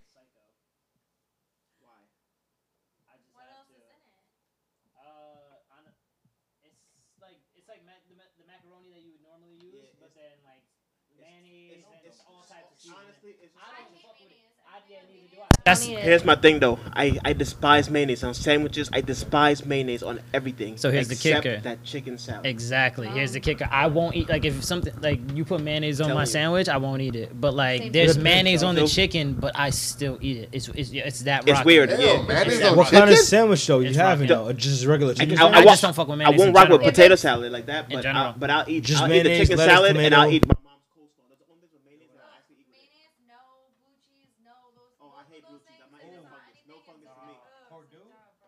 That's, Here's my thing though. I, I despise mayonnaise on sandwiches. I despise mayonnaise on everything. So here's the except kicker. That chicken salad. Exactly. Here's the kicker. I won't eat like if something like you put mayonnaise on Telling my you. sandwich, I won't eat it. But like Same there's here. mayonnaise on the Nope. chicken, but I still eat it. It's it's, it's that. It's rocky. weird. Hell, yeah. man, It's it's that on What rocky. kind of Chicken? sandwich though you It's having rotten. though? Uh, Just regular chicken. I, I sandwich? won't- just don't fuck with I mayonnaise. won't in rock with general. potato salad like that, In but general. I'll, but I'll eat. Just I'll eat the mayonnaise, chicken lettuce, salad and I'll tomato. eat. My mom's coleslaw. That's the only thing with mayonnaise that I actually eat with it. Oh,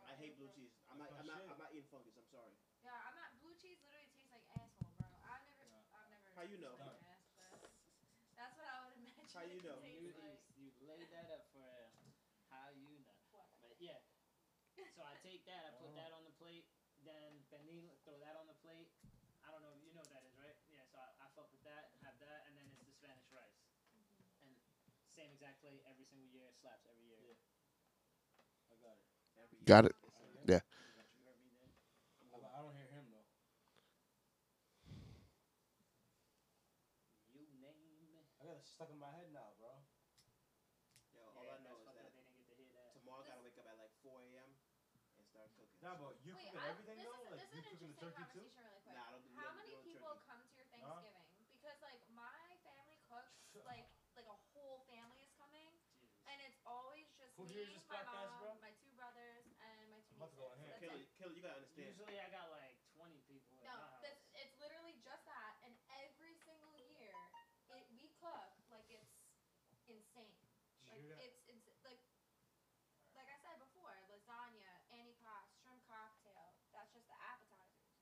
I hate blue cheese. I'm not eating fungus. No fungus for me. I hate blue cheese. I'm not. I'm not. I'm not eating fungus. I'm sorry. How you know? How you know? you laid that up for him. How you know? But yeah. So I take that, I put that on the plate, then pernil, throw that on the plate. I don't know, you know what that is, right? Yeah, so I, I fuck with that, have that, and then it's the Spanish rice. And Same exact play every single year. Slaps every year. I got it. Got it? Yeah. You heard me there. I don't hear him though. You name it. I got it stuck in my head now, bro. Yo, Yeah, all I know that's is fucked up that they didn't get to hear that. tomorrow I gotta wake up at like 4 a.m. and start cooking. Nah, but you Wait, cooking I- everything this though? is, like, you this is an cooking the interesting turkey too? conversation really quick. Nah, I don't do- How don't many do no people turkey. come to your Thanksgiving? Because like my family cooks, like like a whole family is coming, and it's always just Who me, hears this my podcast, mom, bro? my two brothers, and my two I'm nieces. about to go on here. That's Killer, it. Killer, you gotta understand. Usually I got like 20 people. At No, my house. that's, it's literally just that, and every single year, it we cook like it's insane. Did you Like hear that? it's it's like like I said before, lasagna, antipasto, shrimp cocktail. That's just the appetizers.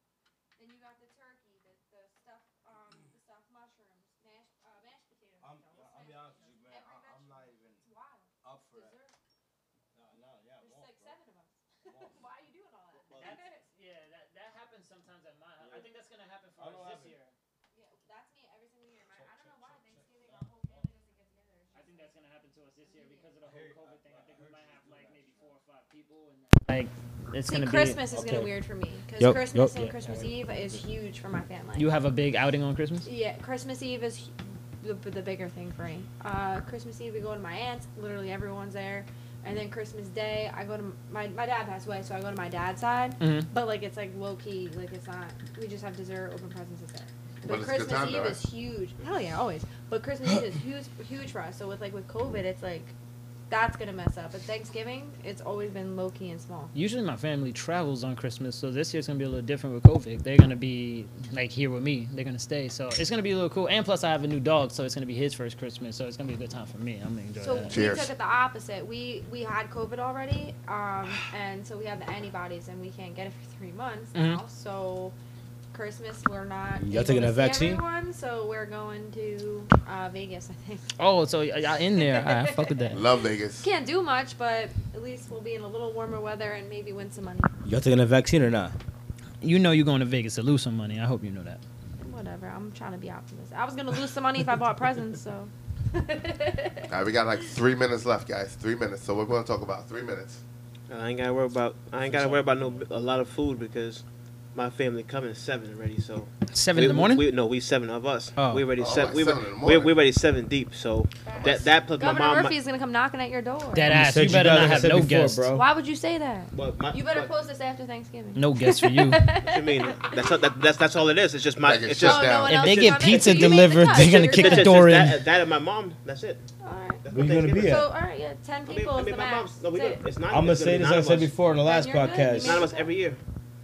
Then you got the turkey, the, the stuffed um the stuffed mushrooms, mashed uh, mashed potatoes. I'm, uh, you know, mashed I'll be honest with potatoes, you, man. every I, I'm vegetable. not even It's wild. up for that. Dessert. No, no, yeah, I'm There's off, like bro. seven of us. I'm off. Why are you doing all that? Well, That's, yeah, that, that happens sometimes at my house. I Yeah. think that's going to happen for I don't us have this it. year. yeah, that's me every single year. My, I Check, don't know check, why check, check. Thanksgiving our whole family doesn't get together. It's I just think like- that's going to happen to us this year because of I the whole heard- COVID I- thing. I I think we heard might you have do like that maybe shit. four or five people. and Like, it's See, going to be. Christmas is gonna okay. be weird for me because Yep, Christmas yep, and yeah, Christmas yeah, yeah. Eve is huge for my family. You have a big outing on Christmas? yeah, Christmas Eve is hu- the, the bigger thing for me. Uh, Christmas Eve we go to my aunt's, literally everyone's there, and then Christmas Day I go to my my dad passed away, so I go to my dad's side. Mhm. But like it's like low key, like it's not. We just have dessert, open presents, that's it. But But it's a good Christmas time, Eve though, is huge. Hell yeah, always. But Christmas Eve is huge, huge for us. So with like with COVID, it's like that's gonna mess up. But Thanksgiving, it's always been low key and small. Usually my family travels on Christmas, so this year's gonna be a little different with COVID. They're gonna be like here with me. They're gonna stay, so it's gonna be a little cool. And plus, I have a new dog, so it's gonna be his first Christmas, so it's gonna be a good time for me. I'm gonna enjoy So that. Cheers. we took it the opposite. We we had COVID already, um, and so we have the antibodies, and we can't get it for three months now. So Christmas, we're not. Y'all able taking to a see vaccine? Everyone, so we're going to uh, Vegas. I think Oh, so y- y'all in there? I fuck with that. Love Vegas. can't do much, but at least we'll be in a little warmer weather and maybe win some money. Y'all taking a vaccine or not? You know you're going to Vegas to lose some money. I hope you know that. Whatever. I'm trying to be optimistic. I was gonna lose some money if I bought presents, so. All right, we got like three minutes left, guys. Three minutes. So we're going to talk about three minutes. I ain't gotta worry about. I ain't gotta worry about no a lot of food because my family coming seven already. So Seven we, in the morning. We, no, we seven of us. Oh. We already Oh, seven. like We, seven in the we, morning. we already seven deep. So that that plus my Governor mom. Murphy's gonna come knocking at your door. Dead ass. You better not have no guests. Why would you say that? But my You better but- post this after Thanksgiving. No guests for you. What you mean? That's not, that, that's that's all it is. It's just my. Like it's It's just just Oh, down. no one If else they is get coming? pizza You made the delivered, cut. they're gonna You're- kick it's the just door in. That, that and my mom. That's it. All right. That's Where what you gonna Thanksgiving be is. at? So, all right, yeah, ten I mean, people I is mean, the my max. mom's. No, we, That's it. it's not. I'm gonna it's say be this nine I of said us. before in the last you're good. podcast. You Nine of us every year.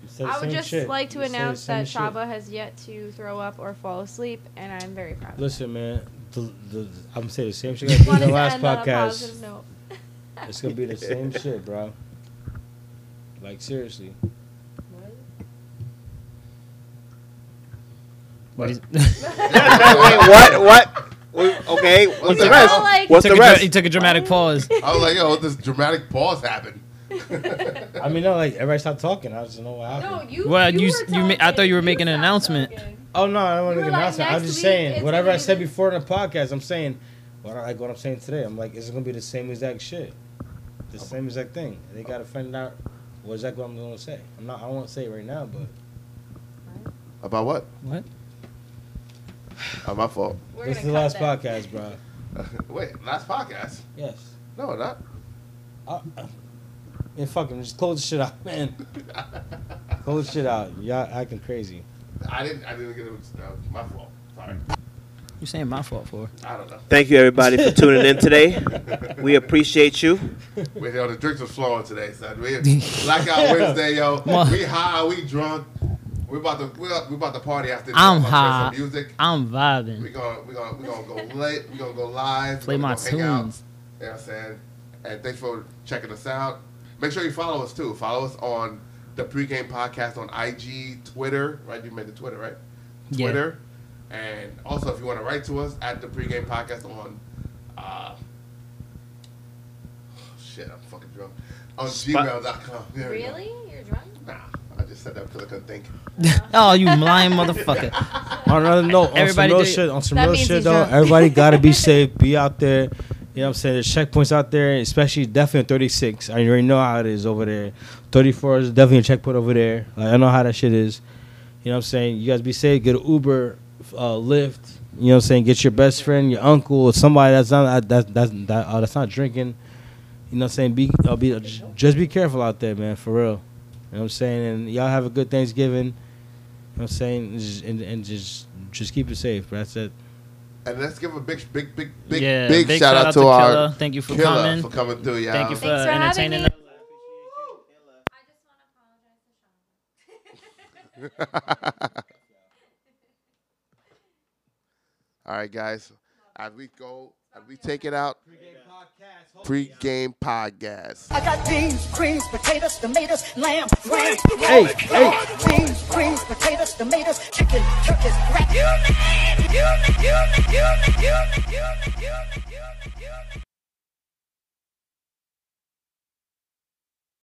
You said the I would same just shit. like to You said the announce same that shit. Shaba has yet to throw up or fall asleep, and I'm very proud. of Listen, man. The, the, I'm gonna say the same shit I did that. in the Wanted to last end on a podcast. positive note. It's gonna be the same shit, bro. Like seriously, What is- What? What? Okay. What's the the rest? Oh, like, What's the took a dra- rest? he took a dramatic pause. I was like, yo, this dramatic pause happened. I mean, no, like everybody stopped talking. I just don't know what happened. no, you. Well, you, you s- were you ma- I talking. thought you were making an stopped announcement. talking. Oh no, I don't want You to make were an like, announcement. I'm next just week saying it's whatever gonna I be said this- before in the podcast. I'm saying what I, like what I'm saying today. I'm like, it's gonna be the same exact shit, the same exact thing. They gotta find out what exactly what I'm gonna say. I'm not. I won't say it right now, but About what? What? Oh, my fault. We're this is the gonna last cut that. podcast, bro. Wait, last podcast? Yes. No, not. I, I, yeah, fuck him. Just close the shit out, man. close the shit out. Y'all acting crazy. I didn't. I didn't get it. Uh, my fault. Sorry. You saying my fault for? I don't know. Thank you everybody for tuning in today. We appreciate you. Wait, yo, the drinks was flowing today, son. We blackout Wednesday, yo. We high, we drunk. We about to we we about to party after this. I'm We about to play high. Some music. I'm We vibing. gonna we gonna we gonna go late. We gonna go live. Play we my gonna go hang out. tunes. You know what I'm saying? And thanks for checking us out. Make sure you follow us too. Follow us on the pregame podcast on IG, Twitter, right? You made the Twitter, right? Yeah. Twitter. And also, if you want to write to us at the pregame podcast on, uh, oh, shit, I'm fucking drunk. On Spot- gmail.com. There we go. Really? You're drunk? Nah, I just said that because I couldn't think. Oh, you lying motherfucker. On another note, on Everybody some real do- shit, on some That real means shit he's though, drunk. everybody gotta be safe. Be out there. You know what I'm saying? There's checkpoints out there, especially definitely on 36. I already know how it is over there. 34 is definitely a checkpoint over there. Like, I know how that shit is. You know what I'm saying? You guys be safe. Get an Uber, f- uh, Lyft. You know what I'm saying? Get your best friend, your uncle, or somebody that's not uh, that's that's that, uh, that's not drinking. You know what I'm saying? Be uh, be uh, j- just be careful out there, man. For real. You know what I'm saying? And y'all have a good Thanksgiving. You know what I'm saying? And just, and, and just just keep it safe. Bro. That's it. And let's give a big, big, big, big, Yeah, big, big shout, shout out out to, to our Killa. Thank you for Killa coming. for coming through, y'all. Thank you for Thanks for having entertaining me. us. I just want to apologize to Sean. All right, guys. As we go, as we take it out, pre-game podcast. I got beans, greens, potatoes, tomatoes, lamb, lamb, Hey, hey. beans, greens, potatoes, tomatoes, chicken, turkeys, rat. You name, you name, you name, you name, you name, you name, you name, you name, you name.